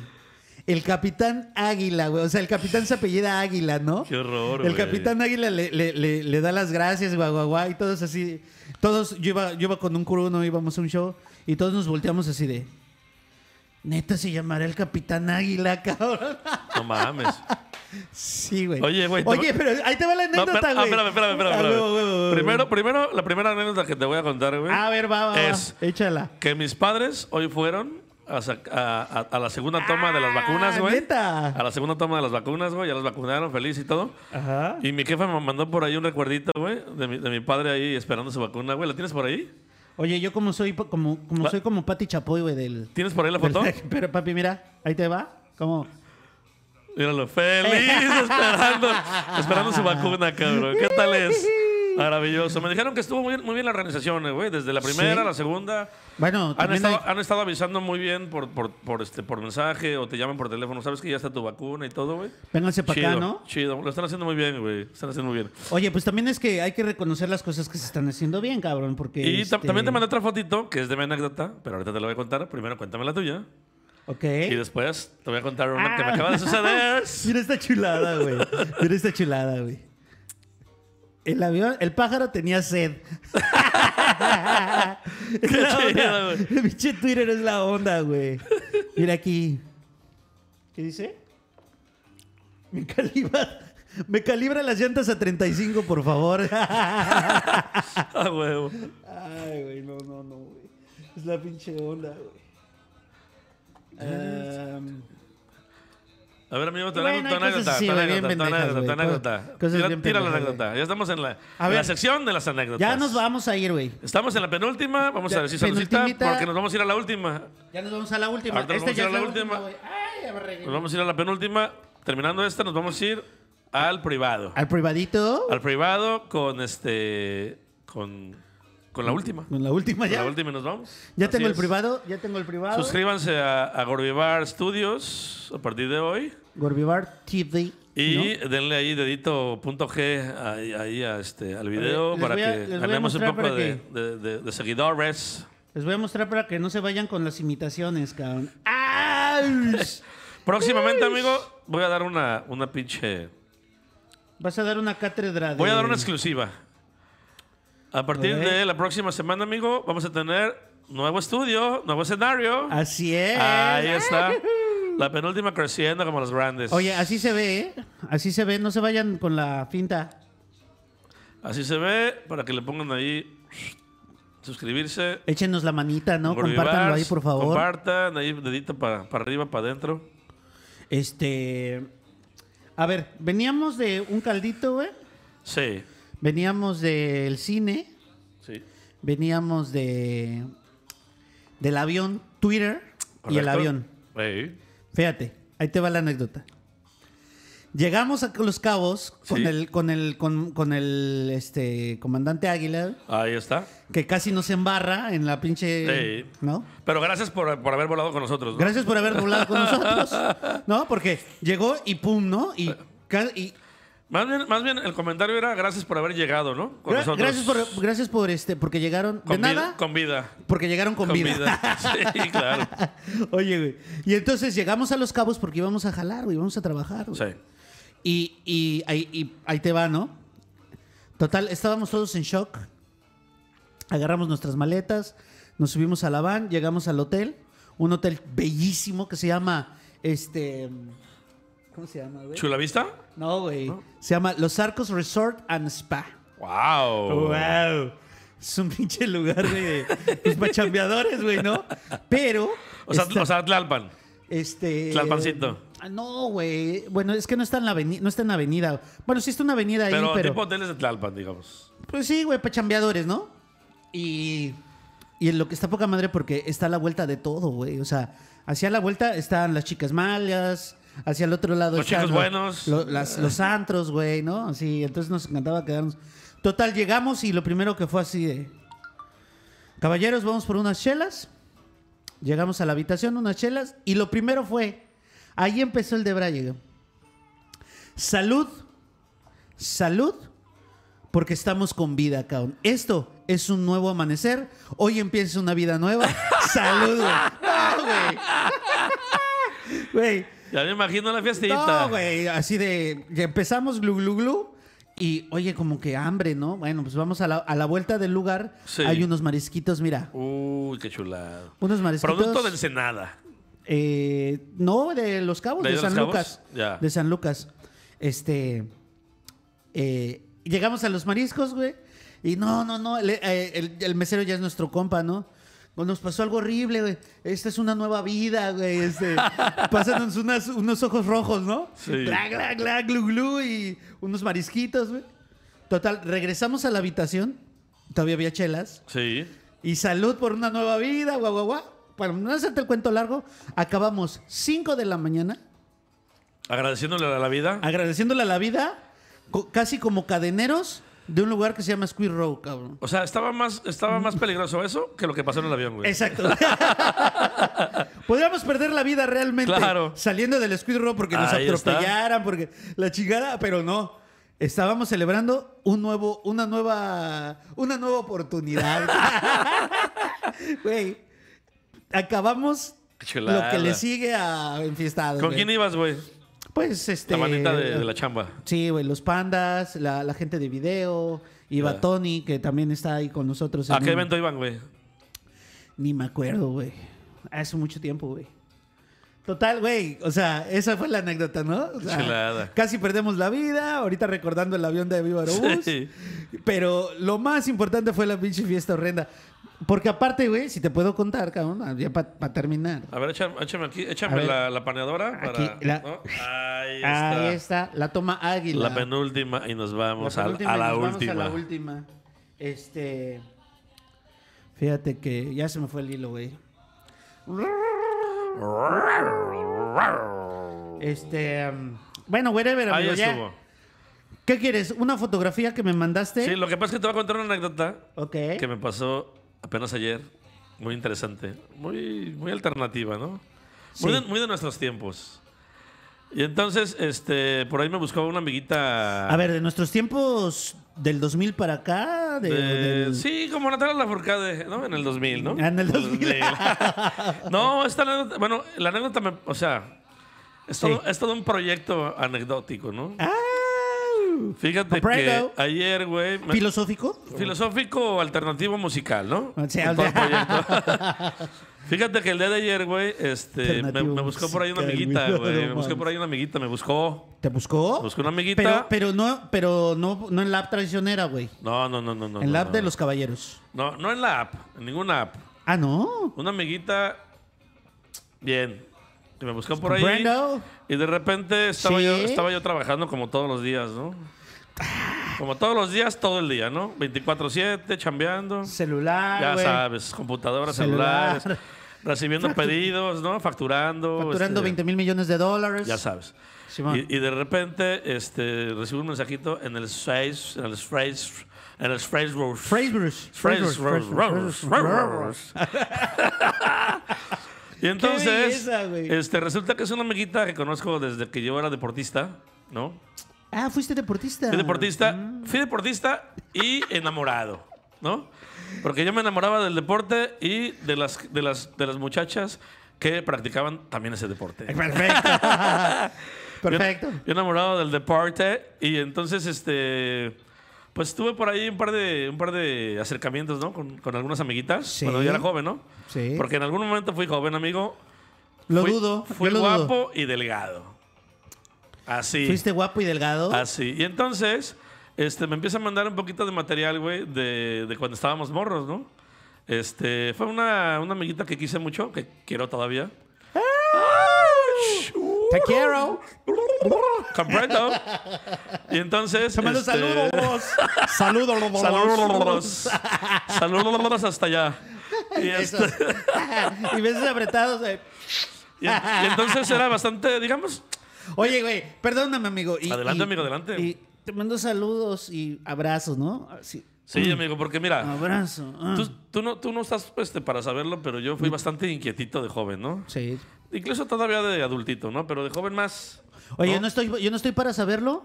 Speaker 2: El capitán Águila, güey. O sea, el capitán se apellida Águila, ¿no?
Speaker 1: Qué horror,
Speaker 2: El
Speaker 1: güey.
Speaker 2: capitán Águila le, le- le- le da las gracias, guau, guau, guau, y todos así. Todos, yo iba, yo iba con un crew, no íbamos a un show, y todos nos volteamos así de. Neta se llamará el capitán Águila, cabrón.
Speaker 1: No mames.
Speaker 2: Sí, güey.
Speaker 1: Oye, güey, te-
Speaker 2: Oye, pero ahí te va la
Speaker 1: No, espera-
Speaker 2: anécdota,
Speaker 1: ah,
Speaker 2: güey.
Speaker 1: espérame, espérame, espérame,
Speaker 2: Ah,
Speaker 1: espérame.
Speaker 2: güey, güey, güey, güey.
Speaker 1: Primero, primero, la primera anécdota que te voy a contar, güey.
Speaker 2: A ver, va, va, va.
Speaker 1: Es-
Speaker 2: Échala.
Speaker 1: Que mis padres hoy fueron a, sac- a- a- a la segunda toma de las
Speaker 2: Ah,
Speaker 1: vacunas, güey.
Speaker 2: neta.
Speaker 1: A la segunda toma de las vacunas, güey. Ya las vacunaron, feliz y todo.
Speaker 2: Ajá.
Speaker 1: Y mi jefa me mandó por ahí un recuerdito, güey, de mi, de mi padre ahí esperando su vacuna, güey. ¿La tienes por ahí?
Speaker 2: Oye, yo como soy pa- como, como
Speaker 1: Va-
Speaker 2: soy como Pati Chapoy, güey, del.
Speaker 1: ¿Tienes por ahí la foto?
Speaker 2: Pero papi, mira, ahí te va. ¿Cómo?
Speaker 1: Míralo, feliz esperando, esperando su vacuna, cabrón. ¿Qué tal es? Maravilloso. Me dijeron que estuvo muy bien, muy bien la organización, eh, güey. Desde la primera,
Speaker 2: Sí.
Speaker 1: la segunda.
Speaker 2: Bueno,
Speaker 1: Han
Speaker 2: también
Speaker 1: estado,
Speaker 2: hay-
Speaker 1: han estado avisando muy bien por, por, por, este, por mensaje o te llaman por teléfono. ¿Sabes que ya está tu vacuna y todo, güey?
Speaker 2: vénganse para
Speaker 1: Chido,
Speaker 2: acá, ¿no?
Speaker 1: chido. Lo están haciendo muy bien, güey. Están haciendo muy bien.
Speaker 2: Oye, pues también es que hay que reconocer las cosas que se están haciendo bien, cabrón, porque...
Speaker 1: Y ta-
Speaker 2: este,
Speaker 1: también te mandé otra fotito que es de mi anécdota, pero ahorita te la voy a contar. Primero cuéntame la tuya.
Speaker 2: Ok.
Speaker 1: Y después te voy a contar una
Speaker 2: Ah.
Speaker 1: que me acaba de suceder.
Speaker 2: Mira esta chulada, güey. Mira esta chulada, güey. El avión, el pájaro tenía sed. Es la
Speaker 1: chida,
Speaker 2: onda.
Speaker 1: güey.
Speaker 2: El pinche Twitter es la onda, güey. Mira aquí. ¿Qué dice? Me calibra, me calibra las llantas a 35, por favor.
Speaker 1: Ah, huevo.
Speaker 2: Ay, güey, no, no, no, güey. Es la pinche onda, güey. Em,
Speaker 1: A ver, amigo, tu anécdota,
Speaker 2: Bueno, hay
Speaker 1: tu
Speaker 2: cosas
Speaker 1: anécdota,
Speaker 2: así,
Speaker 1: tu
Speaker 2: güey,
Speaker 1: anécdota,
Speaker 2: bien
Speaker 1: tu
Speaker 2: pendejas,
Speaker 1: anécdota, tu
Speaker 2: güey.
Speaker 1: anécdota.
Speaker 2: Cosas
Speaker 1: Tira,
Speaker 2: bien
Speaker 1: tira la
Speaker 2: pendejas,
Speaker 1: anécdota. Ya estamos en la,
Speaker 2: A
Speaker 1: en la
Speaker 2: ver.
Speaker 1: sección de las anécdotas.
Speaker 2: ya nos vamos a ir, güey.
Speaker 1: Estamos en la penúltima. Vamos a
Speaker 2: Ya,
Speaker 1: ver si saludita
Speaker 2: penultimita.
Speaker 1: porque nos vamos a ir a la última.
Speaker 2: Ya nos vamos a la última.
Speaker 1: Ahorita nos
Speaker 2: Esta
Speaker 1: vamos a
Speaker 2: ya
Speaker 1: ir
Speaker 2: es
Speaker 1: a
Speaker 2: la
Speaker 1: la
Speaker 2: última,
Speaker 1: última.
Speaker 2: güey. Ay, ya me regué.
Speaker 1: Nos vamos a ir a la penúltima. Terminando esta, nos vamos a ir al privado.
Speaker 2: Al privadito.
Speaker 1: Al privado con este. con, con la última.
Speaker 2: Con Pues la última
Speaker 1: Con
Speaker 2: ya.
Speaker 1: la última y nos vamos.
Speaker 2: Ya
Speaker 1: Así
Speaker 2: tengo el
Speaker 1: es.
Speaker 2: privado, ya tengo el privado.
Speaker 1: Suscríbanse a, a Gorbivar Studios a partir de hoy.
Speaker 2: Gorbivar TV.
Speaker 1: Y denle ahí dedito.g ahí, ahí a este, al video
Speaker 2: les
Speaker 1: para
Speaker 2: voy a-
Speaker 1: que
Speaker 2: les voy a
Speaker 1: ganemos un
Speaker 2: mostrar
Speaker 1: poco
Speaker 2: para
Speaker 1: de, de- de- de seguidores.
Speaker 2: Les voy a mostrar para que no se vayan con las imitaciones, cabrón. ¡Ay!
Speaker 1: Próximamente, amigo, voy a dar una, una pinche.
Speaker 2: Vas a dar una cátedra de...
Speaker 1: Voy a dar una exclusiva. A partir
Speaker 2: Eh. Ok.
Speaker 1: de la próxima semana, amigo, vamos a tener nuevo estudio, nuevo escenario.
Speaker 2: Así es.
Speaker 1: Ahí está. La penúltima creciendo como los grandes.
Speaker 2: Oye, así se ve, ¿eh? Así se ve. No se vayan con la finta.
Speaker 1: Así se ve, para que le pongan ahí suscribirse.
Speaker 2: Échenos la manita, ¿no?
Speaker 1: Groovy
Speaker 2: Compártanlo
Speaker 1: Bars,
Speaker 2: ahí, por favor.
Speaker 1: Compartan ahí, dedito para arriba, para adentro.
Speaker 2: Este... A ver, veníamos de un caldito, güey.
Speaker 1: Sí,
Speaker 2: Veníamos del cine.
Speaker 1: sí.
Speaker 2: Veníamos de... Del avión Twitter y el
Speaker 1: Correcto.
Speaker 2: avión.
Speaker 1: Ey.
Speaker 2: Fíjate, ahí te va la anécdota. Llegamos a Los Cabos con
Speaker 1: Sí.
Speaker 2: el, con el, con, con el este, comandante Águila,
Speaker 1: Ahí está.
Speaker 2: que casi nos embarra en la pinche.
Speaker 1: Sí.
Speaker 2: ¿No?
Speaker 1: Pero gracias por, por haber volado con nosotros. ¿no?
Speaker 2: Gracias por haber volado con nosotros. ¿No? Porque llegó y pum, ¿no? Y, ca- y
Speaker 1: Más bien, más bien, el comentario era gracias por haber llegado, ¿no? Con
Speaker 2: gra-
Speaker 1: nosotros.
Speaker 2: gracias por, gracias por este, porque llegaron.
Speaker 1: Con
Speaker 2: de
Speaker 1: vida-
Speaker 2: nada,
Speaker 1: Con vida.
Speaker 2: porque llegaron con, vida.
Speaker 1: Sí, claro.
Speaker 2: Oye, güey. Y entonces llegamos a Los Cabos porque íbamos a jalar, güey, íbamos a trabajar, güey.
Speaker 1: Sí.
Speaker 2: Y, y ahí, y ahí te va, ¿no? Total, estábamos todos en shock. Agarramos nuestras maletas, nos subimos a la van, llegamos al hotel. Un hotel bellísimo que se llama, este... ¿Cómo se llama, güey?
Speaker 1: ¿Chula vista?
Speaker 2: No, güey. Se llama Los Arcos Resort and Spa.
Speaker 1: ¡Wow!
Speaker 2: ¡Wow! Es un pinche lugar de... Pues para chambeadores, güey, ¿no? Pero...
Speaker 1: O sea,
Speaker 2: está-
Speaker 1: o sea, Tlalpan.
Speaker 2: este.
Speaker 1: Tlalpancito.
Speaker 2: Ah, No, güey. Bueno, es que no está en la avenida. No está en la avenida. Bueno, sí está en una avenida ahí,
Speaker 1: Pero,
Speaker 2: pero.
Speaker 1: tipo hoteles de Tlalpan, digamos.
Speaker 2: Pues sí, güey, para chambeadores, ¿no? Y. Y en lo que está poca madre porque está a la vuelta de todo, güey. O sea, hacia la vuelta están las chicas malas. Hacia el otro lado
Speaker 1: Los
Speaker 2: están
Speaker 1: chicos
Speaker 2: lo-
Speaker 1: buenos.
Speaker 2: lo- las- los antros, güey, ¿no? Sí, entonces nos encantaba quedarnos. Total, llegamos y lo primero que fue así de. Caballeros, vamos por unas chelas. Llegamos a la habitación, unas chelas. Y lo primero fue. Ahí empezó el de Braille. Salud. Salud. Porque estamos con vida, cabrón. Esto es un nuevo amanecer. Hoy empieza una vida nueva. Salud, güey. No, güey. Güey.
Speaker 1: Ya me imagino la fiestita.
Speaker 2: No, güey, así de. ya empezamos glu glu glu. Y oye, como que hambre, ¿no? Bueno, pues vamos a la, a la vuelta del lugar.
Speaker 1: Sí.
Speaker 2: Hay unos marisquitos, mira.
Speaker 1: Uy, qué chulada.
Speaker 2: Unos marisquitos.
Speaker 1: Producto de Ensenada.
Speaker 2: eh, no, de Los Cabos,
Speaker 1: ¿De
Speaker 2: de,
Speaker 1: Los
Speaker 2: San
Speaker 1: Cabos?
Speaker 2: Lucas.
Speaker 1: Ya.
Speaker 2: De San Lucas. Este. eh, llegamos a los mariscos, güey. Y no, no, no. le- eh, el, el mesero ya es nuestro compa, ¿no? Pues, Nos pasó algo horrible, güey. Esta es una nueva vida, güey. Este, pásanos unas- unos ojos rojos, ¿no?
Speaker 1: Sí.
Speaker 2: Gla, gla, gla, glu, glu y unos marisquitos, güey. Total, regresamos a la habitación. Todavía había chelas.
Speaker 1: Sí.
Speaker 2: Y salud por una nueva vida, guau, guau, guau. Para no hacerte el cuento largo, acabamos 5 de la mañana
Speaker 1: Agradeciéndole a la vida.
Speaker 2: agradeciéndole a la vida, co- casi como cadeneros de un lugar que se llama Squid Row, cabrón.
Speaker 1: O sea, estaba más, estaba más peligroso eso que lo que pasó en el avión, güey.
Speaker 2: Exacto. Podríamos perder la vida realmente
Speaker 1: Claro.
Speaker 2: saliendo del Squid Row porque nos
Speaker 1: Ahí está.
Speaker 2: atropellaran, porque la chingada, pero no. Estábamos celebrando un nuevo, una nueva, una nueva oportunidad. Güey, acabamos
Speaker 1: Qué
Speaker 2: lo
Speaker 1: chulada.
Speaker 2: que le sigue a Enfiestado.
Speaker 1: ¿Con
Speaker 2: güey.
Speaker 1: quién ibas, güey?
Speaker 2: Pues este.
Speaker 1: La manita de, de la chamba.
Speaker 2: Sí, güey, los pandas, la, la gente de video, iba
Speaker 1: Ya. Ah,
Speaker 2: Tony, que también está ahí con nosotros.
Speaker 1: ¿A
Speaker 2: pues, en
Speaker 1: qué
Speaker 2: un-
Speaker 1: evento iban, güey?
Speaker 2: Ni me acuerdo, güey. Hace mucho tiempo, güey. Total, güey. O sea, esa fue la anécdota, ¿no? O sea,
Speaker 1: Chulada.
Speaker 2: Casi perdemos la vida, ahorita recordando el avión de Viva Aerobús.
Speaker 1: Sí.
Speaker 2: Pero lo más importante fue la pinche fiesta horrenda. Porque aparte, güey, si te puedo contar, cabrón, ya para terminar.
Speaker 1: A ver, échame, échame aquí, échame
Speaker 2: A ver.
Speaker 1: la, la paneadora. Para,
Speaker 2: Aquí, la-
Speaker 1: ¿no? Ahí está.
Speaker 2: Ahí está, la toma águila.
Speaker 1: La penúltima y nos vamos,
Speaker 2: La
Speaker 1: a,
Speaker 2: penúltima
Speaker 1: a
Speaker 2: y
Speaker 1: la
Speaker 2: nos vamos
Speaker 1: última.
Speaker 2: a la última. Este. Fíjate que ya se me fue el hilo, güey. Este. um, bueno, whatever,
Speaker 1: Ahí
Speaker 2: amigo, ya.
Speaker 1: estuvo.
Speaker 2: ¿Qué quieres? ¿Una fotografía que me mandaste?
Speaker 1: Sí, lo que pasa es que te voy a contar una anécdota
Speaker 2: Ok.
Speaker 1: que me pasó apenas ayer. Muy interesante. Muy, muy alternativa, ¿no? Muy,
Speaker 2: Sí.
Speaker 1: de, muy de nuestros tiempos. Y entonces, este, por ahí me buscaba una amiguita.
Speaker 2: A ver, de nuestros tiempos del 2000 para acá, de,
Speaker 1: de-
Speaker 2: del-
Speaker 1: Sí, como Natalia Lafourcade, ¿no? En el 2000, ¿no?
Speaker 2: Ah, en el 2000.
Speaker 1: no, esta anécdota, bueno, la anécdota, me, o sea, es
Speaker 2: Sí.
Speaker 1: todo, es todo un proyecto anecdótico, ¿no?
Speaker 2: Ah,
Speaker 1: Fíjate que
Speaker 2: Comprendo.
Speaker 1: ayer, güey, me-
Speaker 2: filosófico.
Speaker 1: filosófico alternativo musical, ¿no?
Speaker 2: O sea,
Speaker 1: Todo
Speaker 2: o
Speaker 1: el proyecto. Fíjate que el día de ayer, güey, este, me,
Speaker 2: Alternativo
Speaker 1: me buscó por ahí una
Speaker 2: musical,
Speaker 1: amiguita,
Speaker 2: güey,
Speaker 1: güey,
Speaker 2: no
Speaker 1: me buscó
Speaker 2: mames.
Speaker 1: por ahí una amiguita, me buscó.
Speaker 2: ¿Te buscó?
Speaker 1: Buscó una amiguita.
Speaker 2: Pero, pero no, pero no, no en la app traicionera, güey.
Speaker 1: No, no, no, no, no.
Speaker 2: en la
Speaker 1: no,
Speaker 2: app
Speaker 1: no.
Speaker 2: de los caballeros.
Speaker 1: No, no en la app, en ninguna app.
Speaker 2: Ah, no.
Speaker 1: Una amiguita, bien, que me buscó por ahí.
Speaker 2: Brando.
Speaker 1: Y de repente estaba,
Speaker 2: Sí.
Speaker 1: yo, estaba yo trabajando como todos los días, ¿no? Como todos los días, todo el día, ¿no? 24-7, chambeando.
Speaker 2: Celular,
Speaker 1: Ya
Speaker 2: güey.
Speaker 1: sabes, computadoras,
Speaker 2: Celular.
Speaker 1: celulares, recibiendo pedidos, ¿no? Facturando.
Speaker 2: Facturando
Speaker 1: este,
Speaker 2: 20 mil millones de dólares.
Speaker 1: Ya sabes.
Speaker 2: Simón.
Speaker 1: Y, y de repente este, recibo un mensajito en el Face, en el Face, en el Facebook.
Speaker 2: Facebook.
Speaker 1: Phrase,
Speaker 2: Facebook,
Speaker 1: rose,
Speaker 2: Facebook,
Speaker 1: rose, Y entonces,
Speaker 2: belleza, güey.
Speaker 1: este, resulta que es una amiguita que conozco desde que yo era deportista, ¿no?
Speaker 2: Ah, fuiste deportista.
Speaker 1: Fui deportista, fui deportista y enamorado, ¿no? Porque yo me enamoraba del deporte y de las, de las, de las muchachas que practicaban también ese deporte.
Speaker 2: Perfecto. Perfecto.
Speaker 1: Yo, yo enamorado del deporte y entonces este pues tuve por ahí un par de un par de acercamientos, ¿no? Con, con algunas amiguitas
Speaker 2: Sí.
Speaker 1: cuando yo era joven, ¿no?
Speaker 2: Sí.
Speaker 1: Porque en algún momento fui joven, amigo.
Speaker 2: Lo
Speaker 1: Fui-
Speaker 2: dudo.
Speaker 1: Fui
Speaker 2: yo lo dudo.
Speaker 1: guapo y delgado. Así.
Speaker 2: Fuiste guapo y delgado.
Speaker 1: Así. Ah, Y entonces, este, me empieza a mandar un poquito de material, güey, de, de cuando estábamos morros, ¿no? Este, fue una, una amiguita que quise mucho, que quiero todavía.
Speaker 2: Te quiero.
Speaker 1: Comprendo. Y entonces.
Speaker 2: Te mando
Speaker 1: este,
Speaker 2: saludos. saludos.
Speaker 1: Saludos. Saludos hasta allá. Y, este,
Speaker 2: Besos. y besos apretados. eh.
Speaker 1: y en- y entonces era bastante, digamos,
Speaker 2: Oye, güey, perdóname, amigo. y-
Speaker 1: Adelante,
Speaker 2: y-
Speaker 1: amigo, adelante.
Speaker 2: Y te mando saludos y abrazos, ¿no? Sí.
Speaker 1: sí, amigo, porque mira,
Speaker 2: Abrazo. Mm. ah. Mm.
Speaker 1: tú, tú no, tú no estás este, para saberlo, pero yo fui bastante inquietito de joven, ¿no?
Speaker 2: Sí.
Speaker 1: Incluso todavía de adultito, ¿no? Pero de joven más.
Speaker 2: Oye,
Speaker 1: ¿no?
Speaker 2: yo, no estoy, yo no estoy para saberlo,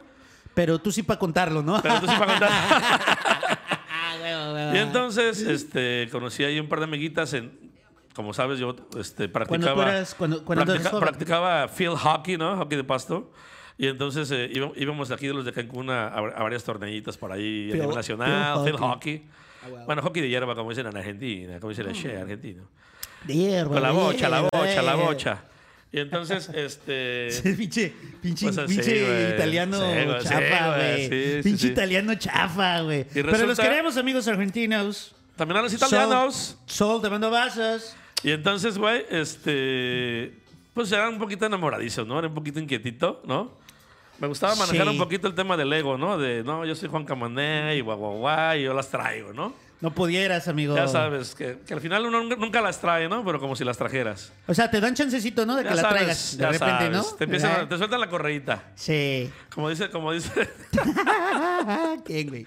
Speaker 2: pero tú sí para contarlo, ¿no?
Speaker 1: Pero tú sí para contar.
Speaker 2: Ah, güey, güey,
Speaker 1: Y
Speaker 2: güey.
Speaker 1: entonces, este, conocí ahí un par de amiguitas en. Como sabes, yo este, practicaba.
Speaker 2: Cuando tú eras- cuando- cuando
Speaker 1: practica-
Speaker 2: eras joven.
Speaker 1: Practicaba field hockey, ¿no? Hockey de pasto. Y entonces eh, íbamos- íbamos de aquí de los de Cancún a, a varias torneitas por ahí a
Speaker 2: Field-
Speaker 1: nivel nacional,
Speaker 2: field
Speaker 1: field
Speaker 2: hockey. Ah,
Speaker 1: hockey. Bueno, hockey de hierba, como dicen en Argentina, como dicen en Che, argentino.
Speaker 2: De hierba,
Speaker 1: Con la
Speaker 2: de
Speaker 1: bocha, la
Speaker 2: hierba,
Speaker 1: bocha, la
Speaker 2: eh.
Speaker 1: bocha. Y entonces, este.
Speaker 2: Sí, pinche, pinche,
Speaker 1: Pues así,
Speaker 2: pinche
Speaker 1: güey.
Speaker 2: italiano
Speaker 1: Sí, güey, sí,
Speaker 2: chafa,
Speaker 1: güey,
Speaker 2: güey.
Speaker 1: sí, sí,
Speaker 2: pinche
Speaker 1: sí.
Speaker 2: italiano chafa, güey. Pero los
Speaker 1: resulta-
Speaker 2: queremos, amigos argentinos.
Speaker 1: También a los italianos.
Speaker 2: Sol, Sol, te mando vasos.
Speaker 1: Y entonces, güey, este. Pues era un poquito enamoradizo, ¿no? Era un poquito inquietito, ¿no? Me gustaba manejar
Speaker 2: Sí.
Speaker 1: un poquito el tema del ego, ¿no? De, no, yo soy Juan Camané y guau, guau, guau, y yo las traigo, ¿no?
Speaker 2: No pudieras, amigo.
Speaker 1: Ya sabes, que, que al final uno nunca- nunca las trae, ¿no? Pero como si las trajeras.
Speaker 2: O sea, te dan chancecito, ¿no? De que
Speaker 1: ya
Speaker 2: la
Speaker 1: sabes,
Speaker 2: traigas. De
Speaker 1: ya
Speaker 2: repente,
Speaker 1: sabes.
Speaker 2: ¿no?
Speaker 1: Te, empiezan a-
Speaker 2: ¿Verdad?
Speaker 1: te sueltan la correíta.
Speaker 2: Sí.
Speaker 1: Como dice, como dice,
Speaker 2: ¿Qué, güey?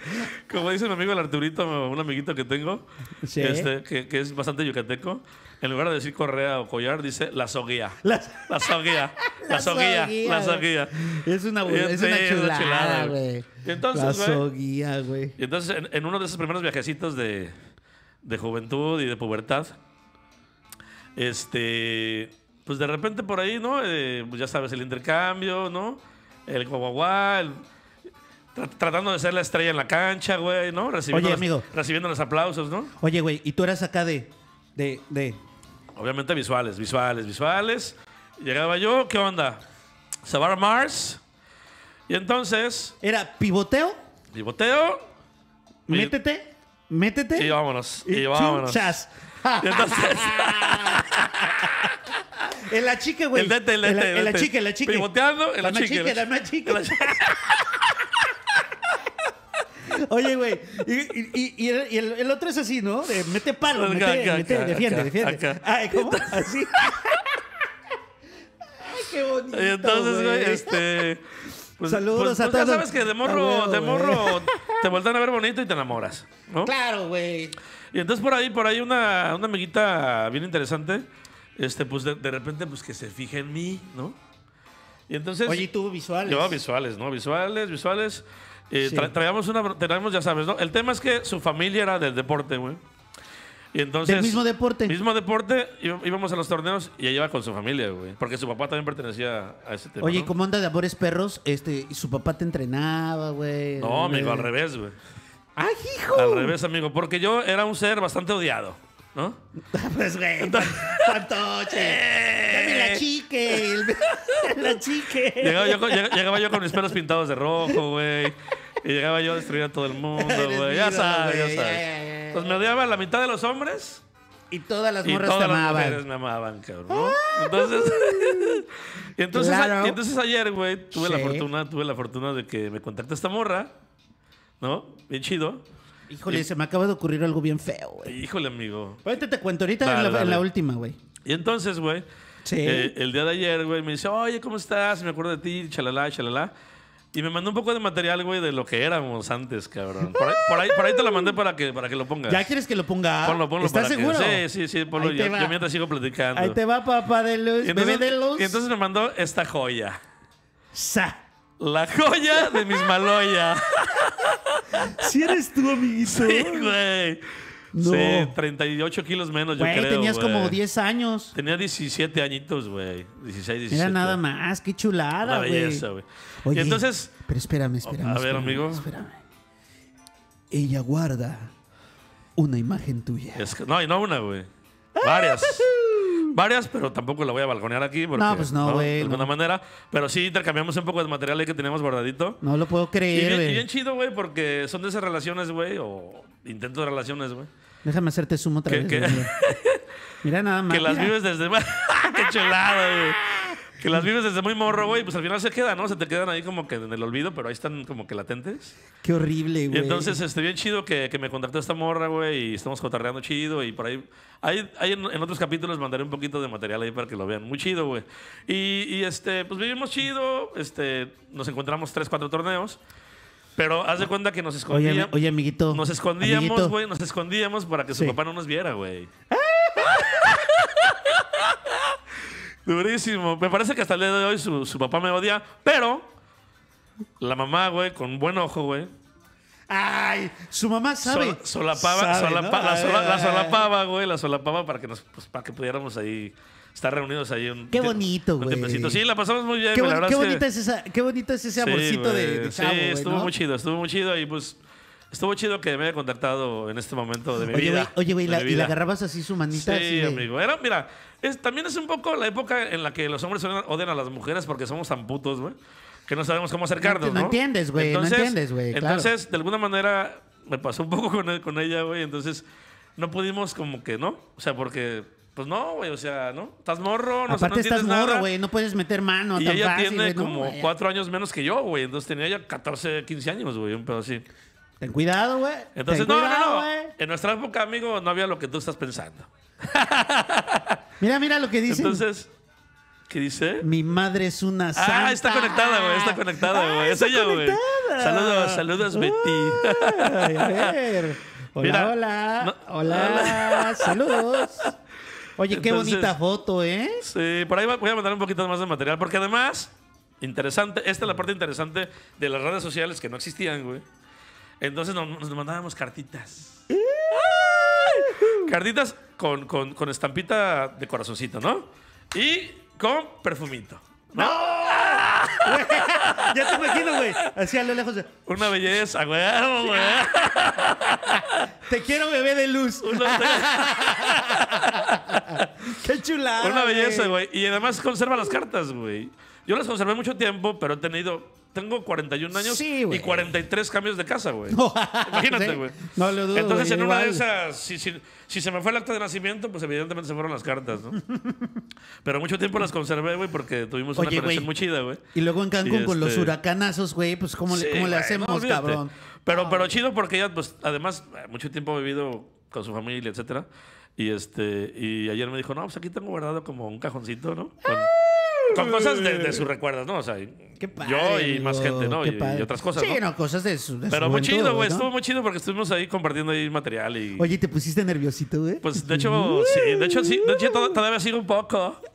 Speaker 1: como dice mi amigo el Arturito, un amiguito que tengo,
Speaker 2: Sí.
Speaker 1: este, que, que es bastante yucateco, en lugar de decir correa o collar, dice la soguía.
Speaker 2: Las-
Speaker 1: La soguía. La
Speaker 2: La
Speaker 1: soguía.
Speaker 2: soguía,
Speaker 1: La
Speaker 2: güey.
Speaker 1: soguía.
Speaker 2: Es una, bu-
Speaker 1: Y
Speaker 2: es
Speaker 1: sí,
Speaker 2: una chulada,
Speaker 1: güey.
Speaker 2: güey.
Speaker 1: Y entonces,
Speaker 2: La
Speaker 1: güey,
Speaker 2: soguía, güey.
Speaker 1: y entonces en, en uno de esos primeros viajecitos de, de juventud y de pubertad, este, pues de repente por ahí, ¿no? Eh, pues ya sabes, el intercambio, ¿no? El guaguaguá, el- tra- tratando de ser la estrella en la cancha, güey, ¿no? Recibiendo,
Speaker 2: Oye,
Speaker 1: los,
Speaker 2: amigo.
Speaker 1: recibiendo los aplausos, ¿no?
Speaker 2: Oye, güey, y tú eras acá de. de, de
Speaker 1: Obviamente visuales, visuales, visuales. Llegaba yo, ¿qué onda? Se va a Mars. Y entonces,
Speaker 2: era pivoteo,
Speaker 1: boteo Y-
Speaker 2: métete, métete.
Speaker 1: y vámonos. Y vámonos.
Speaker 2: chuchas. Ah,
Speaker 1: Y entonces,
Speaker 2: En la chica, güey.
Speaker 1: el dete, el
Speaker 2: pues, En la-
Speaker 1: dete, el
Speaker 2: En la
Speaker 1: dete.
Speaker 2: chica, en la chica.
Speaker 1: este, Pivoteando, en la
Speaker 2: La más
Speaker 1: chica,
Speaker 2: chica,
Speaker 1: en la
Speaker 2: la más chica.
Speaker 1: en la chica.
Speaker 2: Oye, güey. Y, y- y- y el, y el- el otro es así, ¿no? De, mete palo,
Speaker 1: Acá,
Speaker 2: mete,
Speaker 1: acá,
Speaker 2: mete,
Speaker 1: acá,
Speaker 2: defiende,
Speaker 1: acá,
Speaker 2: defiende.
Speaker 1: acá.
Speaker 2: Ay, ¿cómo? Así. Ay, qué bonito.
Speaker 1: Y entonces, güey, este. pues-
Speaker 2: Saludos
Speaker 1: pues-
Speaker 2: a
Speaker 1: pues ya
Speaker 2: todos.
Speaker 1: sabes que de
Speaker 2: A
Speaker 1: morro,
Speaker 2: huevo,
Speaker 1: de
Speaker 2: güey.
Speaker 1: morro, te voltean a ver bonito y te enamoras, ¿no?
Speaker 2: Claro, güey.
Speaker 1: Y entonces por ahí, por ahí una, una amiguita bien interesante, este, pues de, de repente, pues que se fije en mí, ¿no? Y entonces.
Speaker 2: Oye, ¿y tú visuales.
Speaker 1: Yo, visuales, ¿no? Visuales, visuales. Eh, tra- traíamos una. Tenemos, ya sabes, ¿no? El tema es que su familia era del deporte, güey. Y entonces.
Speaker 2: Del mismo deporte.
Speaker 1: Mismo deporte, íb- íbamos a los torneos y ella iba con su familia, güey. Porque su papá también pertenecía a ese tema.
Speaker 2: Oye, ¿y
Speaker 1: ¿no?
Speaker 2: ¿cómo onda de Amores Perros? Este, y su papá te entrenaba, güey.
Speaker 1: No, amigo, al revés, güey.
Speaker 2: ¡Ay, hijo!
Speaker 1: Al revés, amigo. Porque yo era un ser bastante odiado, ¿no?
Speaker 2: Pues, güey, fantoche. Dame la chique. el- la chique.
Speaker 1: Llegaba yo, con, lleg- llegaba yo con mis pelos pintados de rojo, güey. Y llegaba yo a destruir a todo el mundo,
Speaker 2: Eres
Speaker 1: güey. Ya
Speaker 2: mi ídolo,
Speaker 1: sabes, ya
Speaker 2: güey. Ya,
Speaker 1: sabes.
Speaker 2: ya, ya, ya.
Speaker 1: Entonces me odiaba la mitad de los hombres
Speaker 2: Y todas las
Speaker 1: y
Speaker 2: morras te
Speaker 1: todas las
Speaker 2: amaban.
Speaker 1: mujeres me amaban, cabrón. ¿no? Entonces, y entonces,
Speaker 2: Claro.
Speaker 1: y entonces ayer, güey, tuve la
Speaker 2: Sí.
Speaker 1: fortuna, tuve la fortuna de que me contacta esta morra, ¿no? Bien chido.
Speaker 2: Híjole, se me acaba de ocurrir algo bien feo, güey.
Speaker 1: Híjole, amigo.
Speaker 2: Ahorita te cuento, ahorita
Speaker 1: Dale,
Speaker 2: en, la, en
Speaker 1: dale.
Speaker 2: la última, güey.
Speaker 1: Y entonces, güey,
Speaker 2: Sí.
Speaker 1: eh, el día de ayer, güey, me dice, oye, ¿cómo estás? Me acuerdo de ti, chalala, chalala. Y me mandó un poco de material, güey, de lo que éramos antes, cabrón. Por ahí, por ahí, por ahí te lo mandé para que, para que lo pongas.
Speaker 2: ¿Ya quieres que lo ponga?
Speaker 1: Ponlo, ponlo.
Speaker 2: ¿Estás
Speaker 1: para que-
Speaker 2: seguro?
Speaker 1: sí, sí, sí, ponlo.
Speaker 2: Ahí
Speaker 1: Yo,
Speaker 2: te va.
Speaker 1: yo mientras sigo platicando.
Speaker 2: Ahí te va, papá de luz,
Speaker 1: Y entonces,
Speaker 2: bebé de luz.
Speaker 1: y entonces me mandó esta joya.
Speaker 2: Sa.
Speaker 1: La joya de mis Maloya.
Speaker 2: Si eres tú, amiguito.
Speaker 1: Sí, güey.
Speaker 2: No.
Speaker 1: Sí, 38 kilos menos, yo
Speaker 2: Güey,
Speaker 1: creo.
Speaker 2: tenías
Speaker 1: güey.
Speaker 2: como 10 años.
Speaker 1: Tenía 17 añitos, güey. 16, 17.
Speaker 2: Mira nada más, qué chulada,
Speaker 1: Una
Speaker 2: güey.
Speaker 1: belleza, güey.
Speaker 2: Oye,
Speaker 1: Y entonces,
Speaker 2: Pero espérame, espérame.
Speaker 1: A ver,
Speaker 2: espérame,
Speaker 1: amigo.
Speaker 2: Espérame. Ella guarda una imagen tuya.
Speaker 1: es que- no, y no una, güey. Varias. Varias, pero tampoco la voy a balconear aquí. Porque,
Speaker 2: No, pues no, güey,
Speaker 1: De alguna
Speaker 2: no.
Speaker 1: manera. Pero sí intercambiamos un poco de material ahí que teníamos guardadito.
Speaker 2: No lo puedo
Speaker 1: Y bien,
Speaker 2: creer,
Speaker 1: y
Speaker 2: güey.
Speaker 1: bien chido, güey, porque son de esas relaciones, güey, o intentos de relaciones, güey.
Speaker 2: Déjame hacerte zoom otra
Speaker 1: ¿Qué-
Speaker 2: vez.
Speaker 1: qué?
Speaker 2: güey, Mira. Mira nada más.
Speaker 1: Que las
Speaker 2: mira.
Speaker 1: vives desde. ¡Qué chulada, güey! Que las vives desde muy morro, güey. Pues al final se quedan, ¿no? Se te quedan ahí como que en el olvido, pero ahí están como que latentes.
Speaker 2: Qué horrible,
Speaker 1: Y
Speaker 2: güey.
Speaker 1: entonces, este, bien chido que, que me contactó esta morra, güey, y estamos cotarreando chido. Y por ahí. ahí, ahí en, en otros capítulos mandaré un poquito de material ahí para que lo vean. Muy chido, güey. Y, y, este, pues vivimos chido. Este, nos encontramos tres, cuatro torneos. Pero haz de cuenta que nos
Speaker 2: Oye,
Speaker 1: escondíamos.
Speaker 2: ami- oye, amiguito.
Speaker 1: Nos escondíamos,
Speaker 2: amiguito,
Speaker 1: güey, nos escondíamos para que su
Speaker 2: Sí.
Speaker 1: papá no nos viera, güey. Durísimo. Me parece que hasta el día de hoy su, su papá me odia, pero la mamá, güey, con buen ojo, güey,
Speaker 2: Ay, su mamá sabe.
Speaker 1: sola- solapaba,
Speaker 2: Sabe, ¿no? Ah,
Speaker 1: solapa- la,
Speaker 2: Ay,
Speaker 1: sola- la
Speaker 2: ay,
Speaker 1: solapaba, güey, la solapaba para que nos, pues, para que pudiéramos ahí estar reunidos ahí. Un,
Speaker 2: Qué
Speaker 1: tie-
Speaker 2: bonito,
Speaker 1: un
Speaker 2: güey.
Speaker 1: tiempecito. Sí, la pasamos muy bien.
Speaker 2: Qué,
Speaker 1: güey,
Speaker 2: boni-
Speaker 1: la verdad
Speaker 2: qué
Speaker 1: es que-
Speaker 2: bonita es esa, qué bonito es ese amorcito
Speaker 1: Sí,
Speaker 2: de, de
Speaker 1: güey.
Speaker 2: chavo,
Speaker 1: Sí,
Speaker 2: güey,
Speaker 1: estuvo
Speaker 2: ¿no?
Speaker 1: muy chido, estuvo muy chido y pues estuvo chido que me haya contactado en este momento de mi
Speaker 2: Oye,
Speaker 1: vida.
Speaker 2: güey, oye, güey,
Speaker 1: de
Speaker 2: la-
Speaker 1: mi
Speaker 2: y la
Speaker 1: vida.
Speaker 2: agarrabas así su manita. así
Speaker 1: Sí,
Speaker 2: de-
Speaker 1: amigo. Era, mira, es, también es un poco la época en la que los hombres odian a las mujeres porque somos tan putos, güey, que no sabemos cómo acercarnos,
Speaker 2: No
Speaker 1: ¿no?
Speaker 2: entiendes, güey, no
Speaker 1: Entonces-
Speaker 2: entiendes, güey, claro.
Speaker 1: Entonces, de alguna manera, me pasó un poco con, el- con ella, güey, entonces no pudimos como que, ¿no? O sea, porque, pues no, güey, o sea, ¿no? Estás morro, no, sé, pues no
Speaker 2: Aparte estás
Speaker 1: entiendes
Speaker 2: morro,
Speaker 1: nada.
Speaker 2: güey, no puedes meter mano
Speaker 1: Y
Speaker 2: tan
Speaker 1: ella
Speaker 2: fácil,
Speaker 1: tiene
Speaker 2: güey, no,
Speaker 1: como
Speaker 2: güey.
Speaker 1: cuatro años menos que yo, güey. Entonces tenía ya 14, 15 años, güey. Un pedo así.
Speaker 2: Ten cuidado, güey.
Speaker 1: Entonces,
Speaker 2: Ten
Speaker 1: no,
Speaker 2: cuidado,
Speaker 1: no, no.
Speaker 2: güey.
Speaker 1: En nuestra época, amigo, no había lo que tú estás pensando.
Speaker 2: Mira, mira lo que dice.
Speaker 1: Entonces, ¿qué dice?
Speaker 2: Mi madre es una santa.
Speaker 1: Ah, está conectada, güey. Está conectada,
Speaker 2: Ah,
Speaker 1: güey. Es
Speaker 2: está
Speaker 1: ella, güey.
Speaker 2: conectada.
Speaker 1: Saludos, saludos, Betty.
Speaker 2: Ay, a ver. Hola,
Speaker 1: Mira,
Speaker 2: hola.
Speaker 1: no-
Speaker 2: hola. Saludos. Oye, qué
Speaker 1: Entonces-
Speaker 2: bonita foto, ¿eh?
Speaker 1: Sí, por ahí va- voy a mandar un poquito más de material. Porque además, interesante, esta es la parte interesante de las redes sociales que no existían, güey. Entonces nos, nos mandábamos cartitas. ¡Ay! Cartitas con, con- con estampita de corazoncito, ¿no? Y con perfumito. ¿no?
Speaker 2: ya te imagino, güey. Así a lo lejos. de,
Speaker 1: Una belleza, güey. ah, güey.
Speaker 2: Te quiero, bebé de luz. qué chulada.
Speaker 1: Una belleza, güey. Y además conserva las cartas, güey. Yo las conservé mucho tiempo, pero he tenido. Tengo 41 años
Speaker 2: Sí,
Speaker 1: y
Speaker 2: güey.
Speaker 1: 43 cambios de casa, güey. Imagínate,
Speaker 2: Sí.
Speaker 1: güey.
Speaker 2: No lo dudo,
Speaker 1: Entonces,
Speaker 2: güey,
Speaker 1: en una de
Speaker 2: igual.
Speaker 1: esas, si, si- si se me fue el acta de nacimiento, pues evidentemente se fueron las cartas, ¿no? pero mucho tiempo las conservé, güey, porque tuvimos
Speaker 2: Oye,
Speaker 1: una conexión
Speaker 2: güey.
Speaker 1: muy chida, güey.
Speaker 2: Y luego en Cancún
Speaker 1: Y
Speaker 2: con los
Speaker 1: este-
Speaker 2: huracanazos, güey, pues cómo le,
Speaker 1: Sí,
Speaker 2: cómo le
Speaker 1: güey,
Speaker 2: hacemos,
Speaker 1: no, olvídate.
Speaker 2: cabrón.
Speaker 1: Pero, pero chido porque ella, pues, además, eh, mucho tiempo ha vivido con su familia, etcétera. Y este, y ayer me dijo, no, pues aquí tengo guardado como un cajoncito, ¿no? Con, con cosas de, de sus recuerdos, ¿no? O sea, y-
Speaker 2: Qué padre,
Speaker 1: yo y
Speaker 2: amigo,
Speaker 1: más gente, ¿no?
Speaker 2: qué
Speaker 1: Y,
Speaker 2: padre.
Speaker 1: y otras cosas.
Speaker 2: Sí,
Speaker 1: ¿no?
Speaker 2: no, pues, cosas de su. de su
Speaker 1: Pero muy
Speaker 2: juventud,
Speaker 1: chido, güey.
Speaker 2: ¿no?
Speaker 1: Estuvo muy chido porque estuvimos ahí compartiendo ahí material y.
Speaker 2: Oye, ¿te pusiste nerviosito, güey?
Speaker 1: Pues de hecho, sí, de
Speaker 2: Ah.
Speaker 1: hecho, sí, de hecho, to- todavía sigo un poco.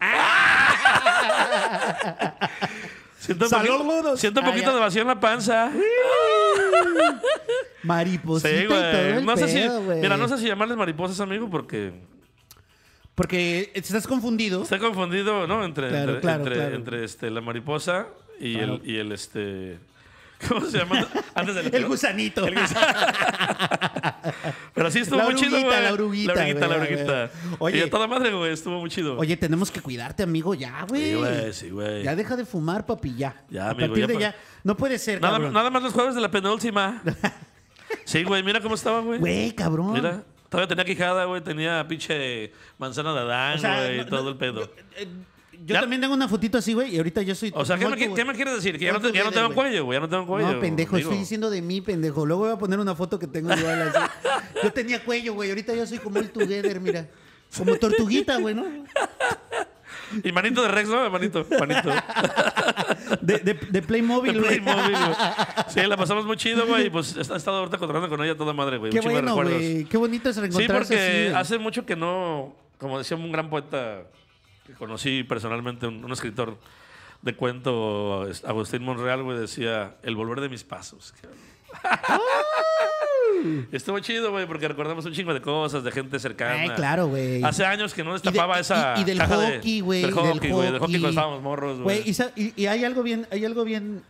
Speaker 1: Siento un poquito,
Speaker 2: Saludos.
Speaker 1: siento un
Speaker 2: Ah,
Speaker 1: poquito
Speaker 2: ya.
Speaker 1: de vacío en la panza.
Speaker 2: Mariposita
Speaker 1: Sí,
Speaker 2: y todo
Speaker 1: güey.
Speaker 2: el
Speaker 1: No sé si.
Speaker 2: pedo, güey.
Speaker 1: Mira, no sé si llamarles mariposas, amigo, porque pues,
Speaker 2: Porque estás confundido.
Speaker 1: está confundido, ¿no? Entre,
Speaker 2: Claro,
Speaker 1: entre,
Speaker 2: claro,
Speaker 1: entre,
Speaker 2: claro.
Speaker 1: entre, este, la mariposa y,
Speaker 2: Claro.
Speaker 1: el, y el este. ¿Cómo se llama? Antes del
Speaker 2: El gusanito.
Speaker 1: Pero sí estuvo
Speaker 2: La
Speaker 1: muy chido,
Speaker 2: oruguita,
Speaker 1: güey.
Speaker 2: la oruguita,
Speaker 1: La oruguita, la
Speaker 2: güey,
Speaker 1: oruguita.
Speaker 2: güey. Oye.
Speaker 1: Oye. Y a toda madre, güey. Estuvo muy chido.
Speaker 2: Oye, tenemos que cuidarte, amigo, ya, güey.
Speaker 1: Sí, güey, sí, güey.
Speaker 2: Ya deja de fumar, papi, ya.
Speaker 1: Ya,
Speaker 2: a
Speaker 1: amigo,
Speaker 2: partir
Speaker 1: ya
Speaker 2: de
Speaker 1: pa-
Speaker 2: ya. No puede ser,
Speaker 1: Nada,
Speaker 2: cabrón.
Speaker 1: nada más los jueves de la penúltima. Sí, güey, mira cómo estaba, güey.
Speaker 2: Güey, cabrón.
Speaker 1: Mira, todavía tenía quijada, güey, tenía pinche manzana de Adán,
Speaker 2: O sea,
Speaker 1: güey,
Speaker 2: no- no-
Speaker 1: todo el pedo.
Speaker 2: Eh, Yo
Speaker 1: Ya-
Speaker 2: también tengo una fotito así, güey, y ahorita yo soy...
Speaker 1: O sea, ¿qué me,
Speaker 2: Voy
Speaker 1: qué-
Speaker 2: como-
Speaker 1: qué me quieres decir? Que ya no,
Speaker 2: voy
Speaker 1: te- ya no
Speaker 2: como
Speaker 1: tengo
Speaker 2: Biden, güey.
Speaker 1: cuello, güey, ya no tengo cuello.
Speaker 2: No, pendejo,
Speaker 1: digo.
Speaker 2: estoy diciendo de mí, pendejo. Luego voy a poner una foto que tengo igual así. Yo tenía cuello, güey, ahorita yo soy como el Together, mira. Como tortuguita, güey, ¿no?
Speaker 1: Y manito de Rex, ¿no? Manito, manito.
Speaker 2: De, de, de Playmobil,
Speaker 1: De
Speaker 2: güey.
Speaker 1: Playmobil, güey. Sí, la pasamos muy chido, güey. y Pues he estado ahorita controlando con ella toda madre, güey.
Speaker 2: Qué
Speaker 1: un chingo de
Speaker 2: bueno,
Speaker 1: recuerdos.
Speaker 2: güey. Qué bonito es
Speaker 1: Sí,
Speaker 2: reencontrarse
Speaker 1: porque
Speaker 2: así, güey.
Speaker 1: hace mucho que no, como decía un gran poeta que conocí personalmente, un, un escritor de cuento, es- Agustín Monreal, güey, decía, el volver de mis pasos. Estuvo chido, güey, porque recordamos un chingo de cosas, de gente cercana.
Speaker 2: Ay, claro, güey.
Speaker 1: Hace años que no destapaba
Speaker 2: y-
Speaker 1: esa
Speaker 2: y del
Speaker 1: caja de-
Speaker 2: hockey, güey.
Speaker 1: Del hockey, güey. Del hockey
Speaker 2: hockey.
Speaker 1: cuando estábamos morros,
Speaker 2: Güey, y
Speaker 1: güey.
Speaker 2: sa- y, y hay algo bien, hay algo bien,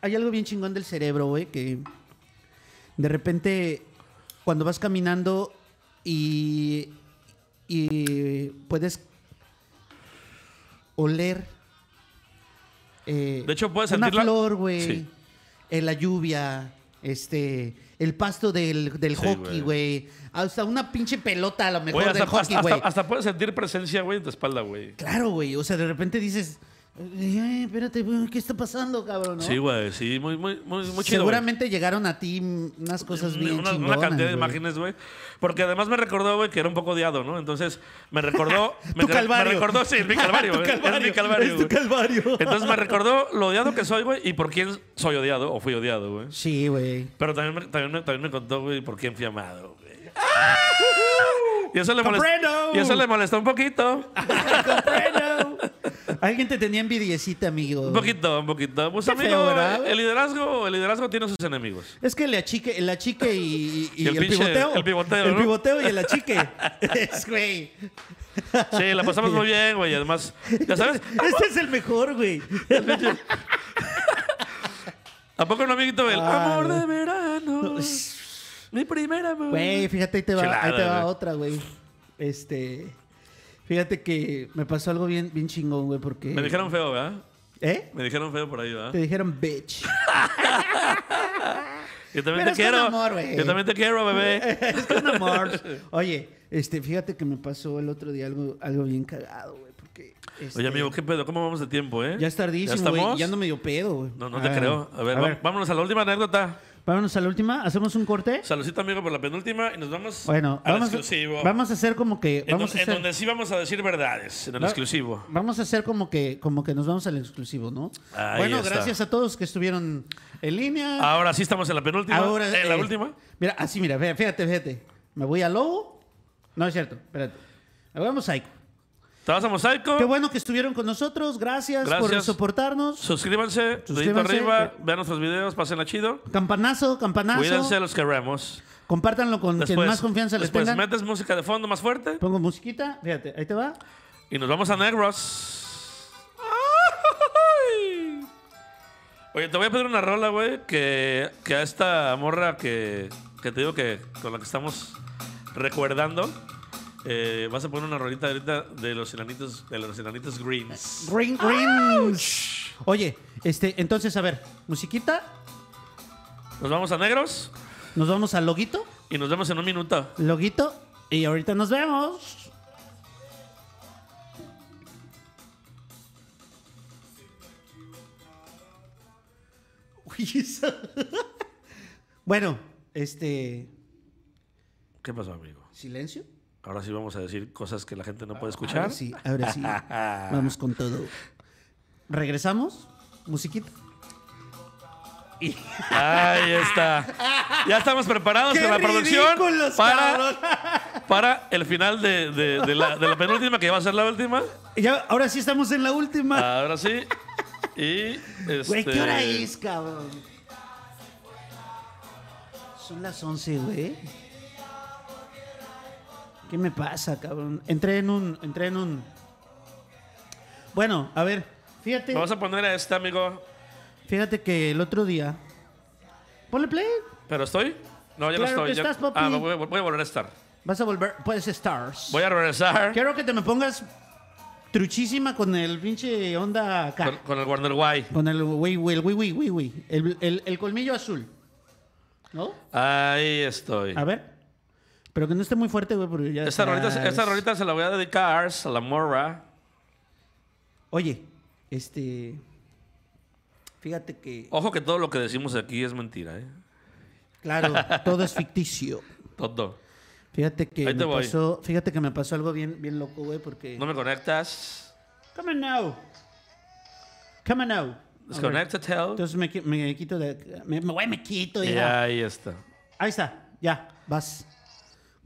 Speaker 2: hay algo bien chingón del cerebro, güey, que de repente cuando vas caminando y, y puedes oler eh,
Speaker 1: De hecho, puedes
Speaker 2: una
Speaker 1: sentir la-
Speaker 2: flor, güey,
Speaker 1: Sí.
Speaker 2: eh, la lluvia, este, el pasto del, del
Speaker 1: Sí, güey.
Speaker 2: hockey, güey, hasta una pinche pelota a lo mejor
Speaker 1: Güey,
Speaker 2: del
Speaker 1: hasta,
Speaker 2: hockey,
Speaker 1: hasta-
Speaker 2: güey.
Speaker 1: hasta- hasta puedes sentir presencia, güey, en tu espalda, güey.
Speaker 2: Claro, güey. O sea, de repente dices, "Eh, espérate, güey, ¿qué está pasando, cabrón? no?"
Speaker 1: Sí, güey, sí, muy, muy, muy, muy chido. güey.
Speaker 2: Seguramente llegaron a ti unas cosas bien
Speaker 1: una, una
Speaker 2: chingonas,
Speaker 1: cantidad de
Speaker 2: güey.
Speaker 1: imágenes, güey. Porque además me recordó, güey, que era un poco odiado, ¿no? Entonces me recordó. me,
Speaker 2: Tu
Speaker 1: cre-
Speaker 2: calvario.
Speaker 1: me recordó, sí, es mi calvario,
Speaker 2: Tu
Speaker 1: güey. Es mi calvario.
Speaker 2: Es tu
Speaker 1: güey.
Speaker 2: calvario.
Speaker 1: Entonces me recordó lo odiado que soy, güey, y por quién soy odiado o fui odiado, güey.
Speaker 2: Sí, güey.
Speaker 1: Pero también me, también, me- también me contó, güey, por quién fui amado, güey. Y eso, le molest-
Speaker 2: ¡Comprendo!
Speaker 1: y eso le molestó un poquito.
Speaker 2: Comprendo. Alguien te tenía envidiecita, amigo.
Speaker 1: Un poquito, un poquito. Pues,
Speaker 2: Qué
Speaker 1: amigo,
Speaker 2: feo, ¿verdad?
Speaker 1: el liderazgo, el liderazgo tiene sus enemigos.
Speaker 2: Es que el achique, el achique y, y- y
Speaker 1: Y
Speaker 2: el,
Speaker 1: el pinche-
Speaker 2: pivoteo.
Speaker 1: el pivoteo,
Speaker 2: El
Speaker 1: ¿no?
Speaker 2: pivoteo y el achique. es, güey.
Speaker 1: Sí, la pasamos muy bien, güey. y Además, ya sabes,
Speaker 2: Este es el mejor, güey.
Speaker 1: ¿A poco no, amiguito? El
Speaker 2: Ah,
Speaker 1: amor
Speaker 2: no.
Speaker 1: de verano. Mi primera amor.
Speaker 2: Güey, fíjate, ahí te va, ahí te
Speaker 1: Chulada,
Speaker 2: va
Speaker 1: güey.
Speaker 2: otra, güey. Este. Fíjate que me pasó algo bien, bien chingón, güey, porque.
Speaker 1: Me dijeron feo, ¿verdad?
Speaker 2: ¿Eh?
Speaker 1: Me dijeron feo por ahí, ¿verdad?
Speaker 2: Te dijeron bitch.
Speaker 1: Yo también
Speaker 2: Pero
Speaker 1: te
Speaker 2: es con
Speaker 1: quiero.
Speaker 2: amor, güey.
Speaker 1: Yo también te quiero, bebé.
Speaker 2: es que no mars. Oye, este, fíjate que me pasó el otro día algo, algo bien cagado, güey, porque. este,
Speaker 1: Oye, amigo, ¿qué pedo? ¿Cómo vamos de tiempo, eh?
Speaker 2: Ya es tardísimo,
Speaker 1: estamos?
Speaker 2: güey. Ya ando medio pedo, güey.
Speaker 1: No, no te
Speaker 2: Ah,
Speaker 1: creo. A ver, va- vámonos a la última anécdota.
Speaker 2: vámonos a la última. ¿Hacemos un corte?
Speaker 1: Saludcita, amigo, por la penúltima. Y nos vamos
Speaker 2: Bueno,
Speaker 1: al
Speaker 2: vamos,
Speaker 1: exclusivo.
Speaker 2: vamos a hacer como que.
Speaker 1: En,
Speaker 2: Vamos
Speaker 1: don- en
Speaker 2: a hacer...
Speaker 1: donde sí vamos a decir verdades. En el
Speaker 2: Va-
Speaker 1: exclusivo.
Speaker 2: Vamos a hacer como que, como que nos vamos al exclusivo, ¿no?
Speaker 1: Ahí
Speaker 2: bueno,
Speaker 1: está.
Speaker 2: gracias a todos que estuvieron en línea.
Speaker 1: Ahora sí estamos en la penúltima. en la
Speaker 2: eh,
Speaker 1: última.
Speaker 2: Mira, así, mira, fí- fíjate, fíjate. Me voy a Lobo. No es cierto, espérate. Me voy a Mosaico.
Speaker 1: Te vas a mosaico.
Speaker 2: Qué bueno que estuvieron con nosotros. Gracias, por
Speaker 1: Gracias.
Speaker 2: soportarnos.
Speaker 1: Suscríbanse, dedito
Speaker 2: Suscríbanse.
Speaker 1: arriba, vean nuestros videos, pásenla chido.
Speaker 2: Campanazo, campanazo.
Speaker 1: Cuídense, los queremos.
Speaker 2: Compártanlo con quien
Speaker 1: Después,
Speaker 2: más confianza les
Speaker 1: después
Speaker 2: tengan.
Speaker 1: metes música de fondo más fuerte
Speaker 2: Pongo musiquita. Fíjate, ahí te va.
Speaker 1: y nos vamos a Negros. ¡Ay! Oye, te voy a pedir una rola, güey, que, que a esta morra que, que te digo que con la que estamos recordando, eh, vas a poner una rolita ahorita de los enanitos, de los enanitos greens.
Speaker 2: Green, green. Oye, este, entonces, a ver, musiquita.
Speaker 1: Nos vamos a Negros
Speaker 2: Nos vamos al loguito.
Speaker 1: y nos vemos en un minuto.
Speaker 2: Loguito. Y ahorita nos vemos. Uy, eso. bueno, este.
Speaker 1: ¿Qué pasó, amigo?
Speaker 2: ¿Silencio?
Speaker 1: Ahora sí vamos a decir cosas que la gente no puede
Speaker 2: Ahora
Speaker 1: escuchar.
Speaker 2: sí, ahora sí. Vamos con todo. ¿Regresamos? ¿Musiquita?
Speaker 1: Ahí está. Ya estamos preparados con la producción
Speaker 2: ridículos, cabrón!
Speaker 1: para, para el final de, de- de la, de la penúltima, que va a ser la última.
Speaker 2: Ya, ahora sí estamos en la última.
Speaker 1: Ahora sí. Y.
Speaker 2: Güey,
Speaker 1: este,
Speaker 2: ¿qué hora es, cabrón? Son las 11, güey. ¿Qué me pasa, cabrón? Entré en un. Entré en un. Bueno, a ver, fíjate.
Speaker 1: Vamos a poner a este amigo.
Speaker 2: Fíjate que el otro día. Ponle play.
Speaker 1: ¿Pero estoy? No, ya
Speaker 2: Claro
Speaker 1: no estoy.
Speaker 2: que
Speaker 1: ya-
Speaker 2: estás, papi.
Speaker 1: Ah, voy, a- voy a volver a estar.
Speaker 2: Vas a volver. Puedes stars.
Speaker 1: Voy a regresar
Speaker 2: Quiero que te me pongas truchísima con el pinche onda acá.
Speaker 1: con, con el Warner Guy.
Speaker 2: Con el wey, wey, el wey, wey, wey, wey. El, el- el colmillo azul. ¿No?
Speaker 1: Ahí estoy.
Speaker 2: A ver. Pero que no esté muy fuerte, güey, porque ya.
Speaker 1: Esta rolita,
Speaker 2: estás-
Speaker 1: esta rolita se la voy a dedicar a la morra.
Speaker 2: Oye, este. Fíjate que.
Speaker 1: Ojo que todo lo que decimos aquí es mentira, ¿eh?
Speaker 2: Claro, todo es ficticio.
Speaker 1: Todo.
Speaker 2: Fíjate que
Speaker 1: Ahí te
Speaker 2: me
Speaker 1: voy.
Speaker 2: pasó. Fíjate que me pasó algo bien, bien loco, güey, porque.
Speaker 1: No me conectas.
Speaker 2: Come on now. Come on now.
Speaker 1: Desconecta, tell.
Speaker 2: Entonces me, qui- me quito de. Me, me, güey, me quito,
Speaker 1: Y
Speaker 2: ya.
Speaker 1: ahí está.
Speaker 2: Ahí está, ya, vas.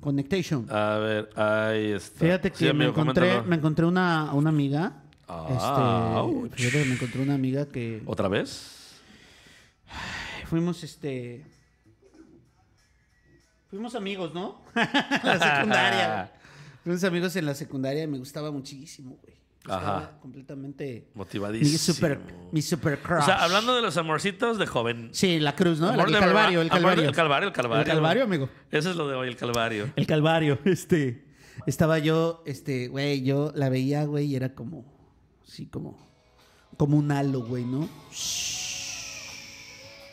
Speaker 2: Connection.
Speaker 1: A ver, ahí Ah, está.
Speaker 2: Fíjate que
Speaker 1: Sí, amigo,
Speaker 2: me, encontré,
Speaker 1: coméntalo.
Speaker 2: me encontré una, una amiga.
Speaker 1: Ah,
Speaker 2: este,
Speaker 1: ouch.
Speaker 2: fíjate que me encontré una amiga que
Speaker 1: ¿Otra vez?
Speaker 2: fuimos este. Fuimos amigos, ¿no? la secundaria. güey. fuimos amigos en la secundaria y me gustaba muchísimo, güey. Estaba
Speaker 1: Ajá.
Speaker 2: Completamente.
Speaker 1: Motivadísimo.
Speaker 2: Mi super, mi super crush.
Speaker 1: O sea, hablando de los amorcitos de joven.
Speaker 2: Sí, la cruz, ¿no?
Speaker 1: Amor
Speaker 2: el,
Speaker 1: de verdad.
Speaker 2: calvario, el
Speaker 1: Amor
Speaker 2: calvario,
Speaker 1: del calvario, el calvario.
Speaker 2: El calvario, amigo.
Speaker 1: Eso es lo de hoy, el calvario.
Speaker 2: El Calvario, este. Estaba yo, este, güey, yo la veía, güey, y era como, sí, como, como un halo, güey, ¿no?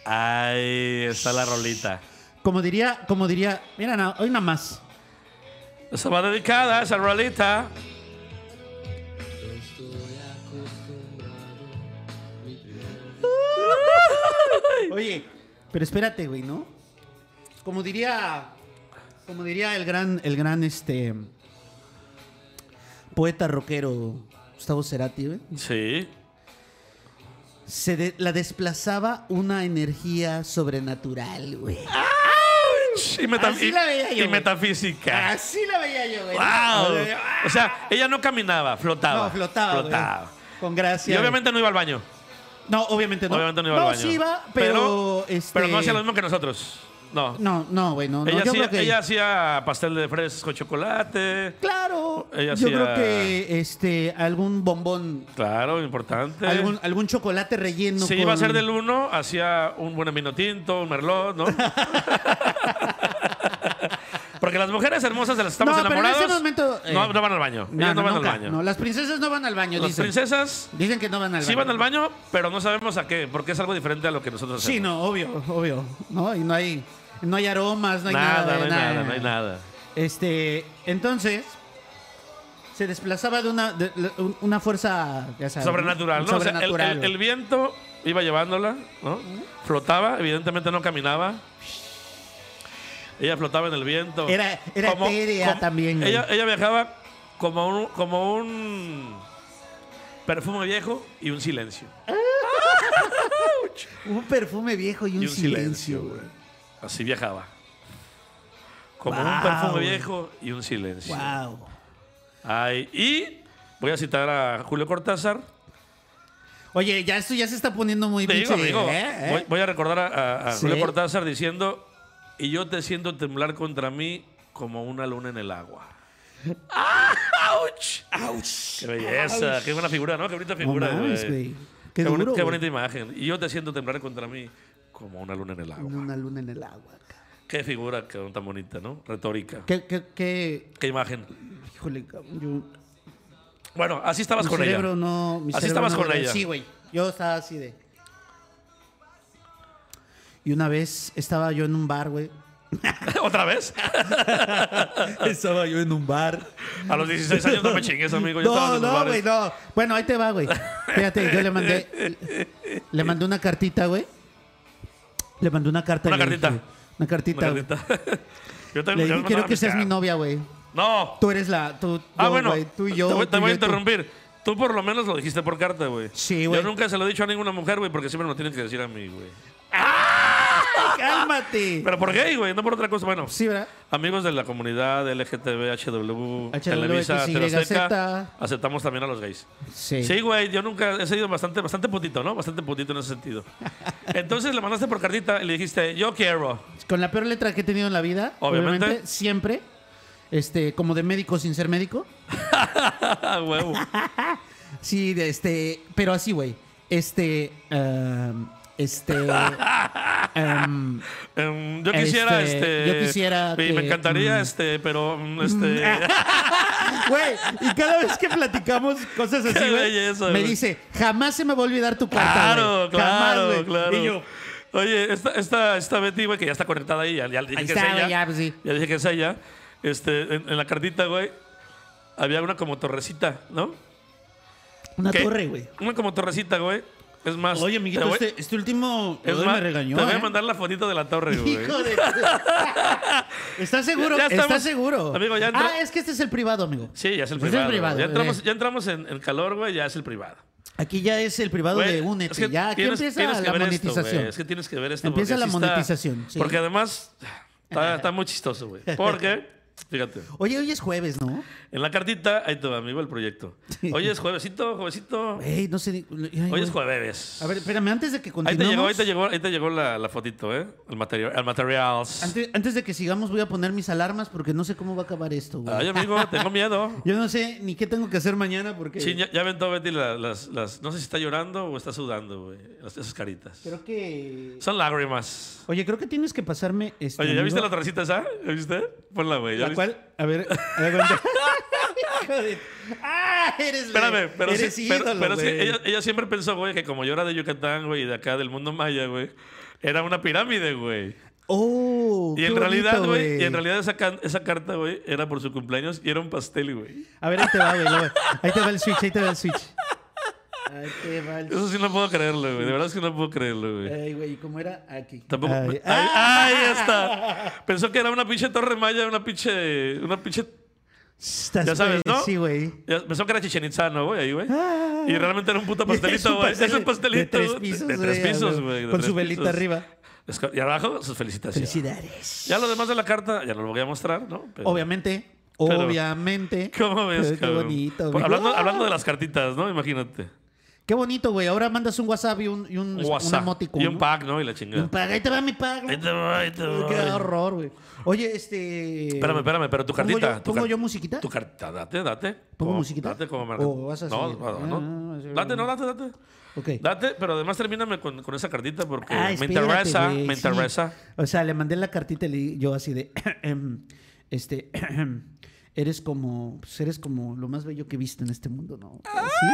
Speaker 1: Ahí está la rolita.
Speaker 2: Como diría, como diría, mira, na- hoy nada más.
Speaker 1: Esa va dedicada, esa rolita.
Speaker 2: Oye, pero espérate, güey, ¿no? Como diría, como diría el gran, el gran, este, poeta rockero Gustavo Cerati, güey.
Speaker 1: Sí.
Speaker 2: Se de- la desplazaba una energía sobrenatural, güey.
Speaker 1: Y, meta-
Speaker 2: Así
Speaker 1: y-
Speaker 2: la veía yo,
Speaker 1: y
Speaker 2: güey.
Speaker 1: metafísica.
Speaker 2: Así la veía yo, güey.
Speaker 1: ¡Wow!
Speaker 2: O sea,
Speaker 1: O sea, ella no caminaba, flotaba.
Speaker 2: No, flotaba. güey.
Speaker 1: Flotaba.
Speaker 2: Con
Speaker 1: Y
Speaker 2: gracia.
Speaker 1: obviamente no iba al baño.
Speaker 2: güey. No, obviamente no.
Speaker 1: Obviamente no iba al baño.
Speaker 2: sí iba, pero. este,
Speaker 1: pero no hacía lo mismo que nosotros. No.
Speaker 2: No, no, güey, no. no.
Speaker 1: ella, hacía,
Speaker 2: yo creo que.
Speaker 1: ella hacía pastel de fresco, chocolate.
Speaker 2: claro.
Speaker 1: ella
Speaker 2: yo
Speaker 1: hacía-
Speaker 2: creo que este, algún bombón.
Speaker 1: Claro, importante.
Speaker 2: Algún, algún chocolate relleno.
Speaker 1: si iba a
Speaker 2: con-
Speaker 1: ser del uno, hacía un buen vino tinto, un merlot, ¿no? Porque las mujeres hermosas de las que estamos
Speaker 2: No, pero en
Speaker 1: enamorados
Speaker 2: ese momento, eh,
Speaker 1: no, no van al baño.
Speaker 2: No,
Speaker 1: Ellas no,
Speaker 2: no,
Speaker 1: van
Speaker 2: nunca,
Speaker 1: al baño.
Speaker 2: no, las princesas no van al baño,
Speaker 1: las
Speaker 2: dicen.
Speaker 1: princesas
Speaker 2: Dicen que no van al baño.
Speaker 1: sí van al baño, pero no sabemos a qué, porque es algo diferente a lo que nosotros hacemos.
Speaker 2: Sí, no, obvio, obvio. No, y no hay, no hay aromas, no hay nada.
Speaker 1: nada, no hay
Speaker 2: nada,
Speaker 1: nada, no hay nada.
Speaker 2: Este, entonces se desplazaba de una de- de- un- una fuerza ya sabes, ¿no?
Speaker 1: Sobrenatural, ¿no? O sea, el-
Speaker 2: Sobrenatural,
Speaker 1: el,
Speaker 2: güey.
Speaker 1: el viento iba llevándola, ¿no? Flotaba, evidentemente no caminaba. Ella flotaba en el viento.
Speaker 2: Era- era etérea también, güey.
Speaker 1: Ella, ella viajaba como un, como un perfume viejo y un silencio.
Speaker 2: un perfume viejo y un,
Speaker 1: Y un silencio,
Speaker 2: silencio,
Speaker 1: güey.
Speaker 2: güey.
Speaker 1: Así viajaba. Como
Speaker 2: Wow,
Speaker 1: un perfume
Speaker 2: güey.
Speaker 1: viejo y un silencio.
Speaker 2: Wow.
Speaker 1: Ay, y voy a citar a Julio Cortázar.
Speaker 2: Oye, ya esto ya se está poniendo muy
Speaker 1: Te digo,
Speaker 2: pinche,
Speaker 1: amigo,
Speaker 2: ¿eh?
Speaker 1: Voy, voy a recordar a, a- a
Speaker 2: Sí.
Speaker 1: Julio Cortázar diciendo: Y yo te siento temblar contra mí como una luna en el agua. ¡Auch! ¡Qué belleza! ¡Qué buena figura, ¿no? ¡Qué bonita
Speaker 2: No
Speaker 1: figura,
Speaker 2: mames,
Speaker 1: güey!
Speaker 2: güey. Qué
Speaker 1: boni-
Speaker 2: duro,
Speaker 1: qué
Speaker 2: güey.
Speaker 1: bonita imagen. Y yo te siento temblar contra mí como una luna en el agua.
Speaker 2: Una luna en el agua. cabrón.
Speaker 1: Qué figura cabrón, tan bonita, ¿no? Retórica. ¿Qué,
Speaker 2: Qué qué qué
Speaker 1: imagen?
Speaker 2: híjole, cabrón, yo-
Speaker 1: Bueno, así estabas
Speaker 2: mi
Speaker 1: con
Speaker 2: cerebro
Speaker 1: ella.
Speaker 2: no, mi
Speaker 1: Así
Speaker 2: cerebro
Speaker 1: estabas
Speaker 2: no
Speaker 1: con
Speaker 2: era-
Speaker 1: ella.
Speaker 2: Sí, güey. Yo estaba así de Y una vez estaba yo en un bar, güey.
Speaker 1: ¿Otra vez?
Speaker 2: estaba yo en un bar.
Speaker 1: A los 16 años no me chingues, amigo. Yo estaba
Speaker 2: no,
Speaker 1: en los
Speaker 2: no,
Speaker 1: bares.
Speaker 2: güey, no. Bueno, ahí te va, güey. Fíjate, yo le mandé. Le mandé una cartita, güey. Le mandé una carta.
Speaker 1: Una
Speaker 2: y le dije,
Speaker 1: cartita.
Speaker 2: Una cartita.
Speaker 1: Una
Speaker 2: güey.
Speaker 1: cartita. yo
Speaker 2: Le
Speaker 1: también
Speaker 2: dije, quiero que seas mi novia, güey.
Speaker 1: No.
Speaker 2: Tú eres la. Tú,
Speaker 1: Ah,
Speaker 2: yo,
Speaker 1: bueno.
Speaker 2: güey, tú y yo.
Speaker 1: te voy,
Speaker 2: tú
Speaker 1: te
Speaker 2: y
Speaker 1: voy a
Speaker 2: yo, tú.
Speaker 1: interrumpir. Tú por lo menos lo dijiste por carta, güey.
Speaker 2: Sí, güey.
Speaker 1: Yo nunca se lo he dicho a ninguna mujer, güey, porque siempre me lo tienen que decir a mí, güey.
Speaker 2: cálmate.
Speaker 1: Pero por gay, güey, no por otra cosa. Bueno,
Speaker 2: Sí, ¿verdad?
Speaker 1: amigos de la comunidad LGTB, HW,
Speaker 2: HW,
Speaker 1: Televisa,
Speaker 2: XY,
Speaker 1: Teleseca,
Speaker 2: Z.
Speaker 1: aceptamos también a los gays.
Speaker 2: Sí.
Speaker 1: Sí, güey, yo nunca he sido bastante, bastante putito, ¿no? Bastante putito en ese sentido. Entonces le mandaste por cartita y le dijiste, yo quiero.
Speaker 2: Con la peor letra que he tenido en la vida.
Speaker 1: Obviamente.
Speaker 2: siempre. Este, como de médico sin ser médico.
Speaker 1: Ah, huevo.
Speaker 2: Sí, de este. Pero así, güey. Este. um, este. um,
Speaker 1: Em, yo quisiera, este,
Speaker 2: Este, yo quisiera
Speaker 1: y Me
Speaker 2: que-
Speaker 1: encantaría,
Speaker 2: mm. este,
Speaker 1: este, pero, mm, este...
Speaker 2: Güey, y cada vez que platicamos cosas
Speaker 1: Qué
Speaker 2: así, güey,
Speaker 1: belleza,
Speaker 2: me
Speaker 1: güey.
Speaker 2: dice, jamás se me va a olvidar tu carta,
Speaker 1: Claro,
Speaker 2: güey. Jamás,
Speaker 1: claro,
Speaker 2: güey".
Speaker 1: claro.
Speaker 2: Y yo,
Speaker 1: Oye, esta, esta, esta Betty, güey, que ya está conectada ahí, ya, ya dije
Speaker 2: Ahí
Speaker 1: que
Speaker 2: está,
Speaker 1: es ella.
Speaker 2: güey, ya, pues sí.
Speaker 1: Ya dije que es ella. Este, en, en la cartita, güey, había una como torrecita, ¿no?
Speaker 2: una
Speaker 1: ¿Qué?
Speaker 2: torre, güey.
Speaker 1: Una como torrecita, güey. Es más.
Speaker 2: Oye,
Speaker 1: te
Speaker 2: amiguito,
Speaker 1: voy-
Speaker 2: este, este último
Speaker 1: es
Speaker 2: hoy
Speaker 1: más,
Speaker 2: me regañó.
Speaker 1: Te voy
Speaker 2: ¿eh?
Speaker 1: a mandar la fotito de la torre, güey.
Speaker 2: Hijo de... ¿Estás seguro?
Speaker 1: Ya estamos-
Speaker 2: ¿Estás seguro?
Speaker 1: Amigo, ya entró-
Speaker 2: ah, es que este es el privado, amigo.
Speaker 1: Sí, ya es el
Speaker 2: Este
Speaker 1: privado.
Speaker 2: privado,
Speaker 1: ya entramos,
Speaker 2: güey.
Speaker 1: ya entramos en, en calor, güey, ya es el privado.
Speaker 2: Aquí ya es el privado
Speaker 1: Güey,
Speaker 2: de Únete.
Speaker 1: es que
Speaker 2: ya aquí
Speaker 1: tienes-
Speaker 2: empieza
Speaker 1: tienes que
Speaker 2: la
Speaker 1: ver esto,
Speaker 2: monetización.
Speaker 1: güey. es que tienes que ver esto.
Speaker 2: Empieza
Speaker 1: porque
Speaker 2: la
Speaker 1: sí está-
Speaker 2: monetización, sí.
Speaker 1: Porque además está, está muy chistoso, güey. Porque, fíjate,
Speaker 2: Oye, hoy es jueves, ¿no?
Speaker 1: en la cartita, ahí te va, amigo, el proyecto. Hoy es juevesito, juevesito.
Speaker 2: Ey, no sé. ni- ay,
Speaker 1: Hoy
Speaker 2: güey.
Speaker 1: es jueves.
Speaker 2: A ver, espérame, antes de que
Speaker 1: Ahí te
Speaker 2: continuemos.
Speaker 1: llegó, ahí te llegó, ahí te llegó la, la fotito, ¿eh? El material. El materials.
Speaker 2: Antes, antes de que sigamos, voy a poner mis alarmas porque no sé cómo va a acabar esto, güey.
Speaker 1: Ay, amigo, tengo miedo.
Speaker 2: Yo no sé ni qué tengo que hacer mañana porque.
Speaker 1: Sí, ya, ya aventó Betty la- las, las- No sé si está llorando o está sudando, güey. las- Esas caritas.
Speaker 2: Creo que.
Speaker 1: Son lágrimas.
Speaker 2: Oye, creo que tienes que pasarme este.
Speaker 1: Oye, ¿ya
Speaker 2: amigo,
Speaker 1: viste la torrecita esa? ¿Ya viste? Ponla, güey. ¿ya
Speaker 2: La
Speaker 1: viste?
Speaker 2: cual. A ver, a ver, cuenta. Hijo de- ¡Ah! Eres.
Speaker 1: Espérame, pero
Speaker 2: eres
Speaker 1: sí,
Speaker 2: ídolo,
Speaker 1: pero, pero sí,
Speaker 2: güey.
Speaker 1: ella, ella siempre pensó, güey, que como yo era de Yucatán, güey, y de acá del mundo maya, güey, era una pirámide, güey.
Speaker 2: Oh,
Speaker 1: Y
Speaker 2: qué
Speaker 1: en realidad,
Speaker 2: bonito,
Speaker 1: güey, y en realidad esa, can- esa carta, güey, era por su cumpleaños y era un pastel, güey.
Speaker 2: A ver, ahí te va, güey. lo- Ahí te va el switch, ahí te va el switch. Ahí te va el
Speaker 1: Eso sí no puedo creerlo, güey. De verdad es que no puedo creerlo, güey.
Speaker 2: Ay, güey, ¿y ¿cómo era? Aquí.
Speaker 1: Tampoco.
Speaker 2: Ay,
Speaker 1: Ahí,
Speaker 2: ah,
Speaker 1: ahí está. Pensó que era una pinche torre maya, una pinche. Una pinche.
Speaker 2: estás,
Speaker 1: ya sabes,
Speaker 2: güey,
Speaker 1: ¿no?
Speaker 2: Sí, güey.
Speaker 1: ya- Pensó que era Chichen Itza, ¿no, güey? Ahí, güey.
Speaker 2: Ah.
Speaker 1: Y realmente era un puto
Speaker 2: Es
Speaker 1: pastelito,
Speaker 2: un
Speaker 1: güey. Es
Speaker 2: pastel
Speaker 1: un pastelito.
Speaker 2: De tres
Speaker 1: güey,
Speaker 2: pisos,
Speaker 1: de tres
Speaker 2: güey,
Speaker 1: pisos,
Speaker 2: ah,
Speaker 1: güey. de
Speaker 2: Con
Speaker 1: tres
Speaker 2: su velita
Speaker 1: pisos.
Speaker 2: arriba.
Speaker 1: Es co- Y abajo, sus felicitaciones.
Speaker 2: Felicidades.
Speaker 1: Ya lo demás de la carta, ya no lo voy a mostrar, ¿no? Pero-
Speaker 2: Obviamente.
Speaker 1: Pero-
Speaker 2: obviamente.
Speaker 1: ¿Cómo ves,
Speaker 2: Pero Qué
Speaker 1: cabrón?
Speaker 2: bonito,
Speaker 1: Por-
Speaker 2: güey.
Speaker 1: hablando,
Speaker 2: ¡Ah!
Speaker 1: hablando de las cartitas, ¿no? Imagínate.
Speaker 2: Qué bonito, güey. Ahora mandas un WhatsApp y un, y un, un
Speaker 1: WhatsApp.
Speaker 2: emoticon,
Speaker 1: y un
Speaker 2: ¿no?
Speaker 1: pack, ¿no? Y la
Speaker 2: Y un
Speaker 1: chingada.
Speaker 2: pack. Ahí te va mi pack.
Speaker 1: Ahí te va, ahí te va.
Speaker 2: Qué horror, güey. Oye, este.
Speaker 1: Espérame, espérame, pero tu
Speaker 2: ¿pongo
Speaker 1: cartita.
Speaker 2: yo-
Speaker 1: tu
Speaker 2: ¿Pongo
Speaker 1: car-
Speaker 2: yo musiquita?
Speaker 1: Tu cartita, date, date.
Speaker 2: ¿Pongo
Speaker 1: Como-
Speaker 2: musiquita?
Speaker 1: Date como marca.
Speaker 2: ¿O vas a
Speaker 1: no,
Speaker 2: seguir?
Speaker 1: no,
Speaker 2: Ah,
Speaker 1: no.
Speaker 2: no, no,
Speaker 1: Date, no, date, date.
Speaker 2: Ok.
Speaker 1: Date, pero además termíname con, con esa cartita porque
Speaker 2: Ah,
Speaker 1: me
Speaker 2: espérate,
Speaker 1: interesa,
Speaker 2: güey,
Speaker 1: me
Speaker 2: sí.
Speaker 1: interesa.
Speaker 2: O sea, le mandé la cartita y le di- yo así de em, este eres como pues, eres como lo más bello que he visto en este mundo, ¿no?
Speaker 1: Ah.
Speaker 2: Sí.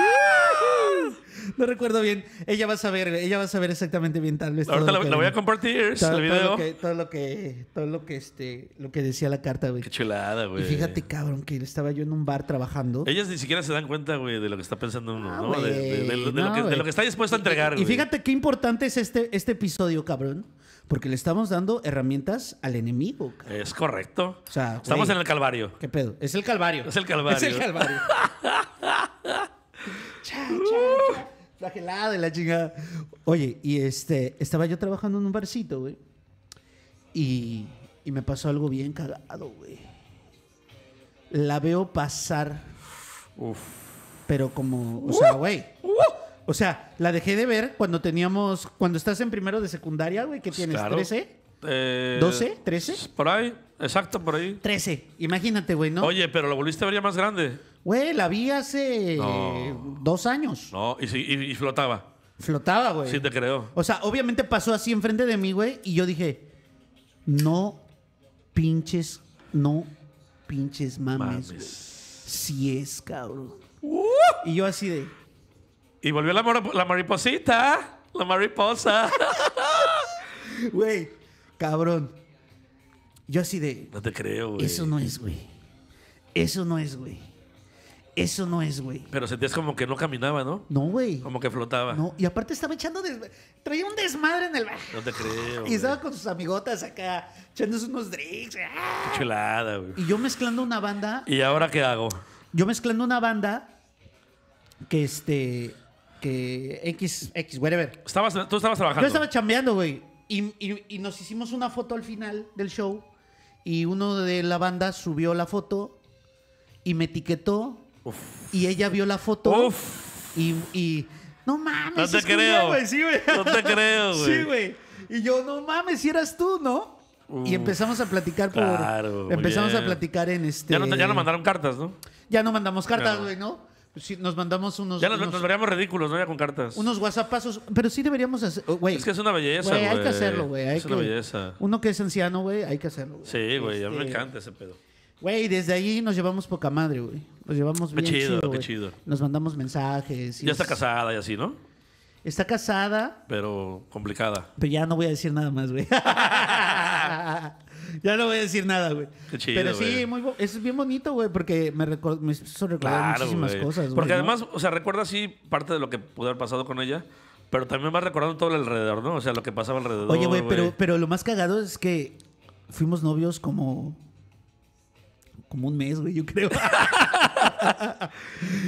Speaker 2: No recuerdo bien. Ella va a saber, güey, ella va a saber exactamente bien tal vez. todo
Speaker 1: Ahorita
Speaker 2: lo
Speaker 1: la,
Speaker 2: que-
Speaker 1: la voy a compartir,
Speaker 2: todo-
Speaker 1: el
Speaker 2: Todo
Speaker 1: video.
Speaker 2: lo que todo lo que todo lo que, este lo que decía la carta, güey.
Speaker 1: Qué chulada,
Speaker 2: Y
Speaker 1: güey.
Speaker 2: fíjate, cabrón, que estaba yo en un bar trabajando.
Speaker 1: Ellas ni siquiera se dan cuenta, güey, de lo que está pensando uno,
Speaker 2: Ah,
Speaker 1: ¿no? De, de- de- de lo- de
Speaker 2: güey,
Speaker 1: lo
Speaker 2: no,
Speaker 1: que, de
Speaker 2: güey.
Speaker 1: lo que está dispuesto a entregar,
Speaker 2: Y-
Speaker 1: güey.
Speaker 2: Y fíjate qué importante es este, este episodio, cabrón. Porque le estamos dando herramientas al enemigo, cabrón.
Speaker 1: Es correcto.
Speaker 2: O sea,
Speaker 1: Estamos
Speaker 2: güey.
Speaker 1: en el Calvario.
Speaker 2: ¿Qué pedo? Es el calvario.
Speaker 1: Es el calvario.
Speaker 2: Es el calvario. cha, cha, cha. Flagelado y la chingada. Oye, y este, estaba yo trabajando en un barcito, güey. Y, y me pasó algo bien cagado, güey. La veo pasar,
Speaker 1: Uf.
Speaker 2: pero como, o sea, güey. O sea, la dejé de ver cuando teníamos, cuando estás en primero de secundaria, güey, que tienes
Speaker 1: Pues Claro.
Speaker 2: 13.
Speaker 1: Eh,
Speaker 2: 12, 13.
Speaker 1: Por ahí, exacto, por ahí.
Speaker 2: 13, imagínate, güey, ¿no?
Speaker 1: Oye, pero lo volviste a ver ya más grande.
Speaker 2: Güey, la vi hace
Speaker 1: No.
Speaker 2: dos años.
Speaker 1: No, y, sí- y- y flotaba.
Speaker 2: Flotaba, güey.
Speaker 1: Sí, te creo.
Speaker 2: O sea, obviamente pasó así enfrente de mí, güey, y yo dije, no pinches, no pinches mames, güey.
Speaker 1: Mames. Uh.
Speaker 2: Si es, cabrón. Y yo así de,
Speaker 1: Y volvió la, mora- la mariposita. La mariposa.
Speaker 2: güey, cabrón. Yo así de,
Speaker 1: no te creo, güey.
Speaker 2: eso no es, güey. Eso no es, güey. Eso no es, güey.
Speaker 1: Pero sentías como que no caminaba, ¿no?
Speaker 2: No, güey.
Speaker 1: Como que flotaba. No,
Speaker 2: No, y aparte estaba echando des- traía un desmadre en el bar.
Speaker 1: te creo.
Speaker 2: Y
Speaker 1: güey.
Speaker 2: estaba con sus amigotas acá, echándose unos drinks. ¡ah!
Speaker 1: Qué chulada, güey.
Speaker 2: Y yo mezclando una banda
Speaker 1: ¿Y ahora qué hago?
Speaker 2: yo mezclando una banda que este que X X whatever.
Speaker 1: Estabas, tú estabas trabajando.
Speaker 2: Yo estaba chambeando, güey, Y, y- y nos hicimos una foto al final del show. Y uno de la banda subió la foto y me etiquetó. Y ella vio la foto.
Speaker 1: Uf.
Speaker 2: Y, y, no mames.
Speaker 1: No te
Speaker 2: es que un
Speaker 1: creo.
Speaker 2: día, güey, sí, güey.
Speaker 1: No te creo, güey.
Speaker 2: Sí, güey. Y yo, no mames, si eras tú, ¿no?
Speaker 1: Uf,
Speaker 2: y empezamos a platicar por.
Speaker 1: claro, muy
Speaker 2: empezamos
Speaker 1: bien.
Speaker 2: a platicar en este.
Speaker 1: Ya, no, te- ya no mandaron cartas, ¿no?
Speaker 2: Ya no mandamos cartas,
Speaker 1: Ya.
Speaker 2: güey, ¿no? Sí, nos mandamos unos.
Speaker 1: Ya nos,
Speaker 2: unos-
Speaker 1: nos veríamos ridículos, ¿no? Ya con cartas.
Speaker 2: unos WhatsAppazos, pero sí deberíamos hacer, oh, güey.
Speaker 1: Es que es una belleza,
Speaker 2: Güey,
Speaker 1: güey.
Speaker 2: hay que hacerlo, güey. hay
Speaker 1: Es una
Speaker 2: que-
Speaker 1: belleza.
Speaker 2: Uno que es anciano, güey, hay que hacerlo.
Speaker 1: Sí, güey. A mí me
Speaker 2: Este,
Speaker 1: encanta ese pedo.
Speaker 2: Güey, desde ahí nos llevamos poca madre, güey. Nos llevamos
Speaker 1: Qué
Speaker 2: bien
Speaker 1: chido, qué
Speaker 2: güey.
Speaker 1: chido.
Speaker 2: Nos mandamos mensajes. y
Speaker 1: Ya está
Speaker 2: es-
Speaker 1: casada y así, ¿no?
Speaker 2: Está casada,
Speaker 1: Pero complicada.
Speaker 2: pero ya no voy a decir nada más, güey. ya no voy a decir nada, güey.
Speaker 1: Qué chido,
Speaker 2: Pero sí,
Speaker 1: güey.
Speaker 2: muy bo- es bien bonito, güey, porque me, recor- me hizo recordar muchísimas
Speaker 1: güey.
Speaker 2: cosas, güey.
Speaker 1: Porque
Speaker 2: ¿no?
Speaker 1: además, o sea, recuerda sí parte de lo que pudo haber pasado con ella, pero también vas recordando todo el alrededor, ¿no? O sea, lo que pasaba alrededor.
Speaker 2: Oye, güey, pero, pero lo más cagado es que fuimos novios como. Como un mes, güey, yo creo.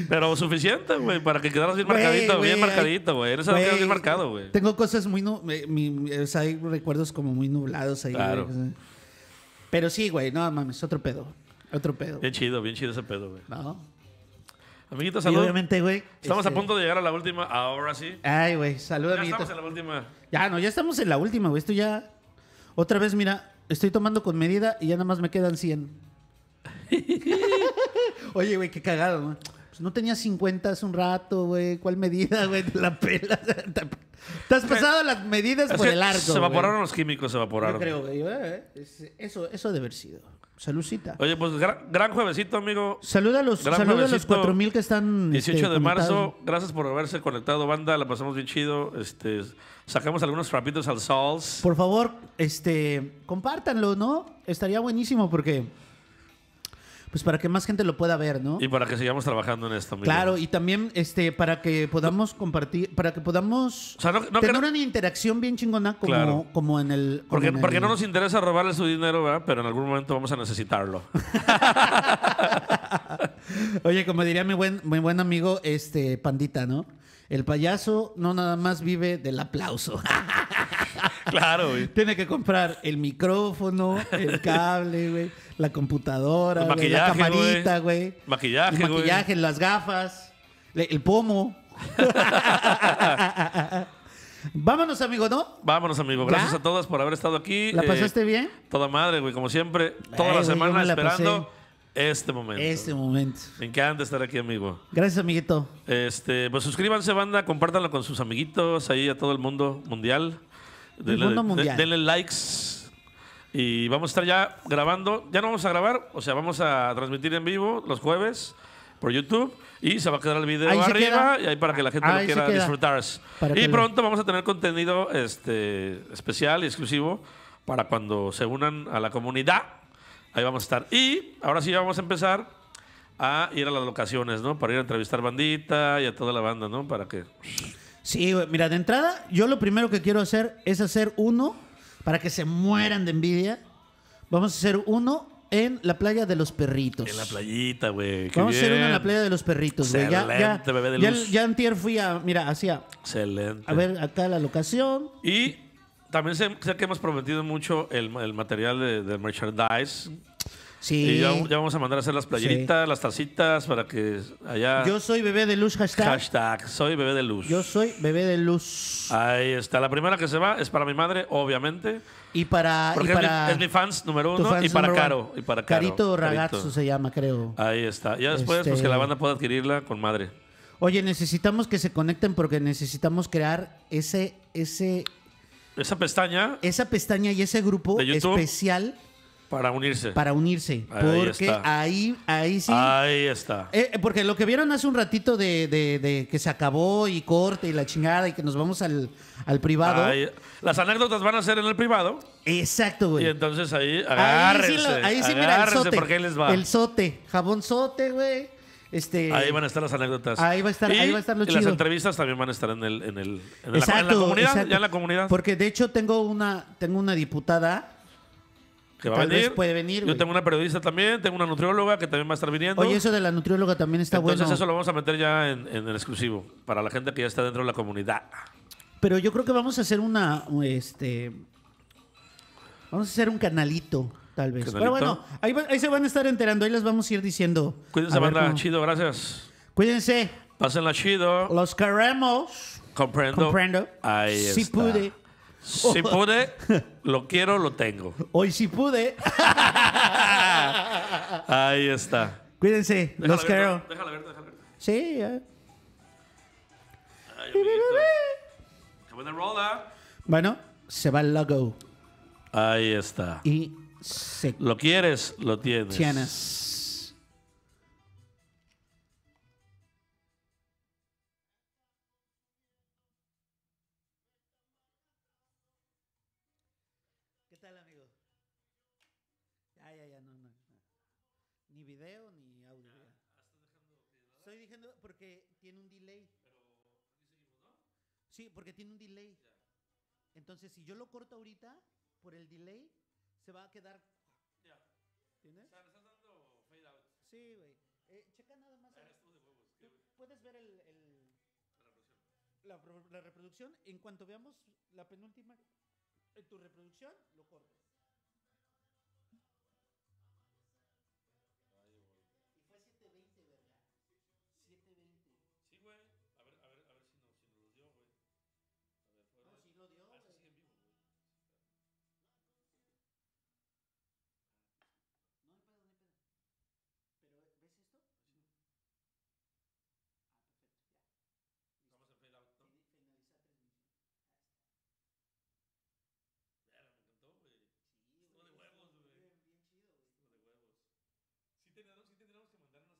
Speaker 1: Pero suficiente, güey, para que quedaras bien
Speaker 2: Güey,
Speaker 1: marcadito,
Speaker 2: güey,
Speaker 1: bien
Speaker 2: ay,
Speaker 1: marcadito, güey. Eres algo que
Speaker 2: güey,
Speaker 1: quedas bien marcado, güey.
Speaker 2: Tengo cosas muy. nu- eh, mi- mi- o sea, hay recuerdos como muy nublados ahí.
Speaker 1: Claro.
Speaker 2: güey. Pero sí, güey, no mames, otro pedo. Otro pedo.
Speaker 1: Bien chido, bien chido ese pedo, güey.
Speaker 2: ¿No?
Speaker 1: Amiguitos,
Speaker 2: Y
Speaker 1: salud.
Speaker 2: obviamente, güey.
Speaker 1: Estamos
Speaker 2: este-
Speaker 1: a punto de llegar a la última, ahora sí.
Speaker 2: Ay, güey, salud,
Speaker 1: Ya estamos
Speaker 2: amiguito.
Speaker 1: en la última.
Speaker 2: Ya, no, ya estamos en la última, güey. Esto ya. Otra vez, mira, estoy tomando con medida y ya nada más me quedan 100. Oye, güey, qué cagado, güey. Pues no tenía 50 hace un rato, güey. ¿Cuál medida, güey? Te la pelas. Te has pasado las medidas
Speaker 1: Es
Speaker 2: Pues por
Speaker 1: que
Speaker 2: el arco.
Speaker 1: se
Speaker 2: güey.
Speaker 1: evaporaron los químicos, se evaporaron.
Speaker 2: Yo creo, güey. eh, es- Eso, eso debe haber sido. Salucita.
Speaker 1: Oye, pues gran, gran juevesito, amigo.
Speaker 2: Saluda a los,
Speaker 1: gran
Speaker 2: saluda a los
Speaker 1: juevesito.
Speaker 2: 4000 que están.
Speaker 1: 18
Speaker 2: este,
Speaker 1: de marzo,
Speaker 2: conectados.
Speaker 1: gracias por haberse conectado, banda. La pasamos bien chido. Este, sacamos algunos trapitos al sol.
Speaker 2: Por favor, este, compártanlo, ¿no? Estaría buenísimo porque. Pues para que más gente lo pueda ver, ¿no?
Speaker 1: Y para que sigamos trabajando en esto, amigo.
Speaker 2: Claro, y también este para que podamos compartir, para que podamos
Speaker 1: O sea, no- no
Speaker 2: tener
Speaker 1: creo-
Speaker 2: una interacción bien chingona como,
Speaker 1: Claro.
Speaker 2: como en el. como
Speaker 1: Porque,
Speaker 2: en
Speaker 1: porque
Speaker 2: el-
Speaker 1: no nos interesa robarle su dinero, ¿verdad? Pero en algún momento vamos a necesitarlo.
Speaker 2: Oye, como diría mi buen, mi buen amigo, este pandita, ¿no? El payaso no nada más vive del aplauso. Ah,
Speaker 1: claro, güey.
Speaker 2: Tiene que comprar el micrófono, el cable, güey, la computadora,
Speaker 1: El
Speaker 2: güey, la
Speaker 1: maquillaje, güey.
Speaker 2: camarita, güey.
Speaker 1: Maquillaje,
Speaker 2: El
Speaker 1: güey.
Speaker 2: maquillaje, las gafas, le- el pomo. Vámonos, amigo, ¿no?
Speaker 1: Vámonos, amigo. Gracias
Speaker 2: ¿Ya?
Speaker 1: a todas por haber estado aquí.
Speaker 2: ¿La
Speaker 1: Eh,
Speaker 2: pasaste bien?
Speaker 1: Toda madre, güey. Como siempre, toda
Speaker 2: Ay,
Speaker 1: la
Speaker 2: güey, yo
Speaker 1: semana
Speaker 2: me la
Speaker 1: esperando este momento.
Speaker 2: Este momento.
Speaker 1: Me encanta estar aquí, amigo.
Speaker 2: Gracias, amiguito.
Speaker 1: Este, pues suscríbanse, banda, compártanlo con sus amiguitos, ahí a todo el mundo mundial.
Speaker 2: mundo mundial.
Speaker 1: denle likes. Y vamos a estar ya grabando. Ya no vamos a grabar, o sea, vamos a transmitir en vivo los jueves por YouTube. Y se va a quedar el video
Speaker 2: Ahí se
Speaker 1: arriba
Speaker 2: queda.
Speaker 1: y ahí para que la gente
Speaker 2: Ahí
Speaker 1: lo
Speaker 2: se
Speaker 1: quiera
Speaker 2: queda.
Speaker 1: disfrutar.
Speaker 2: Para
Speaker 1: Y
Speaker 2: que lo-
Speaker 1: pronto vamos a tener contenido este, especial y exclusivo para cuando se unan a la comunidad. Ahí vamos a estar. Y ahora sí ya vamos a empezar a ir a las locaciones, ¿no? Para ir a entrevistar bandita y a toda la banda, ¿no? Para que...
Speaker 2: Sí, güey. Mira, de entrada, yo lo primero que quiero hacer es hacer uno para que se mueran de envidia. Vamos a hacer uno en la playa de los perritos.
Speaker 1: En la playita, güey. qué
Speaker 2: Vamos a hacer uno en
Speaker 1: bien.
Speaker 2: la playa de los perritos, güey. Ya, ya,
Speaker 1: Excelente, bebé de
Speaker 2: ya-
Speaker 1: luz.
Speaker 2: ya antier fui a, mira, hacia,
Speaker 1: Excelente.
Speaker 2: a ver acá la locación.
Speaker 1: Y también sé, sé que hemos prometido mucho el, ma- el material de, del merchandise.
Speaker 2: Sí.
Speaker 1: Y ya,
Speaker 2: Yo,
Speaker 1: ya vamos a mandar a hacer las playeritas, las tacitas, para que allá...
Speaker 2: soy bebé de luz, hashtag.
Speaker 1: Hashtag, soy bebé de luz.
Speaker 2: Yo soy bebé de luz.
Speaker 1: Ahí está. La primera que se va es para mi madre, obviamente.
Speaker 2: Y para, Ah, y
Speaker 1: Porque es mi-
Speaker 2: para
Speaker 1: es, mi, fans número
Speaker 2: tu
Speaker 1: uno.
Speaker 2: fans
Speaker 1: y para
Speaker 2: number
Speaker 1: Caro.
Speaker 2: one.
Speaker 1: Y para Caro.
Speaker 2: Carito Ragazzo
Speaker 1: Carito. Ah.
Speaker 2: se llama, creo.
Speaker 1: Ahí está. Ya después, pues
Speaker 2: Este-
Speaker 1: que la banda pueda adquirirla con madre.
Speaker 2: Oye, necesitamos que se conecten porque necesitamos crear ese, ese,
Speaker 1: Esa pestaña
Speaker 2: esa pestaña y ese grupo
Speaker 1: ¿De YouTube?
Speaker 2: especial
Speaker 1: para unirse.
Speaker 2: para unirse.
Speaker 1: Ahí
Speaker 2: porque
Speaker 1: está. Ah.
Speaker 2: ahí, ahí sí.
Speaker 1: Ahí está.
Speaker 2: Eh, eh, porque lo que vieron hace un ratito de, de- de que se acabó y corte y la chingada y que nos vamos al, al privado.
Speaker 1: Ahí- Las anécdotas van a ser en el privado.
Speaker 2: Exacto, güey.
Speaker 1: Y entonces ahí
Speaker 2: Ahí
Speaker 1: agárrense.
Speaker 2: sí, lo- ahí sí, mira, el
Speaker 1: agárrense,
Speaker 2: sote.
Speaker 1: porque ahí les va.
Speaker 2: El sote, jabón sote, güey. Este,
Speaker 1: Ahí van a estar las anécdotas.
Speaker 2: Ahí va a estar-
Speaker 1: Y
Speaker 2: ahí va a estar lo
Speaker 1: y las
Speaker 2: chido.
Speaker 1: entrevistas también van a estar en, el, en, el, en la- en la,
Speaker 2: Exacto,
Speaker 1: comunidad.
Speaker 2: exacto.
Speaker 1: Ya en la comunidad.
Speaker 2: Porque de hecho tengo una, tengo una diputada
Speaker 1: que va a
Speaker 2: tal
Speaker 1: venir.
Speaker 2: vez puede venir,
Speaker 1: Yo
Speaker 2: güey.
Speaker 1: tengo una periodista también. Tengo una nutrióloga que también va a estar viniendo.
Speaker 2: Oye, eso de la nutrióloga también está
Speaker 1: entonces
Speaker 2: bueno.
Speaker 1: eso lo vamos a meter ya en, en el exclusivo. Para la gente que ya está dentro de la comunidad.
Speaker 2: Pero yo creo que vamos a hacer una, este, Vamos a hacer un canalito, tal vez.
Speaker 1: ¿Canalito?
Speaker 2: Pero bueno, ahí, va- ahí se van a estar enterando. Ahí les vamos a ir diciendo.
Speaker 1: Cuídense,
Speaker 2: a ver
Speaker 1: banda.
Speaker 2: cómo-
Speaker 1: Chido, gracias.
Speaker 2: Cuídense.
Speaker 1: Pásenla chido.
Speaker 2: Los queremos.
Speaker 1: Comprendo.
Speaker 2: Comprendo.
Speaker 1: Ahí
Speaker 2: Si
Speaker 1: está.
Speaker 2: pude.
Speaker 1: Si pude, lo quiero, lo tengo.
Speaker 2: Hoy sí pude.
Speaker 1: Ahí está.
Speaker 2: Cuídense.
Speaker 1: Déjala
Speaker 2: los
Speaker 1: ver,
Speaker 2: quiero.
Speaker 1: Déjala ver, déjala ver.
Speaker 2: Sí. eh.
Speaker 1: Ay, amiguito. Qué buena rola.
Speaker 2: Bueno, se va el logo.
Speaker 1: Ahí está.
Speaker 2: Y se
Speaker 1: Lo quieres, lo tienes.
Speaker 2: chianas. ¿Qué tal, amigo? Ya, ya, ya, no, no. no. Ni video ni audio. Estoy diciendo porque tiene un delay. Sí, porque tiene un delay. Entonces, si yo lo corto ahorita, por el delay, se va a quedar. ¿Entiendes? Sí, güey. Eh, checa nada más. el- tú Puedes ver el. el- la, pro- la eh, reproducción. En cuanto veamos la penúltima en tu reproducción, lo cortas.